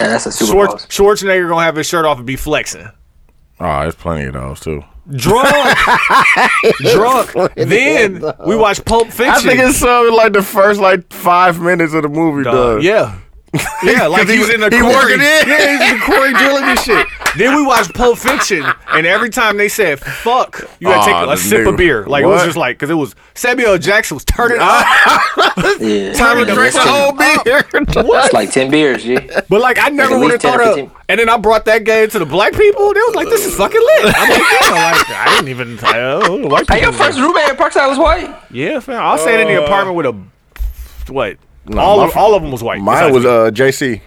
Yeah, that's a super Schwarz- Schwarzenegger gonna have his shirt off and be flexing. Oh, there's plenty of those too. Drunk, drunk. Then we watch Pulp Fiction. I think it's something like the first like five minutes of the movie, Dog, dog. Yeah. Yeah, like 'Cause he was in the he quarry. working in. Yeah, he's in the quarry drilling and shit. Then we watched Pulp Fiction, and every time they said "fuck," you had to Aw, take a sip Ah, nigga. of beer. Like it was What? just like because it was Samuel L. Jackson was turning up. Yeah, Tommy Yeah, drinks that's the ten- whole That's like ten beers. Yeah, But like I never at would have least 10 thought or of. 15. And then I brought that game to the black people. They was like, "This is fucking lit." I'm like, "Yeah," like I didn't even. I don't know, white hey, your people- first roommate at Parkside was white. Yeah, fam. I stayed in the apartment with a what? all Uh, my of, fr- all of them was white. Mine besides was me. uh JC.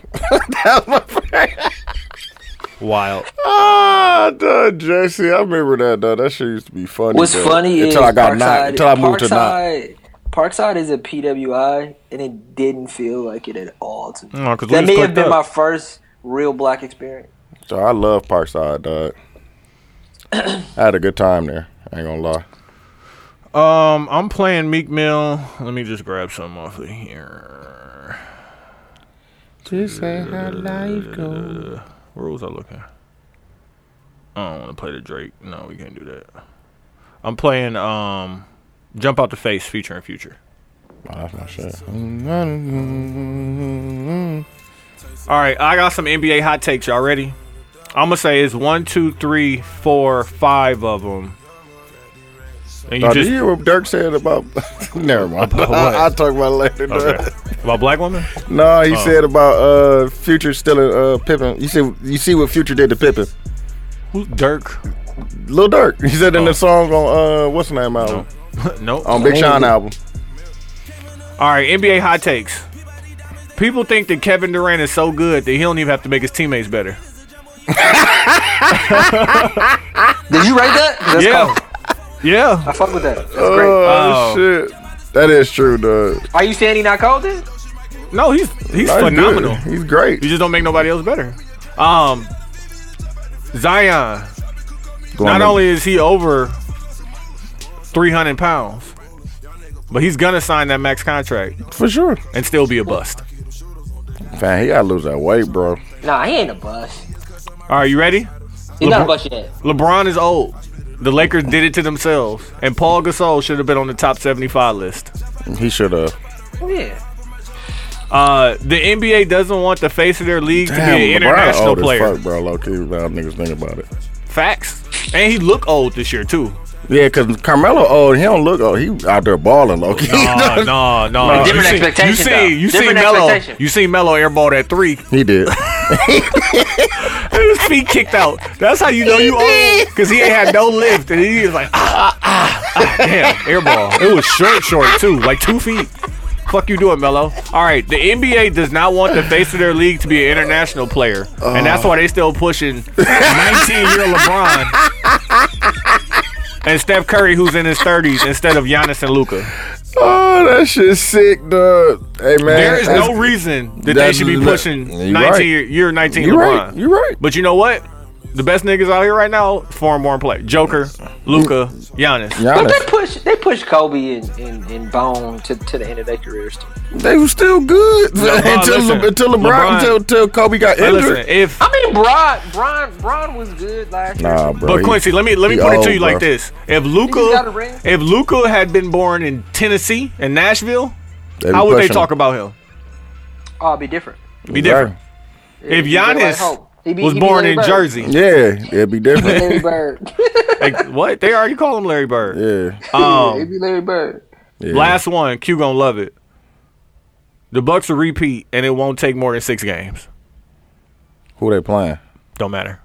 wild. Ah, dog, JC. I remember that. Dog. That shit used to be funny. What's dog. funny until is I got Parkside, knocked. Until I moved to knock. Parkside, Parkside is a PWI, and it didn't feel like it at all to me. No, 'cause we that was may have clicked been up. my first real black experience. So I love Parkside, dog. I had a good time there. I ain't gonna lie. Um, I'm playing Meek Mill. Let me just grab some off of here. Just say how life goes. Where was I looking? I don't want to play the Drake. No, we can't do that. I'm playing um, Jump Out the Face featuring Future. Oh, that's my shit. All right, I got some NBA hot takes. Y'all ready? I'm gonna say it's one, two, three, four, five of them. And you Now, just did you hear what Dirk said about? Never mind. About what? I'll talk about it later. dog. okay. about black women. No, Oh. he said about uh Future stealing uh Pippin. You see, you see what Future did to Pippin. Who's Dirk? Lil Durk. He said in the song on uh what's the name album Oh. nope. on Big Sean album. All right, NBA hot takes. People think that Kevin Durant is so good that he don't even have to make his teammates better. Did you write that? 'Cause That's Yeah. cold. Yeah. I fuck with that. That's great. Oh, Oh. shit, that is true, dog. Are you saying he not cold? Then? No, he's he's That's good. phenomenal. He's great. You just don't make nobody else better. Um Zion, not only is he over 300 pounds, but he's gonna sign that max contract for sure, and still be a bust. man, he gotta lose that weight, bro. Nah, he ain't a bust. All right, you ready? He's not a bust yet. LeBron is old. The Lakers did it to themselves, and Paul Gasol should have been on the top 75 list. He should have. Yeah. Uh, the NBA doesn't want the face of their league to Damn, be an LeBron international old player. as fuck, bro. Low key, now niggas think about it. Facts. And he look old this year too. Yeah, cause Carmelo old. He don't look old. He out there balling, low key. No, no, no. Different you see, expectation, You though. see, you see Different Melo. expectation. You see Melo airball at three. he did. His feet kicked out. That's how you know you old because he ain't had no lift, and he was like, ah, ah, Damn, airball. It was short, short too, like two feet. Fuck you doing, Mello. All right, the NBA does not want the face of their league to be an international player, and that's why they still pushing 19-year LeBron and Steph Curry, who's in his 30s, instead of Giannis and Luka. Oh, that shit's sick, dog. Hey man, There is that's- no reason that they that's- should be pushing you 19 right. year, year 19 You LeBron. right. You right. But you know what? The best niggas out here right now, foreign born play. Joker, Luca, Giannis. But Giannis, they push they push Kobe and, and, and Bone to, to the end of their careers. they were still good until listen. Le, until LeBron, LeBron- until until Kobe got But injured. listen, if I mean, Bron Bron Bron was good last year. Nah, bro. but Oh, he- uh, Quincy, let me let me he put it old, to you like bro. this: If He got a ring. Luca, if Luca had been born in Tennessee and Nashville, be how would they pushing talk him. about him? Oh, it'd be different. It'd Be different. If He'd be like Giannis Hope. He'd be- was he'd be born Larry in Bird. Jersey, Yeah, it'd be different. Larry Bird. like, what? They already call him Larry Bird. yeah. Um, it'd be Larry Bird. yeah. Last one, Q gonna love it. The Bucks will repeat, and it won't take more than six games. who they playing? Don't matter.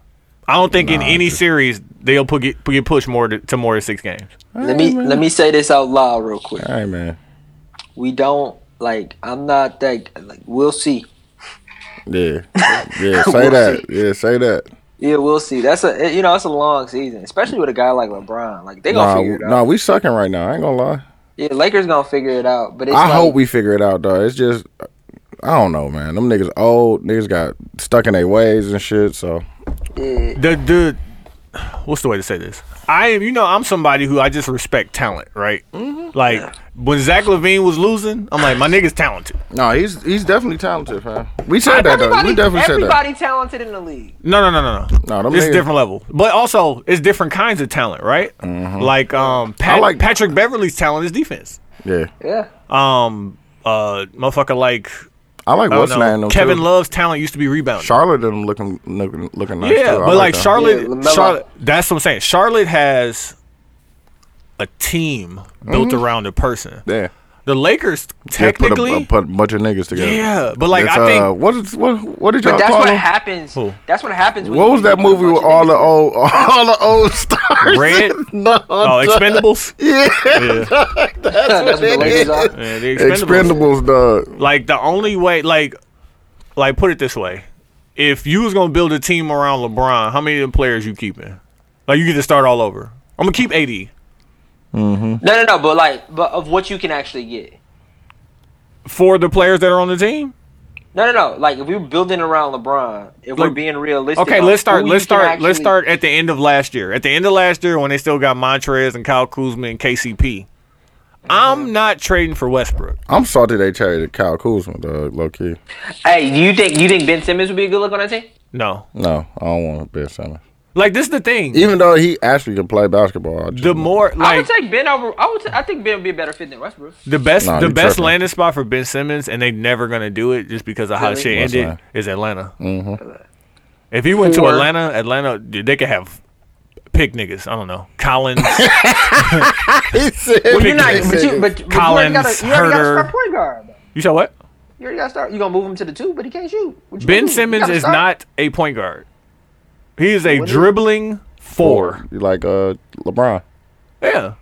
I don't think in any series they'll put get, put- get pushed more to, to more than six games. Let me let me say this out loud real quick. All right, man. We don't like. I'm not that. Like, we'll see. Yeah, yeah. Say that. Yeah, say that. Yeah, we'll see. That's a you know that's a long season, especially with a guy like LeBron. Like they gonna Nah, figure it out. nah, we sucking right now. I ain't gonna lie. Yeah, Lakers gonna figure it out. But it's I like, hope we figure it out, though. It's just, I don't know, man. Them niggas old. Niggas got stuck in their ways and shit. So Yeah, The the what's the way to say this? I am you know I'm somebody who I just respect talent, right? Like when Zach Levine was losing, I'm like my nigga's talented. no, he's he's definitely talented, man. We said that though. everybody, We definitely said that. everybody talented in the league. No no no no no. No, them it's niggas- different level, but also it's different kinds of talent, right? Like um, Pat, like- Patrick Beverly's talent is defense. Yeah, Yeah, Um, uh, motherfucker like I like I don't what's know, name. them, Kevin too. Love's talent used to be rebounding. Charlotte them looking looking looking nice. Yeah, too. I but like them. Charlotte, Yeah, LaMelo. Charlotte. That's what I'm saying. Charlotte has a team built around a person. Yeah. The Lakers, Mm-hmm. They put a- technically, a, put a bunch of niggas together. Yeah, but, like, It's, I think- uh, what is what what did y'all but that's call what them? happens. Who? That's what happens. when What you was that put a movie bunch of with all the niggas- old all the old stars? Red? no, oh, Expendables. uh, yeah, yeah. That's what the Lakers are. yeah, the Expendables. Expendables, dog. Like the only way, like, like put it this way: if you was gonna build a team around LeBron, how many of the players you keeping? Like you get to start all over. I'm gonna keep 80 No, no, no. But like, but of what you can actually get. for the players that are on the team. No, no, no. Like if we're building around LeBron, if we're Look- being realistic. Okay, on let's start. who Let's you can start. Let's actually- start at the end of last year. At the end of last year, when they still got Montrez and Kyle Kuzma and KCP, Uh-huh. I'm not trading for Westbrook. I'm salty they traded Kyle Kuzma, dog. Low key. Hey, you think you think Ben Simmons would be a good look on that team? No, No, I don't want Ben Simmons. like this is the thing. Even though he actually can play basketball, I just- The more I like would take Ben over. I would. T- I think Ben would be a better fit than Westbrook. the best, Nah, the you best tripping. landing spot for Ben Simmons, and they never gonna do it just because of how Really? Mm-hmm. shit That's ended. right. Is Atlanta? If he went to Four. Atlanta, Atlanta, dude, they could have pick niggas. I don't know, Collins. he said, But you're not. But you. But, but you already Collins, got a, you already got a Herter. start point guard. though. you said what? You already got to start. You gonna move him to the two, but he can't shoot. What you Ben gonna do? You Simmons gotta is start. not a point guard. He is a dribbling four. You like uh LeBron? Yeah.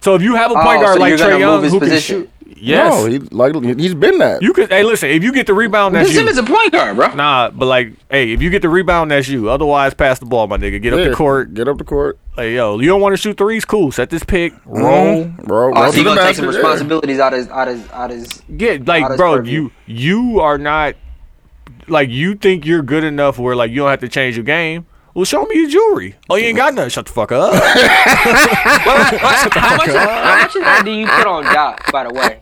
So if you have a point Oh, guard so like you're gonna Trey move Young his who position. can shoot, yes, No, he like he's been that. you could. Hey, listen, if you get the rebound, Ben that's you. Simmons is a point guard, bro. Nah, but like, hey, if you get the rebound, that's you. Otherwise, pass the ball, my nigga. Get up Yeah, the court. Get up the court. Hey, yo, you don't want to shoot threes? Cool. Set this pick. Mm-hmm. Roll. Bro, Oh, Uh-huh. roll so you to the gonna take some basket, yeah. responsibilities out of his, out of his, out of his. Yeah, like, that's bro, perfect. you you are not like you think you're good enough where like you don't have to change your game. Well, show me your jewelry. Oh, you ain't got nothing. Shut the fuck up. How much, how much of that do you put on Doc, by the way?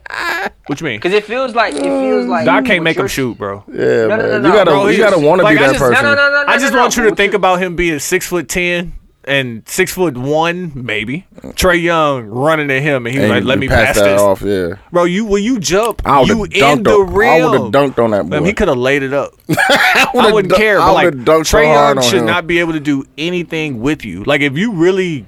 what you mean? Because it feels like it feels like Doc can't what make him you're- shoot, bro. Yeah, No, no, man. no, you no. gotta, Bro, you he's- gotta want to like, be I that just- no, person. No, no, no, no. I just no, no, want you but to what think about him being six foot ten and six foot one, maybe. Trey Young running at him, and he's And like, you- "Let you me pass, that this, off. Yeah, bro." You will you jump? I you would have in the dunked. on- I rim? would have dunked on that boy. Man, he could have laid it up. I wouldn't dun- care. I But would've like dunked so Trey hard Young on should him. not be able to do anything with you. Like if you really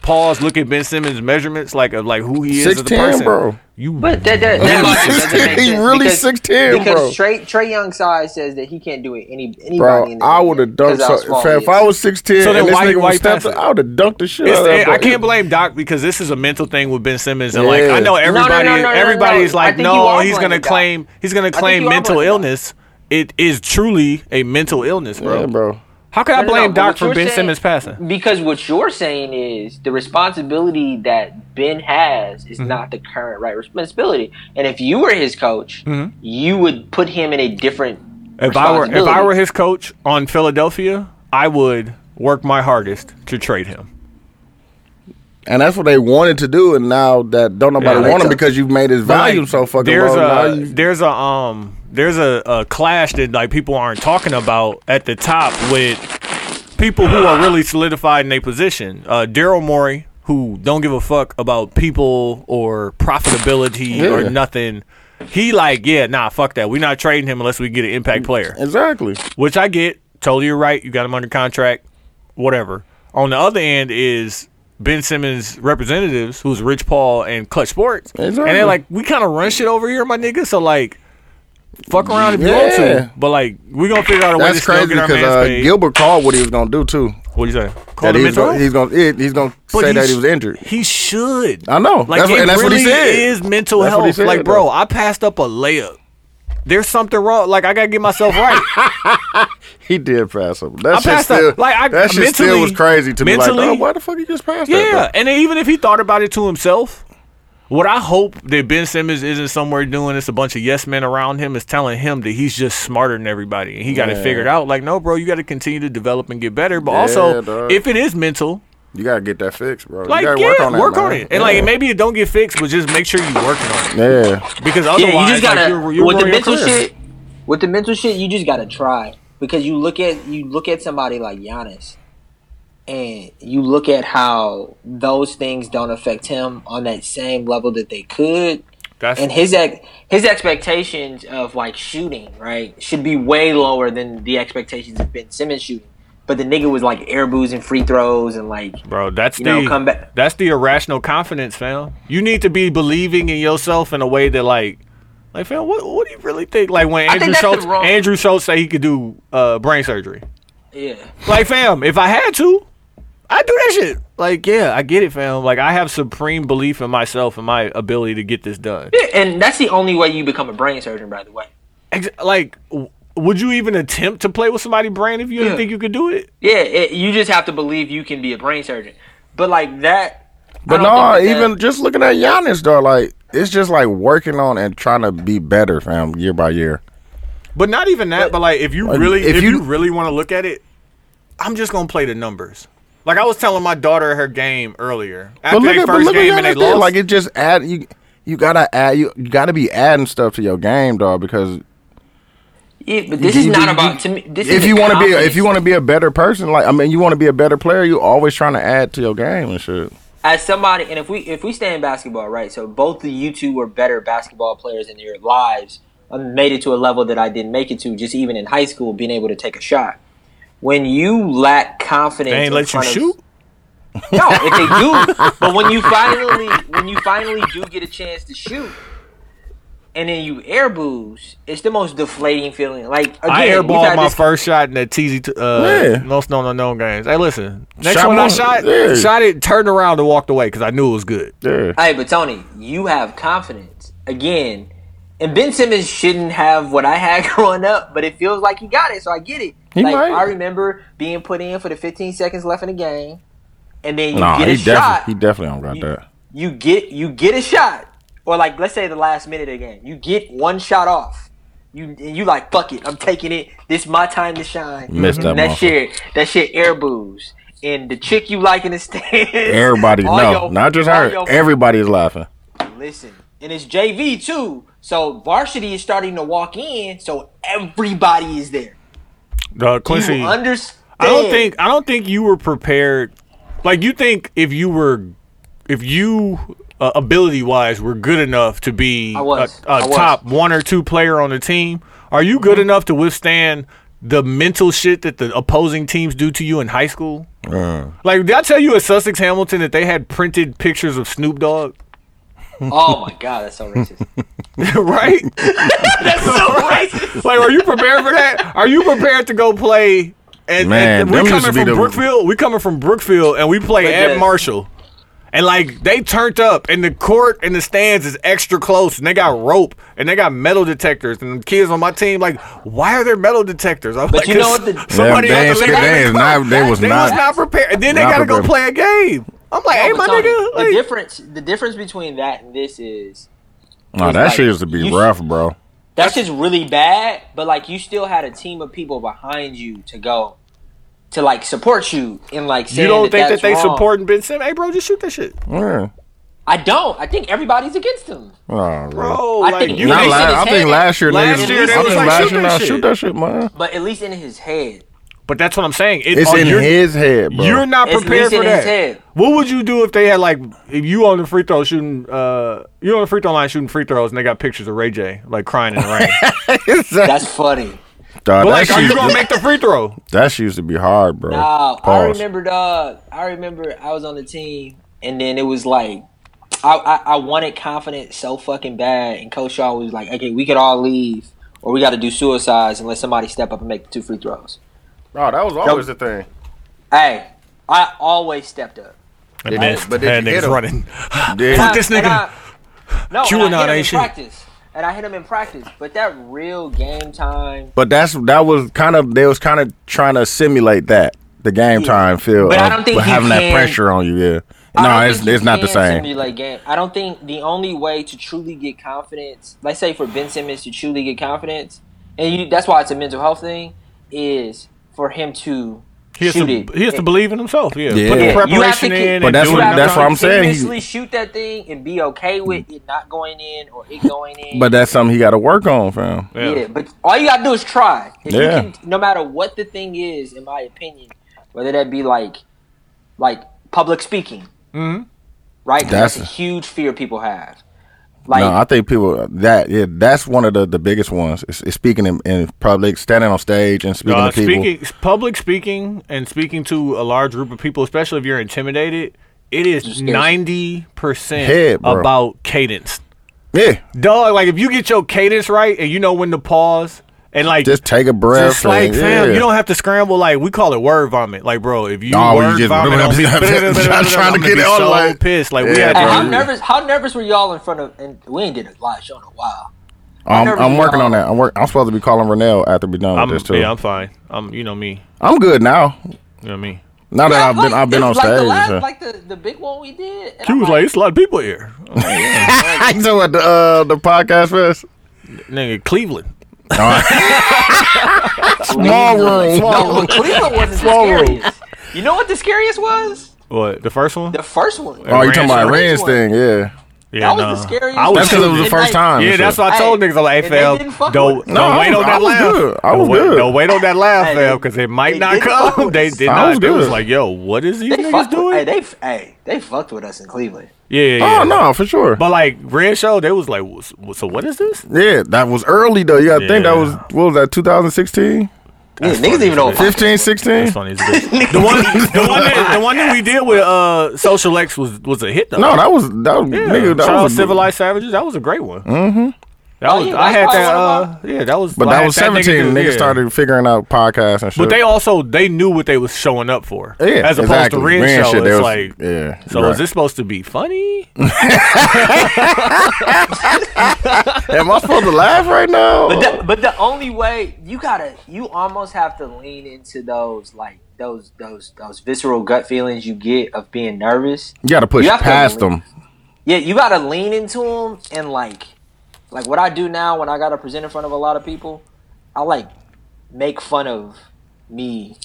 pause, look at Ben Simmons' measurements, like of like who he is as a 6'10", person. bro. You But that, that, that logic doesn't make He sense really because- 6'10", because bro. Trey Trey Young's size says that he can't do it any anybody. Bro, in the I NBA would have dunked. because of how So, small fam, he if is. I was 6'10", So then and this why- nigga why was stepped, pass it? I would have dunked the shit It's out of the, that I boy. can't blame Doc because this is a mental thing with Ben Simmons, and like Yeah. I know no, No, no, everybody, no, no, no, everybody's no. I like, think you no, are he's gonna blaming Doc. claim, he's gonna think claim you are mental blaming Doc. illness. It is truly a mental illness, bro. Yeah, bro. How could I No, no, no, blame but Doc what for you're Ben saying- Simmons passing? Because what you're saying is the responsibility that Ben has Mm-hmm. is not the current right responsibility. And if you were his coach, you would put him in a different. Mm-hmm. If I were, if I responsibility. were his coach on Philadelphia, I would work my hardest to trade him. And that's what they wanted to do, and now that don't nobody Yeah, want they him because you've made his But, like, value so fucking there's low. now A, you- There's a um there's a, a clash that like people aren't talking about at the top with people who are really solidified in their position. Uh, Daryl Morey, who don't give a fuck about people or profitability Yeah. or nothing. He like yeah nah fuck that. We're not trading him unless we get an Mm, impact player exactly. which I get. Totally, you're right. You got him under contract, whatever. On the other end is Ben Simmons' representatives, who's Rich Paul and Clutch Sports, Exactly. and they're like, we kind of run shit over here, my nigga. So like, fuck around if you want Yeah. to, but like, we gonna figure out a way to That's still crazy get our because man's uh, paid. Gilbert called what he was gonna do too. what do you say? Call That him he's mental gonna, health? he's gonna yeah, he's gonna But say he that sh- he was injured. He should. I know. Like That's what- it and that's what really he said. is mental That's what health. he said, like, bro, though. I passed up a layup. There's something wrong. Like I gotta get myself right. He did pass up. I That shit passed up. still Like, I- that shit still mentally- was crazy to me. mentally- Like, oh, why the fuck you just passed that? Yeah, and then even if he thought about it to himself, what I hope that Ben Simmons isn't somewhere doing this a bunch of yes men around him is telling him that he's just smarter than everybody and he got Yeah. it figured out. Like, no, bro, you got to continue to develop and get better. But Yeah, also, dog. if it is mental, You gotta get that fixed, bro. like, you gotta yeah, work on that. man. it. And like, Yeah. maybe it don't get fixed, but just make sure you're working on it Yeah. because Yeah, otherwise, you just gotta like, you're, you're with the ruining your mental career. shit. With the mental shit, you just gotta try because you look at you look at somebody like Giannis, and you look at how those things don't affect him on that same level that they could. That's, and his ex- his expectations of like shooting right should be way lower than the expectations of Ben Simmons shooting. But the nigga was like air boozing free throws and like Bro, that's You the know, come back- that's the irrational confidence, fam. You need to be believing in yourself in a way that like like fam, what what do you really think? Like when think Andrew that's the Schultz wrong- Andrew Schultz say he could do uh brain surgery. yeah. Like fam, if I had to, I'd do that shit. Like, yeah, I get it, fam. Like I have supreme belief in myself and my ability to get this done. Yeah, and that's the only way you become a brain surgeon, by the way. Ex- like w- would you even attempt to play with somebody's brain if you didn't Yeah. think you could do it? Yeah, it, you just have to believe you can be a brain surgeon. But like that, I But don't no, think that even that- just looking at Giannis though, like it's just like working on and trying to be better, fam, year by year. But not even that. But, like, if you Like, really, uh, if if, you- you, really want to look at it, I'm just gonna play the numbers. Like I was telling my daughter her game earlier after but look their at, but first look game at and they Giannis though, lost. Like it just add you. You gotta add. You, you gotta be adding stuff to your game, dog. Because yeah, but this you- is not you- about to me. This if is you want to be, a, if you want to be a better person, like I mean, you want to be a better player. You always trying to add to your game and shit. as somebody, and if we if we stay in basketball, right? So both of you two were better basketball players in your lives. I made it to a level that I didn't make it to, just even in high school, being able to take a shot. When you lack confidence, they ain't in let you front of- shoot. No, if they do, but when you finally when you finally do get a chance to shoot, and then you air booze, it's the most deflating feeling. Like again, I we've had airballed my this- first shot in the TZ t- Yeah. uh, most known unknown games. Hey, listen, next Shot one I one. shot, Yeah. shot it, turned around and walked away because I knew it was good. Yeah. Hey, but Tony, you have confidence again, and Ben Simmons shouldn't have what I had growing up, but it feels like he got it, so I get it. He like might. I remember being put in for the 15 seconds left in the game, and then you Nah, get a he shot. definitely, he definitely don't got You- that. Mm-hmm. you get you get a shot, or like let's say the last minute of the game, you get one shot off. You and you like fuck it, I'm taking it. This my time to shine. Missed that And that motherfucker. shit. That shit air booze. And the chick you like in the stands. Everybody, all no, your- not just all her. your- Everybody's laughing. listen, and it's JV too. So varsity is starting to walk in. So everybody is there. Uh, Do Quincy, you understand? I don't think I don't think you were prepared. Like you think if you were, if you uh, ability wise were good enough to be a, was. a I was. top one or two player on the team, are you good enough to withstand the mental shit that the opposing teams do to you in high school? Uh, Like, did I tell you at Sussex Hamilton that they had printed pictures of Snoop Dogg? Oh my god, that's so racist. right? That's so racist. Like, are you prepared for that? Are you prepared to go play? And, Man, and we them coming used to from be the- Brookfield. We coming from Brookfield, and we play Like at that. Marshall. And like they turned up, and the court and the stands is extra close, and they got rope, and they got metal detectors, and the kids on my team like, why are there metal detectors? I'm like, you know what "'Cause the- somebody Them on the days- league- they is not- they was they not- was not prepared, and then they not gotta go play a prepared. game. I'm like, hey, But my Tony, nigga, the like, difference the difference between that and this is nah, that shit used to be You- rough, bro. that's just really bad, but like you still had a team of people behind you to go to like support you and like you saying don't think that that's they wrong. supporting Ben Simmons? Hey, bro, just shoot that shit. Yeah. I don't. I think everybody's against him. Oh, Mm. bro. Bro, I like think you Not they said Not la- his I think head- last year, last niggas, year I they think was like, last shoot year, that nah, shit. Oh, shoot that shit, man. But at least in his head. But that's what I'm saying. It- It's oh, in you're, his head, bro. You're not It's prepared least in for his that. head. What would you do if they had like if you on the free throw shooting, uh, you on the free throw line shooting free throws, and they got pictures of Ray J like crying in the rain. That's funny. Dog, but that like, are shit- you gonna make the free throw? That shit used to be hard, bro. Nah, I Pause. remember, dog. I remember I was on the team, and then it was like, I, I, I wanted confidence so fucking bad, and Coach Shaw was like, okay, we could all leave, or we got to do suicides and let somebody step up and make the two free throws. Oh, that was always the thing. Hey, I always stepped up. And missed. but that did you nigga's hit him? running. Did- Fuck this And nigga. I- no, QAnon and I hit him in ain't shit. practice, and I hit him in practice, but that real game time. But that's that was kind of they was kind of trying to simulate that the game Yeah. time feel. But I of don't think he having that can- pressure on you. Yeah, I don't no, think it's you it's not the can same. Simulate game. I don't think the only way to truly get confidence, let's say for Ben Simmons to truly get confidence, and you, that's why it's a mental health thing, is for him to He has, shoot to, it. he has to believe in himself. Yeah, Yeah. put the Yeah, you have to preparation keep- in. But and that's do what- it. have that's to what I'm saying. He- continuously shoot that thing and be okay with it not going in or it going in. But that's something he got to work on, fam. yeah. but all you gotta do is try. If you Yeah. can, no matter what the thing is, in my opinion, whether that be like, like public speaking, right? 'Cause Mm-hmm. That's- That's, a huge fear people have. Like, no, I think people that yeah, that's one of the, the biggest ones. Is, is speaking in, in public, standing on stage, and speaking Uh, to people. speaking, public speaking, and speaking to a large group of people, especially if you're intimidated, it is ninety Head, percent bro. about cadence. yeah, Dog, like if you get your cadence right and you know when to pause and like just take a breath. just like and, fam, yeah. you don't have to scramble. Like we call it word vomit. Like bro, if you Oh, you word just- vomit, on me, I'm trying to I'm gonna get be it all so like- pissed. Like we Yeah, had Hey, bro. how nervous? How nervous were y'all in front of? And we ain't did a live show in a while. I'm, never I'm been working on- on that. I'm work, I'm supposed to be calling Renell after we're done I'm, with this too. yeah, I'm fine. I'm you know me. I'm good now. You know me. Now that I've been I've been it on was like stage. The last, so. Like the, the big one we did. and She I'm was like, it's a lot of people here. I you know what the uh, the podcast fest. Nigga, Cleveland. Small room. Small room. no, oh, Cleveland wasn't the scariest. You know what the scariest was? What the first one? The first one. Oh, you talking Ranch about one. Ren's thing? Yeah, yeah, that was the nah. scariest I that's was one. because it was the And first like- time. and Yeah, shit. that's what I told Hey, niggas. I'm like, hey, and they fam, didn't fuck don't, with don't it. No, wait I on was- I that was laugh. good. I was don't, wait, good. don't wait on that laugh, Hey, fam, because it might they not didn't fuck come. with They us. did I not. was It was good. like, yo, what is these They niggas fucked with, hey, doing? they, f- hey, they fucked with us in Cleveland. Yeah, yeah, yeah. Oh no, for sure. But like Red Show, they was like, "What's- what- so what is this? yeah, that was early though. You gotta think that Yeah. was what was that 2016, Yeah, niggas even know. 15, 16? That's funny. as bitch. the one, the one, that, the one that we did with uh, Social X was was a hit though. No, that was that was yeah. nigga. That Shout out was a- Civilized Savages. That was a great one. Mm-hmm. That Oh, was. yeah, I that's had probably that. one of Uh, yeah, that was. But I that had was 17. do- niggas yeah. started figuring out podcasts and shit. But they also they knew what they was showing up for. yeah, as opposed exactly. to Red, Ren Show, shit, it's they was- like yeah. So you're is this supposed to be funny? right. Am I supposed to laugh right now? But the, but the only way you gotta, you almost have to lean into those like those those those visceral gut feelings you get of being nervous. you gotta push you have to past believe- them. Yeah, you gotta lean into them and like, like what I do now when I gotta present in front of a lot of people, I like make fun of me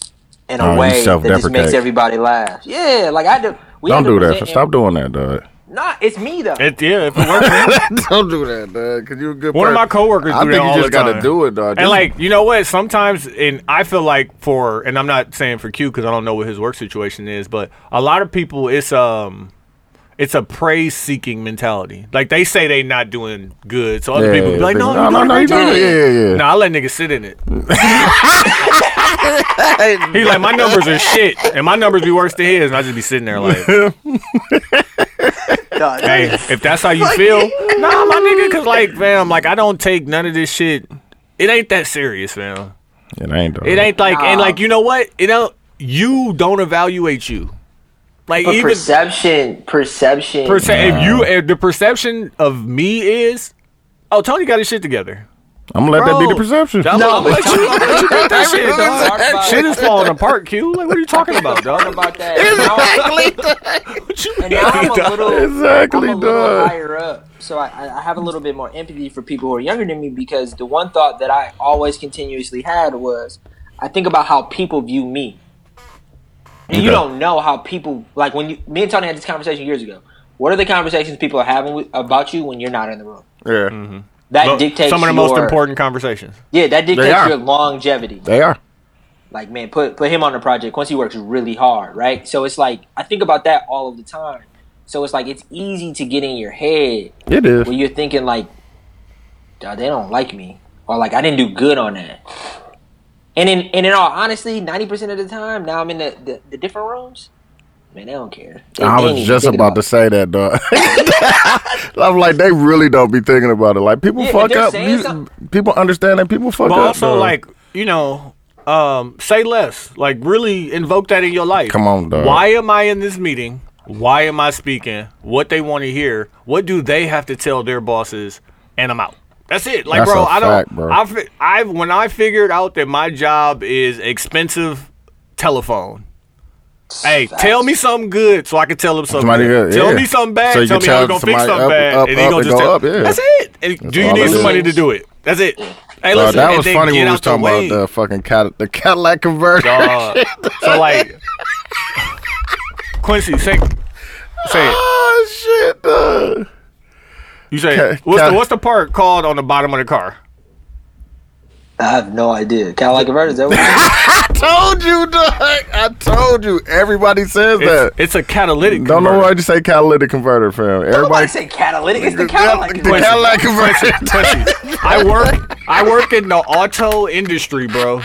in Oh, a you way that just self-deprecate. makes everybody laugh. Yeah, like I do. We Don't had to do that. present in- Stop doing that, dog. Nah, it's me though. It, yeah, if it works. Don't do that, dog. Cause you're a good. One of person. my coworkers I do think that you all just the time. gotta do it, dog. And Just- like, you know what? Sometimes, and I feel like for, and I'm not saying for Q because I don't know what his work situation is, but a lot of people, it's um, it's a praise seeking mentality. Like they say they not doing good, so other Yeah, people be like, they- no, no, no, no, you doing doing good. it. Yeah, yeah, yeah. Nah, I let niggas sit in it. He's like, my numbers are shit, and my numbers be worse than his, and I just be sitting there like, hey, if that's how you feel, nah, my nigga, cause like, fam, like I don't take none of this shit. It ain't that serious, fam. It ain't though. It ain't like, and like, you know what? It don't. You don't evaluate you. Like But even perception, perception. perce- if you if the perception of me is, oh Tony got his shit together. I'm gonna let that be Bro, the perception. I'm, no, I'm gonna let you, I'm gonna let you think that shit, dog. Talk about- Shit is falling apart, Q. Like, what are you talking about, Talk dog? about that. What you And now I'm a dog? little, Exactly, I'm a little dog. higher up, so I- I, I have a little bit more empathy for people who are younger than me because the one thought that I always continuously had was, I think about how people view me. And you Okay. don't know how people like when you. Me and Tony had this conversation years ago. What are the conversations people are having with, about you when you're not in the room? Yeah, That dictates Some of the most your- important conversations. Yeah, that dictates are. your longevity. Mm-hmm. they are. Like, man, put put him on the project. Quincy works really hard, right? So it's like I think about that all of the time. So it's like it's easy to get in your head It is. where you're thinking like, "Dawg, they don't like me, or like I didn't do good on that. And in and in all honesty, ninety percent of the time, now I'm in the, the, the different rooms. Man, they don't care. They- I they ain't was even just thinking about to say that, dog. I'm like, they really don't be thinking about it. Like, people Yeah, if fuck they're up. saying You- something- people understand that people fuck But up. also, dog. like, you know, um, say less. Like, really invoke that in your life. Come on, dog. Why am I in this meeting? Why am I speaking? What they want to hear? What do they have to tell their bosses? And I'm out. That's it. Like, That's bro, a I don't. fact, bro. I, fi- I when I figured out that my job is expensive telephone. Hey, tell me something good so I can tell them something. Somebody good. good, Tell yeah. me something bad. So you tell can me how you tell gonna fix somebody something up, bad. up, and he up, gonna and just go tell. up, yeah. That's it. And do you all need it somebody is. to do it? That's it. Hey, Dog, listen. that and was then funny get when we out was the talking way. about the fucking cat, the Cadillac conversion. Dog. Uh, so like, Quincy, say, say it. Oh shit, dog. You say Ca- it. What's ca- the what's the part called on the bottom of the car? about- I have no idea. Kind of like a Is that what Told you, dog. I told you. Everybody says that. It's, it's a catalytic. Don't know converter. why you say catalytic converter, fam. Everybody Everybody say catalytic. It's the Cadillac, catalytic. the Cadillac conversion. I work. I work in the auto industry, bro.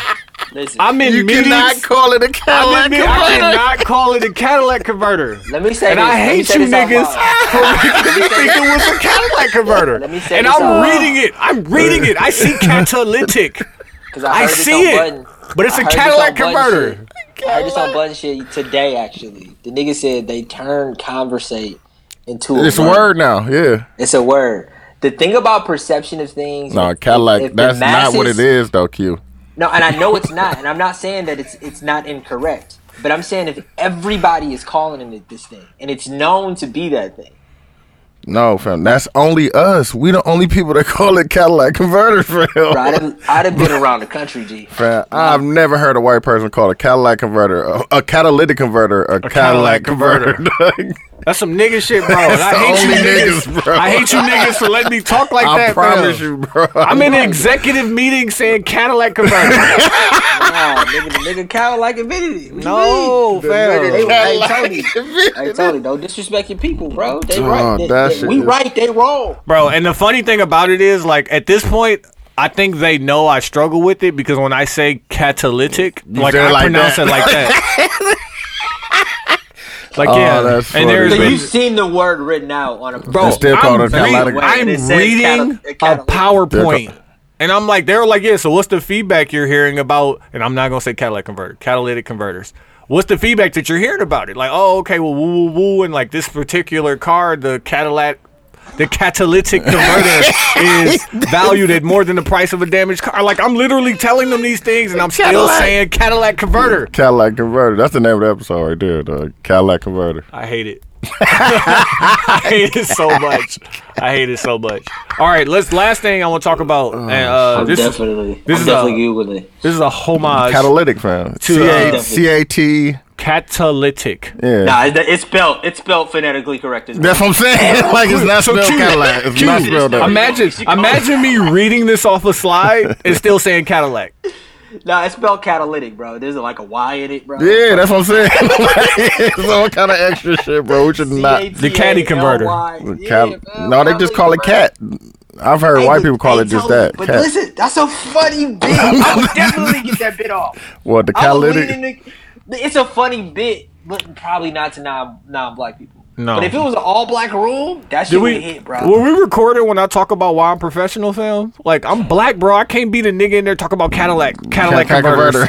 Listen, I'm in You meetings. cannot call it a I'm in Cadillac meetings. converter. I cannot call it a Cadillac converter. let me say And this. I Let me hate say you this out niggas loud. for making me think it was a Cadillac converter. Let me say and this I'm out loud. reading it. I'm reading it. I see catalytic, 'Cause I heard this see on it, Button. but it's I a heard this Cadillac on Button converter. shit. I heard this on button shit today actually. The nigga said they turned conversate into a It's a word now, yeah. It's a word. The thing about perception of things. No, if- Cadillac. if the that's not what it masses- is, though. Q. No, and I know it's not, and I'm not saying that it's it's not incorrect, but I'm saying if everybody is calling it this thing, and it's known to be that thing. No, fam. That's only us. We the only people that call it Cadillac converter, fam. Bro, I'd have, I'd have been around the country, G. Fam, I've never heard a white person call a Cadillac converter a, a catalytic converter a, Cadillac Cadillac, converter. That's some nigga shit, bro. And I the hate you only niggas. niggas, bro. I hate you niggas for letting me talk like I that. promise fam. you, bro. I'm in an executive meeting saying Cadillac converter. Nah, nigga, the nigga cow like Infinity. What you no, mean? They, fam. hey, Tony, hey, Tony, don't disrespect your people, Oh, bro. They right. Dog, They- that they- shit we is- right, they wrong. Bro, and the funny thing about it is, like, at this point, I think they know I struggle with it because when I say catalytic, like, say it I like pronounce that. it like that. like, Oh, yeah. that's and there's So funny. been, you've seen the word written out on a bro, It's still I'm, called a catalytic- I'm And it says uh, reading cata- catalytic. a PowerPoint. And I'm like, they're like, yeah, so what's the feedback you're hearing about? And I'm not going to say catalytic converter, catalytic converters. What's the feedback that you're hearing about it? Like, oh, okay, well, woo, woo, woo. And like this particular car, the Cadillac, the catalytic converter is valued at more than the price of a damaged car. Like, I'm literally telling them these things and I'm still Cadillac. saying Cadillac converter. Cadillac converter. That's the name of the episode right there, dog. Cadillac converter. I hate it. I hate it so much. I hate it so much. All right, let's. Last thing I want to talk about. And, uh, I'm this, is, definitely, this is I'm a- definitely googling it. this is a homage. Catalytic, fam. C uh, A C A T. catalytic. Yeah. Nah, it's, it's spelled it's spelled phonetically correct as well. That's what I'm saying. like it's not spelled Cadillac. It's not spelled that. Imagine, imagine me reading this off a slide and still saying Cadillac. No, it's spelled catalytic, bro. There's like a Y in it, bro. Yeah, that's what I'm saying. like, it's all kind of extra shit, bro. We should not. E The caddy converter. C-A-T-A-L-Y. Cal- Yeah, no, they just call it cat. I've heard Hey, white but- people call hey, it just Tony, that. But Cat. listen, that's a funny bit. I would definitely get that bit off. what the I would lean in catalytic? the- it's a funny bit, but probably not to non non black people. No. But if it was an all black room, that Did shit we would hit, bro. were we recorded when I talk about why I'm professional, fam? Like I'm black, bro. I can't be the nigga in there talking about Cadillac, Cadillac Cat converters.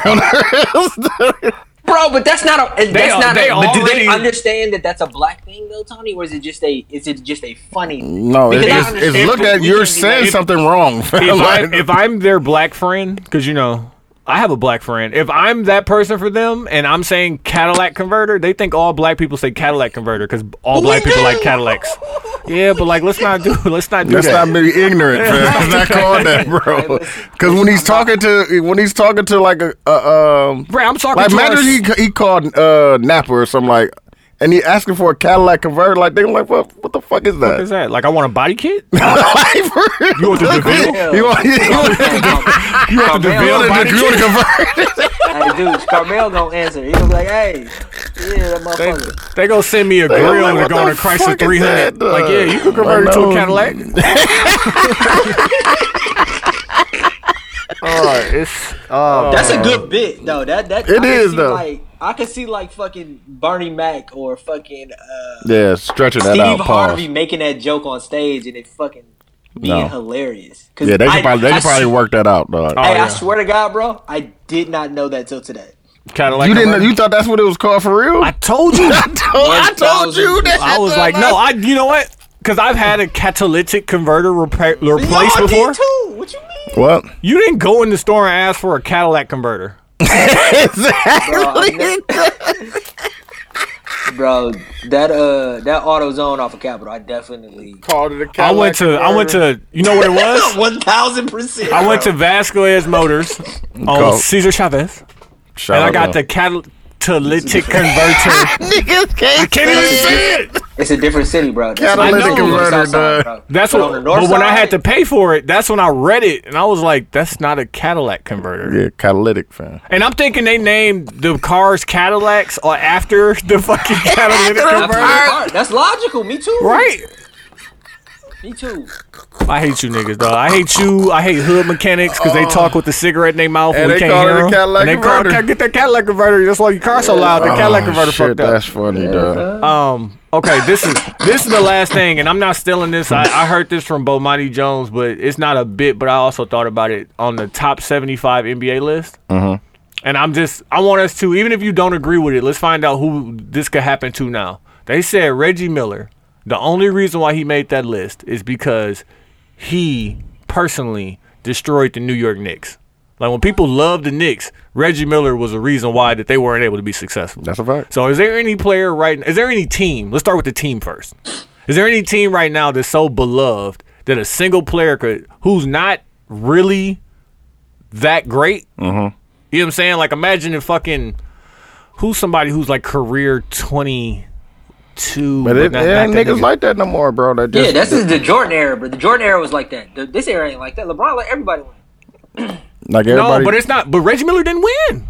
converter. bro, but that's not a. That's are- not. they a, but do already- they understand that that's a black thing though, Tony? Or is it just a? Is it just a funny? thing? no, Because I it's, it's, understand it's look we at can you're be saying like- something wrong. If, I, Like, if I'm their black friend, because you know I have a black friend. If I'm that person for them, and I'm saying Cadillac converter, they think all black people say Cadillac converter because all black people like Cadillacs. Yeah, but like let's not do let's not do That's that. not me ignorant, man. It's not called that, bro. Because when he's talking to when he's talking to like a, a um, Bro, I'm talking like to imagine our- he he called uh Napa or something like, and he asking for a Cadillac converter. Like they like what what the fuck is What is that? that? Like I want a body kit? Like, for real. You want the DeVille? You want you want Hey, You want the Carmel, DeVille you want body to kit? convert? dude, Carmel gonna answer. He'll be like, "Hey, yeah, that They, motherfucker." they gonna send me a I'm grill like, to what go on the a Chrysler fuck is 300. that, like, yeah, dog? you can convert it to I know. a Cadillac. oh, it's That's a good bit though. That that It I can is, see, though. Like I can see like fucking Bernie Mac or fucking uh, yeah, stretching that Steve out. Harvey Pause. making that joke on stage and it fucking being No. hilarious. 'Cause Yeah, they I- could probably they I could probably s- work that out, dog. Hey, Oh, yeah. I swear to God, bro, I did not know that till today. Cadillac you didn't know, converter. you thought that's what it was called for real? I told you. told, I told you that. I was like, no, I. You know what? Because I've had a catalytic converter repa- replaced Y'all before. did too. What you mean? what? You didn't go in the store and ask for a Cadillac converter. Exactly. Bro, that uh that auto zone off of Capitol, I definitely Called it a I went to. I went to. You know what it was? one thousand percent. I went to Vasquez Motors on Cool. Caesar Chavez, Shout and I out got to- the catalytic converter. Niggas can't Can't even say it. It's a different city, bro. That's a different Catalytic city on the converter, south side, dog. bro. That's But what. on the but north when I side- had to pay for it, that's when I read it, and I was like, "That's not a Cadillac converter." Yeah, catalytic fan. And I'm thinking they named the cars Cadillacs or after the fucking catalytic converter, Alright, That's logical. Me too. right? Me too. I hate you niggas, dog. I hate you. I hate hood mechanics because they talk with the cigarette in their mouth and, And we Oh. they can't call it hear a them. Cadillac and they call converter. get that Cadillac converter. That's why your car so loud. The Cadillac converter Oh, shit, fucked up. that's funny, dog. Um. Okay. This is this is the last thing, and I'm not stealing this. I, I heard this from Bomani Jones, but it's not a bit. But I also thought about it on the top 75 NBA list. And I'm just I want us to even if you don't agree with it, let's find out who this could happen to now. They said Reggie Miller. The only reason why he made that list is because he personally destroyed the New York Knicks. Like when people loved the Knicks, Reggie Miller was a reason why that they weren't able to be successful. That's a fact. So is there any player right is there any team? Let's start with the team first. Is there any team right now that's so beloved that a single player could who's not really that great? Mm-hmm. You know what I'm saying? Like imagine if fucking who's somebody who's like career twenty two But it, it ain't that niggas nigga. like that no more, bro. That just yeah, that's the Jordan era, but the Jordan era was like that. The, this era ain't like that. LeBron let everybody win. like No, everybody. but it's not but Reggie Miller didn't win.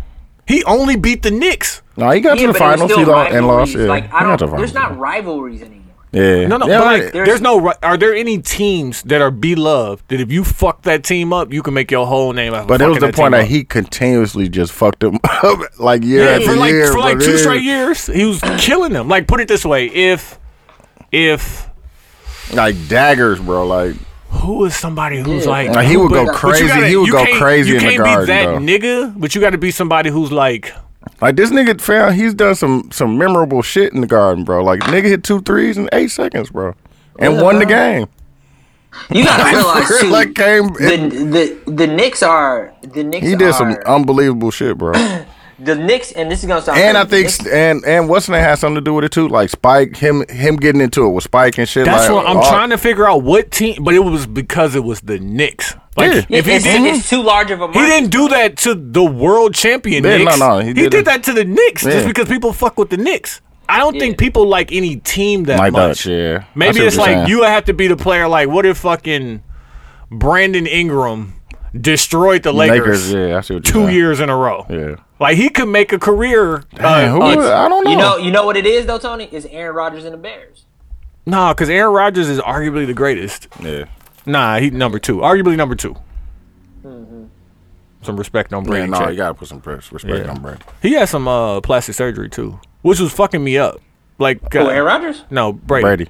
He only beat the Knicks. no, he got Yeah, to the but it was finals. still He lost and lost. rivalries. Yeah, Like He I got don't. to the there's not finals. rivalries anymore. Yeah, No, no, yeah, but like, like- there's, no. ri- Are there any teams that are beloved that if you fuck that team up, you can make your whole name out? Of But it was fucking the point team that up? he continuously just fucked him up, like year Yeah, after for like year. for like bro. two Yeah. straight years, he was killing them. Like put it this way, if if like daggers, bro. Like, who is somebody who's Yeah. like, like he would but- go But you but you crazy. gotta- he would you go can't- crazy You in the can't be that garden. though. nigga, but you got to be somebody who's like, Like this nigga found he's done some some memorable shit in the garden, bro. Like nigga hit two threes in eight seconds, bro, and Yeah, won the bro. game. You gotta realize too. like came. it- the, the the Knicks are the Knicks. he did some are- unbelievable shit, bro. the Knicks, and this is gonna sound. And I crazy. think and and what's name had something to do with it too. Like Spike, him him getting into it with Spike and shit. that's like, uh, what I'm all- trying to figure out what team. But it was because it was the Knicks. Like Yeah. if he it's, didn't, it's too large of a. Market. He didn't do that to the world champion Yeah, Knicks. no, no, He, he did, did it- that to the Knicks just Yeah. because people fuck with the Knicks. I don't think people like any team that Like that, much. yeah. I see Maybe what it's you're like saying. you have to be the player. Like, what if fucking Brandon Ingram destroyed the Lakers, Lakers, yeah, I see what you two got. years in a row. Yeah. Like he could make a career. Man, who uh, was- I don't know. You know, you know what it is though, Tony? It's Aaron Rodgers and the Bears. Nah, because Aaron Rodgers is arguably the greatest. yeah. Nah, he number two. Arguably number 2 Some respect on Brady. Yeah, no, check. you gotta put some press, respect Yeah. on Brady. He had some uh, plastic surgery too, which was fucking me up. Like Oh, uh, Aaron Rodgers? No, Brady. Brady.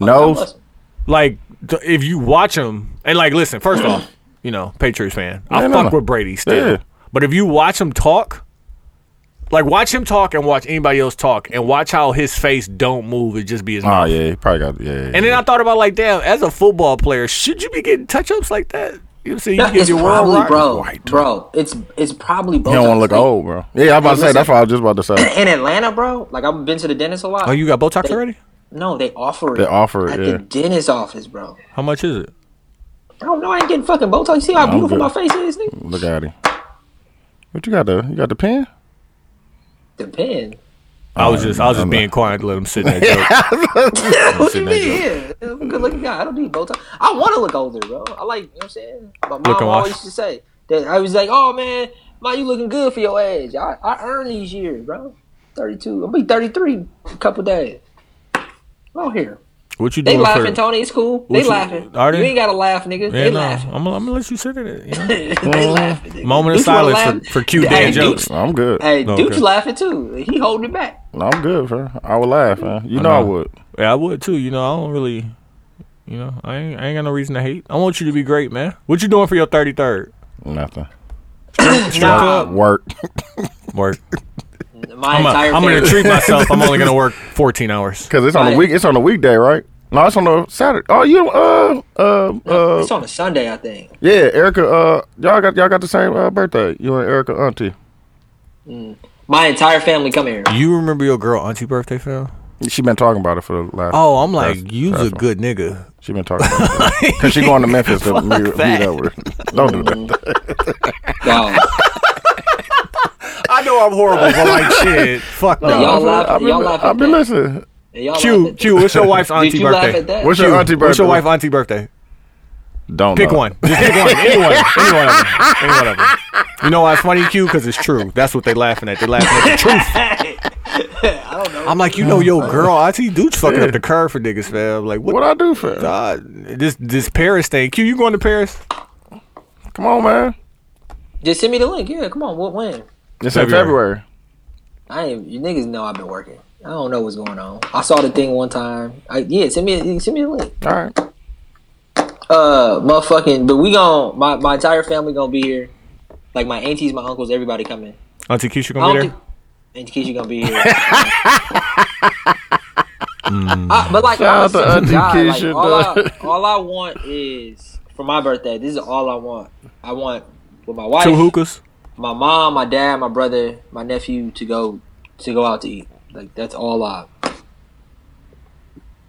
God No, bless him. Like th- if you watch him and like listen, first off, you know, Patriots fan. I Yeah, no, fuck no. with Brady still. Yeah. But if you watch him talk, like watch him talk and watch anybody else talk and watch how his face don't move, it just be his Oh mouth. yeah, he probably got yeah. yeah, And then yeah. I thought about like, damn, as a football player, should you be getting touch ups like that? You know what I'm saying? You No, get it's your world probably rocked. bro, White. bro. It's it's probably both. you don't want to of look us. Like, old, bro. Yeah, I'm about to say listen. that's what I was just about to say. In Atlanta, bro, like I've been to the dentist a lot. Oh, you got Botox They- already? No, they offer it. They offer it, at yeah. the dentist office, bro. How much is it? I don't know. I ain't getting fucking Botox. You see how I'm beautiful good. my face is, nigga? Look at him. What you got there? You got the pen? The pen. I was just I was just I'm being quiet to let him sit in that joke. what you that mean? Yeah, I'm a good looking guy. I don't need Botox. I want to look older, bro. I like, you know what I'm saying? My mom Looking always washed. used to say that I was like, oh, man, ma, you looking good for your age. I, I earned these years, bro. 32. I'll be 33 in a couple days. I'm out here. What you They doing laughing, for? Tony. It's cool. They you- laughing. are You they? ain't got to laugh, nigga. Yeah, they no, laughing. I'm, I'm gonna let you sit in it. You know? they laughing. nigga. Moment of Deuce wanna silence for- laugh? for cute dad Hey, jokes. Deuce- I'm good. Hey, No, Dude's okay. laughing too. He holding it back. No, I'm good, bro. I would laugh, man. You know I know. would. Yeah, I would too. You know, I don't really, you know, I ain't, I ain't got no reason to hate. I want you to be great, man. What you doing for your thirty third? Nothing. Strip club Work. work. My I'm, a, entire I'm gonna family- treat myself. I'm only gonna work fourteen hours. Cause it's on a Right. week. It's on a weekday, right? No, it's on a Saturday. Oh, you uh uh uh It's on a Sunday, I think. yeah, Erica. Uh, y'all got y'all got the same uh, birthday. You and Erica auntie. My entire family come here. You remember your girl auntie birthday film? She been talking about it for the last. Oh, I'm like, That's- you's a that's good nigga. She been talking about it because she going to Memphis to meet, meet up with. her. Don't do that. Y'all, I know I'm horrible, but like, shit, fuck no. y'all laugh- I've been, y'all laugh at I've been that. listening. y'all laugh Q, at Q, what's your wife's that. Did auntie you laugh at birthday? that? What's your auntie birthday? Uh. What's your wife auntie birthday? Don't Pick know. one. Just pick one. Anyone. Anyone of them. Anyone of them. You know why it's funny, Q? Because it's true. That's what they laughing at. They laughing at the truth. I don't know. I'm like, you know, yo, girl, I see dudes fucking up the curve for niggas, fam. Like, what? What I do for? God, this this Paris thing. Q, you going to Paris? Come on, man. Just send me the link. Yeah, come on. What when? It's in February. February. I ain't. You niggas know I've been working. I don't know what's going on. I saw the thing one time. I, yeah, send me send me the link. All right. Uh, motherfucking. But we gon' my my entire family gonna be here. Like my aunties, my uncles, everybody coming. Auntie Keisha I gonna don't be think there? Auntie Keisha gonna be here. I- Uh, but like, Shout out to honestly, Auntie God, like, Keisha, all, dog. I, all I want is for my birthday. This is all I want. I want with my wife, Two hookahs. my mom, my dad, my brother, my nephew to go to go out to eat. Like that's all I.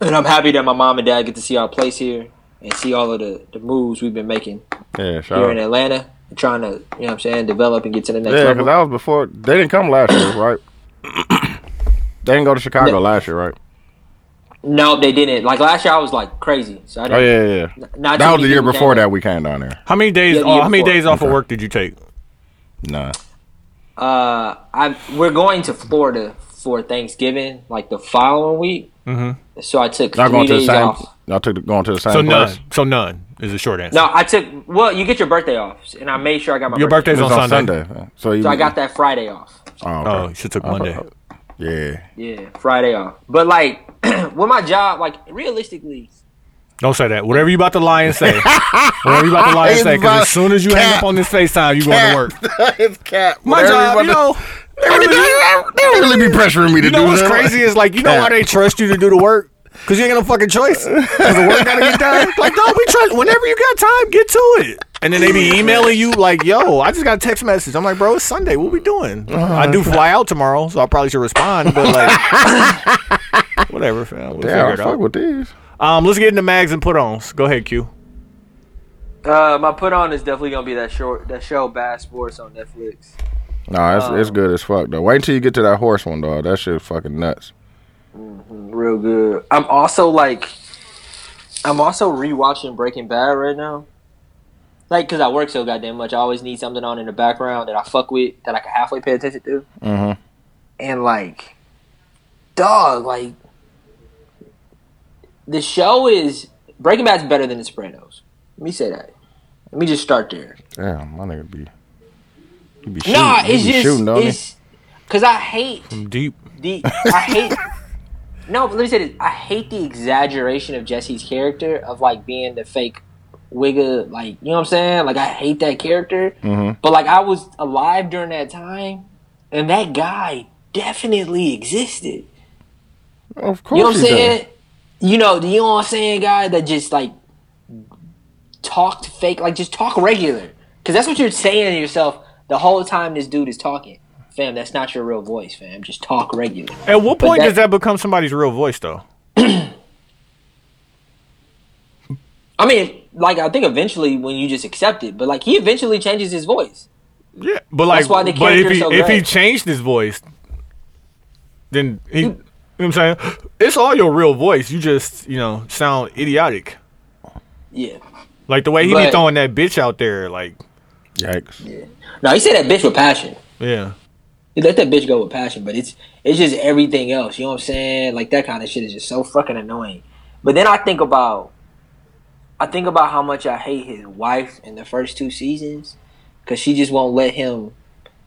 And I'm happy that my mom and dad get to see our place here and see all of the, the moves we've been making Yeah, shout here in out. Atlanta, trying to you know what I'm saying develop and get to the next Yeah, level. because that was before. They didn't come last year, right? they didn't go to Chicago No. last year, right? No, they didn't. Like last year, I was like crazy. So I Oh didn't. yeah, yeah. yeah. Not too That was many the year people before came. that we came down there. How many days? Yeah, the oh, year how many before. days off of work did you take? Nah. Uh, I we're going to Florida for Thanksgiving, like the following week. Mm-hmm. So I took Y'all three going to the days same? off. Y'all took the, going to the same So place? none. So none is the short answer. No, I took. Well, you get your birthday off, and I made sure I got my Your birthday. birthday's It on, was on Sunday. Sunday. So, you, So I got that Friday off. Oh, Oh, okay. you should took Monday. yeah. Yeah, Friday off. But like with my job, like realistically, Don't say that. Whatever you about to lie and say. Whatever you about to lie and It's say. Because about- as soon as you hang up Cap. on this FaceTime, you going to work. it's cat. My job, you know. They really, they really be pressuring me to You know do what's that. crazy is like you know why they trust you to do the work because you ain't got no fucking choice. Because the work gotta get done. Like don't be trust. Whenever you got time, get to it. And then they be emailing you like, "Yo, I just got a text message." I'm like, "Bro, it's Sunday. What we doing?" Uh-huh. I do fly out tomorrow, so I probably should respond. But like, whatever, fam. We'll Damn, I figure it fuck out. with these. Um, let's get into mags and put-ons. Go ahead, Q. Uh, um, my put on is definitely gonna be that short that show Bad Sports on Netflix. Nah, it's, Um, it's good as fuck though. Wait until you get to that horse one, dog. That shit fucking nuts. Real good. I'm also like I'm also rewatching Breaking Bad right now. like because I work so goddamn much, I always need something on in the background that I fuck with that I can halfway pay attention to. Mhm. Mm-hmm. And like, dog, like the show is Breaking Bad's better than The Sopranos. Let me say that. Let me just start there. Damn, my nigga be. He be shooting. Nah, he it's be just shooting, don't he? it's because I hate Deep. the I hate. No, but let me say this. I hate the exaggeration of Jesse's character of like being the fake wigga, like you know what I'm saying? Like I hate that character. Mm-hmm. But like I was alive during that time and that guy definitely existed. Of course You know what I'm he does. saying? You know, you know what I'm saying, guy that just like talked fake, like just talk regular. Cause that's what you're saying to yourself the whole time this dude is talking. Fam, that's not your real voice, fam. Just talk regular. At what But point that- does that become somebody's real voice, though? I mean, like I think eventually when you just accept it, but like he eventually changes his voice. Yeah, but like, why the but if character's he so if he great. changed his voice, then he, you know what I'm saying, it's all your real voice. You just you know sound idiotic, Yeah. like the way he be Right. throwing that bitch out there, like Yikes. No, he said that bitch with passion. yeah, He let that bitch go with passion, but it's it's just everything else. You know what I'm saying? Like that kind of shit is just so fucking annoying. But then I think about I think about how much I hate his wife in the first two seasons cuz she just won't let him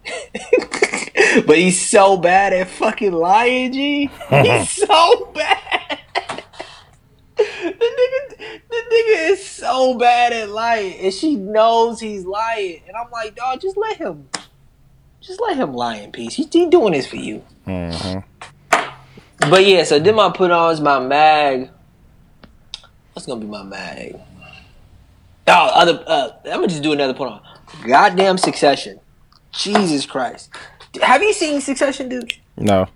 But he's so bad at fucking lying, G. He's so bad. The nigga, the nigga is so bad at lying, and she knows he's lying. And I'm like, dog, just let him, just let him lie in peace. He, he doing this for you. Mm-hmm. But yeah, so then my put on is my mag. What's gonna be my mag? Oh, other. Uh, I'm gonna just do another put on. Goddamn Succession. Jesus Christ. Have you seen Succession, dude? No.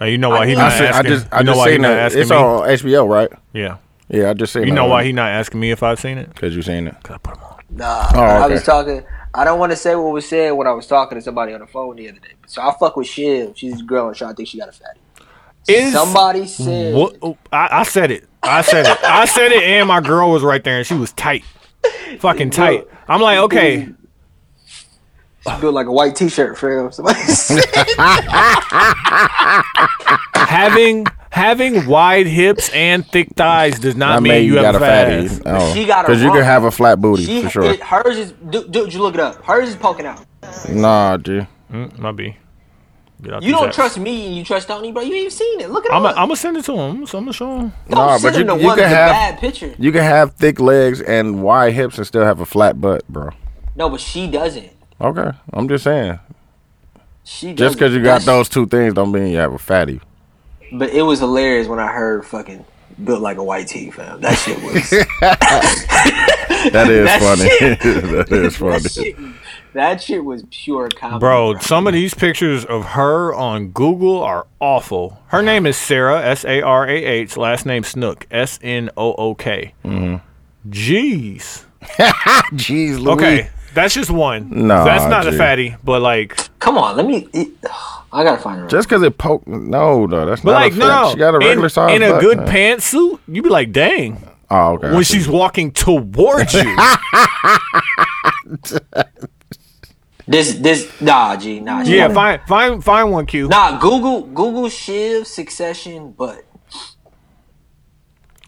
Now, you know why he I not I, said, I asking. just, I you know just why he seen not that. asking It's me. on HBO, right? yeah, Yeah, I just seen. you that know one. why he not asking me if I've seen it? Cause you seen it. Cause I put him on. Nah, Oh, I okay. was talking. I don't want to say what was said when I was talking to somebody on the phone the other day. So I fuck with Shiv. She's a girl and shit. I think she got a fatty. Is Somebody said what? oh, I, I said it. I said it. I said it, and my girl was right there, and she was tight, fucking tight. I'm like, okay, she built like a white T-shirt for him. Somebody said having having wide hips and thick thighs does not I mean mean, you, have got a fat fatty. ass. Oh. She got a you can rump. have a flat booty she, for sure. it- hers is dude, dude. You look it up. Hers is poking out. Nah, dude. Mm, might be. Get out You these don't apps. trust me, and you trust Tony, bro. You ain't seen it. Look at I'm up. gonna send it to him. So I'm gonna show him. don't Nah, send but him you- the you one can with the have- bad picture. You can have thick legs and wide hips and still have a flat butt, bro. No, but she doesn't. Okay, I'm just saying. She Just because doesn't. you got That's- those two things, don't mean you have a fatty. But it was hilarious when I heard fucking built like a white tee, fam. That shit was. That is That funny. shit. that is funny. that, shit, that shit was pure comedy, Bro, some of these pictures of her on Google are awful. Her name is Sarah, S A R A H, last name Snook, S N O O K. Mm-hmm. Jeez. Jeez, Louise. Okay, that's just one. Nah, that's not a dude. fatty, but like, Come on, let me. It, I gotta find her. Just because it poked, no, no, that's but not like a flat. no, She got a regular in, size in a butt, good man. pantsuit, you'd be like, dang. Oh, okay. I When see. she's walking towards you, this, this, nah, G, nah. she yeah, got- find find find one Q. nah. Google, Google Shiv Succession, but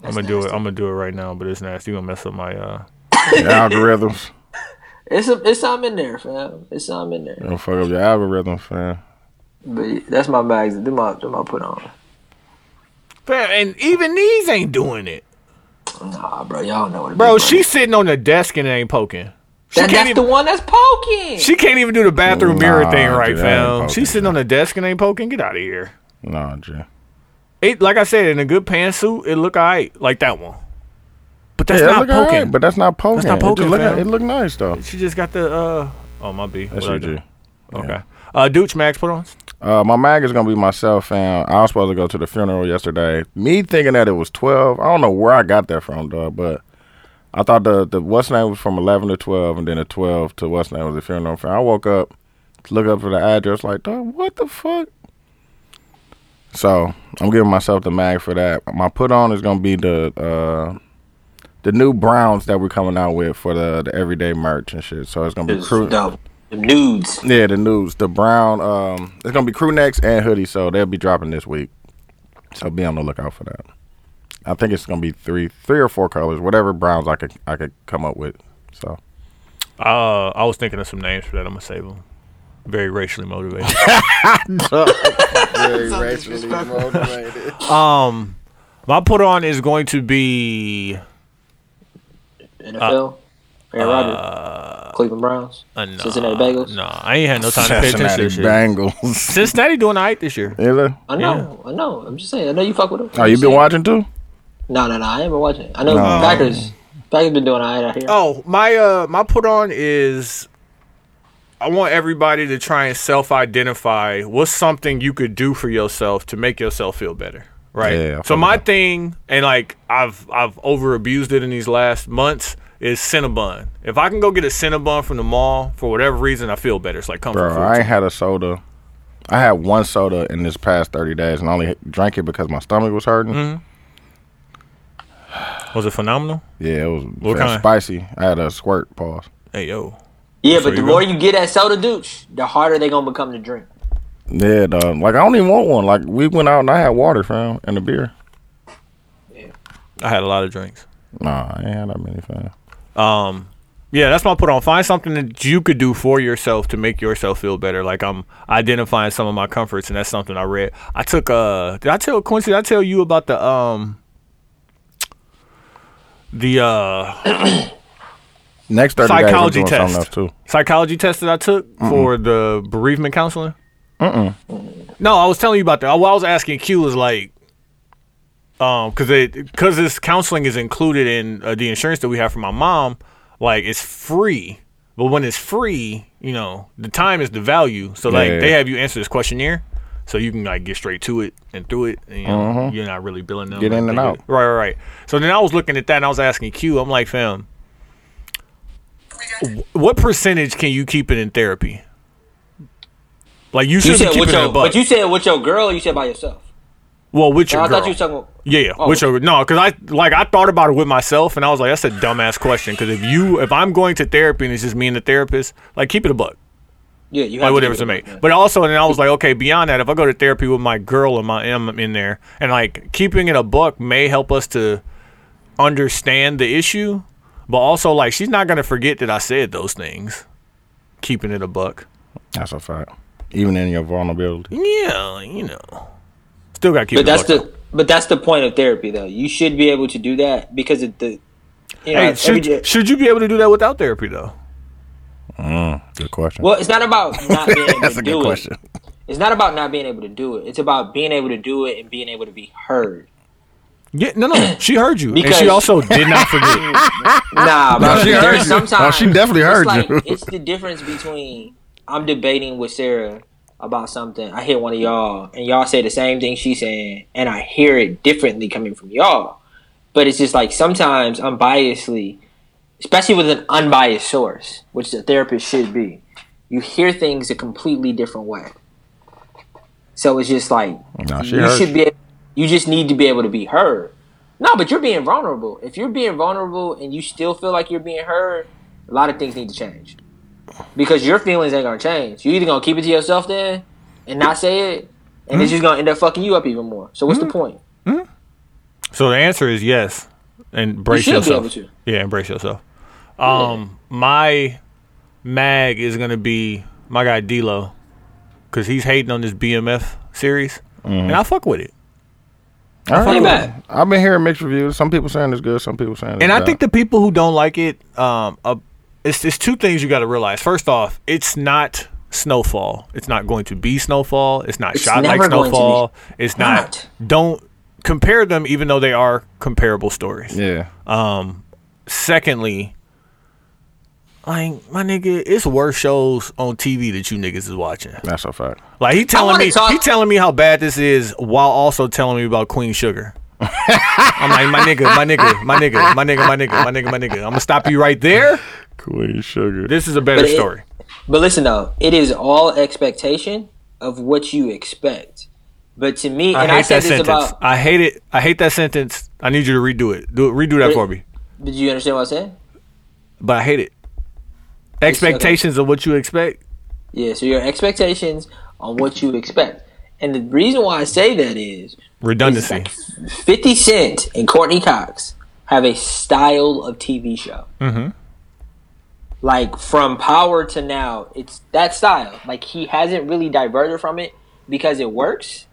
I'm gonna do it. I'm gonna do it right now, but it's nasty. You gonna mess up my uh. your algorithms. it's a, it's something in there, fam. It's something in there. Don't fuck up your algorithms, fam. But yeah, that's my mags. Do my, do my put on. Fam, and even these ain't doing it, Nah, bro, y'all know what it bro. Is, She's sitting on the desk and it ain't poking. She that, can't that's the even. one that's poking. She can't even do the bathroom mirror Nah, thing right, dude, that ain't fam. poking, She's sitting on the desk and ain't poking. Get out of here. No, Jay. It like I said, in a good pantsuit, it look alright, like that one. But that's Yeah, it not look all poking. right, but that's not poking. not It just poking, look- fam. It look nice though. she just got the uh. Oh my B. That's What I you, do? G. Okay. Uh, Dooch Max put on. Uh, my mag is gonna be myself, and I was supposed to go to the funeral yesterday. Me thinking that it was twelve. I don't know where I got that from, dog. But I thought the the what's name was from eleven to twelve, and then the twelve to what's name was the funeral. I woke up, look up for the address, like, dog, what the fuck? So I'm giving myself the mag for that. My put on is gonna be the uh, the new browns that we're coming out with for the, the everyday merch and shit. So it's gonna be It's crew. the, the Uh, nudes. Yeah, the news, the brown. Um, it's gonna be crew necks and hoodie, so they'll be dropping this week. So be on the lookout for that. I think it's gonna be three, three or four colors, whatever browns I could I could come up with. So Uh, I was thinking of some names for that. I'm gonna save them. Very racially motivated. very racially motivated. um, my put on is going to be NFL. Aaron Rodgers. Cleveland Browns. uh, nah, Cincinnati Bengals. Nah, I ain't had no time to pay attention to Cincinnati this shit. Bengals. Cincinnati doing all right this year. Is it? I know. I know. I'm just saying. I know you fuck with them. Oh, you been watching too? No, no, no. I ain't been watching. I know Packers. Packers been doing all right out here. Oh, my uh my put on is I want everybody to try and self-identify what's something you could do for yourself to make yourself feel better, right? Yeah, I so feel my that. thing and like I've I've over abused it in these last months is Cinnabon. If I can go get a Cinnabon from the mall for whatever reason, I feel better. It's like comfort Bro, food. I ain't had a soda. I had one soda in this past thirty days, and I only drank it because my stomach was hurting. Mm-hmm. Was it phenomenal? Yeah, it was What very kind? spicy. I had a squirt. Pause. Hey yo. yeah, there but the you more go. you get at soda douche, the harder they gonna become to drink. Yeah, dog. Like I don't even want one. Like we went out and I had water, fam, and a beer. I had a lot of drinks. Nah, I ain't had that many, fam. um yeah that's my put on find something that you could do for yourself to make yourself feel better like i'm identifying some of my comforts and that's something i read i took uh did i tell quincy did i tell you about the um the uh Next thirty Psychology days, I'm doing test. something else psychology test that i took for the bereavement counseling Mm-mm. no i was telling you about that what i was asking q was like um because it because this counseling is included in uh, the insurance that we have for my mom like it's free but when it's free you know the time is the value so like Yeah. they have you answer this questionnaire so you can like get straight to it and through it and you know, you're not really billing them Mm-hmm. Get in and out. right right right so then i was looking at that and i was asking q i'm like fam wh- what percentage can you keep it in therapy like you You should be said keeping with it your, above. but you said with your girl. Or you said by yourself. well, with your I girl. thought you were talking. About, Yeah, yeah. Oh, Which are, no, because I like I thought about it with myself, and I was like, that's a dumbass question. Because if you, if I'm going to therapy and it's just me and the therapist, like keep it a buck, yeah, you like have whatever's to a do it. mate. But also, and I was like, okay, beyond that, if I go to therapy with my girl and my M in there, and like keeping it a buck may help us to understand the issue, but also like she's not gonna forget that I said those things. Keeping it a buck. too. That's a fact. Even in your vulnerability. Yeah, you know, still got to keep. it But a that's buck, the but that's the point of therapy, though. You should be able to do that because of the. You know, Hey, every day- should, should you be able to do that without therapy though? Mm, Good question. well, it's not about not being able That's to a do good it. question. It's not about not being able to do it. It's about being able to do it and being able to be heard. Yeah, no, no. She heard you, and Because- she also did not forget. Nah, bro. she there's heard you. Sometimes No, she definitely it's heard like- you. It's the difference between I'm debating with Sarah about something. I hear one of y'all, and y'all say the same thing she's saying, and I hear it differently coming from y'all. But it's just like sometimes unbiasedly, especially with an unbiased source, which the therapist should be, you hear things a completely different way. So it's just like Nah, she you heard should you. be. You just need to be able to be heard. No, but you're being vulnerable. If you're being vulnerable and you still feel like you're being heard, a lot of things need to change because your feelings ain't gonna change. You either gonna keep it to yourself then and not say it, and Hmm? it's just gonna end up fucking you up even more. So what's the point? so the answer is yes. Embrace You should be yourself. able to. Yeah, embrace yourself. Um, my mag is gonna be my guy D'Lo, cause he's hating on this BMF series, Mm-hmm. and I fuck with it. All Funny right. man. I've been hearing mixed reviews. Some people saying it's good. Some people saying it's And I bad. think the people who don't like it, um, uh, it's it's two things you got to realize. First off, it's not snowfall. It's not going to be snowfall. It's not It's shot like never going to be. snowfall. It's not. Don't compare them, even though they are comparable stories. yeah. Secondly, like my nigga, it's worse shows on TV that you niggas is watching. That's a fact. Like he telling wanna me, talk- he telling me how bad this is, while also telling me about Queen Sugar. I'm like, my nigga, my nigga, my nigga, my nigga, my nigga, my nigga, my nigga. I'm gonna stop you right there. Queen sugar. This is a better But it- story. But listen though, it is all expectation of what you expect. But to me, I and hate I said that this sentence. about I hate it. I hate that sentence. I need you to redo it. Do it. Redo that But- for me. Did you understand what I said? but I hate it. Expectations of what you expect. Yeah, so your expectations on what you expect. And the reason why I say that is Redundancy. 50 Cent and Courtney Cox have a style of TV show. Mhm. Like from power to now, it's that style. Like he hasn't really diverted from it because it works.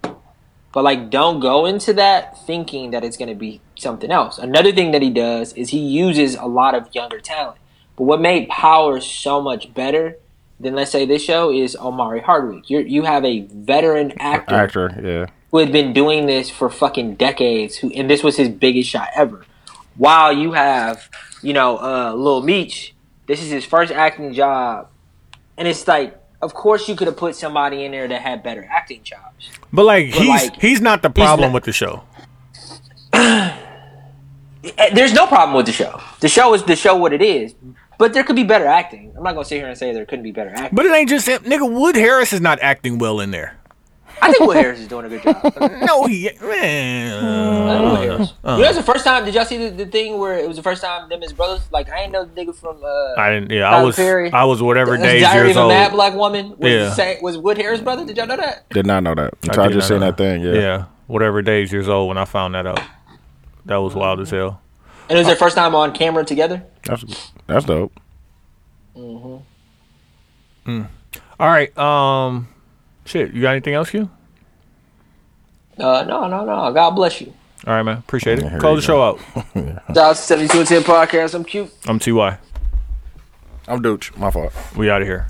But like don't go into that thinking that it's going to be something else. Another thing that he does is he uses a lot of younger talent. But what made Power so much better than let's say this show is Omari Hardwick. You you have a veteran actor Actor, yeah. who had been doing this for fucking decades, who and this was his biggest shot ever. While you have, you know, uh, Lil Meech, this is his first acting job, and it's like, of course, you could have put somebody in there that had better acting jobs. But like But, he's like, he's not the problem not- with the show. Eh, There's no problem with the show. The show is the show what it is, but there could be better acting. I'm not gonna sit here and say there couldn't be better acting. But it ain't just him. Nigga, Wood Harris is not acting well in there. I think Will Harris is doing a good job. No, he man. I love Harris. you know, it's the first time. Did y'all see the, the thing where it was the first time them as brothers? Like I ain't know the nigga from. Uh, I didn't. Yeah, I Tyler was. Perry. I was whatever That's days Diary years of a old. Mad Black Woman was, Yeah. say, was Wood Harris' brother. Did y'all know that? Did not know that. So I, did just not seen know that thing, yeah. Yeah, whatever days years old when I found that out. That was wild as hell. And it was their first time on camera together. That's that's dope. All right. Um, shit. You got anything else, Q? Uh, no, no, no. God bless you. All right, man. Appreciate Yeah, it. here Close the you show out. Dial 7210 podcast. I'm cute. I'm Ty. I'm Dooch. My fault. We out of here.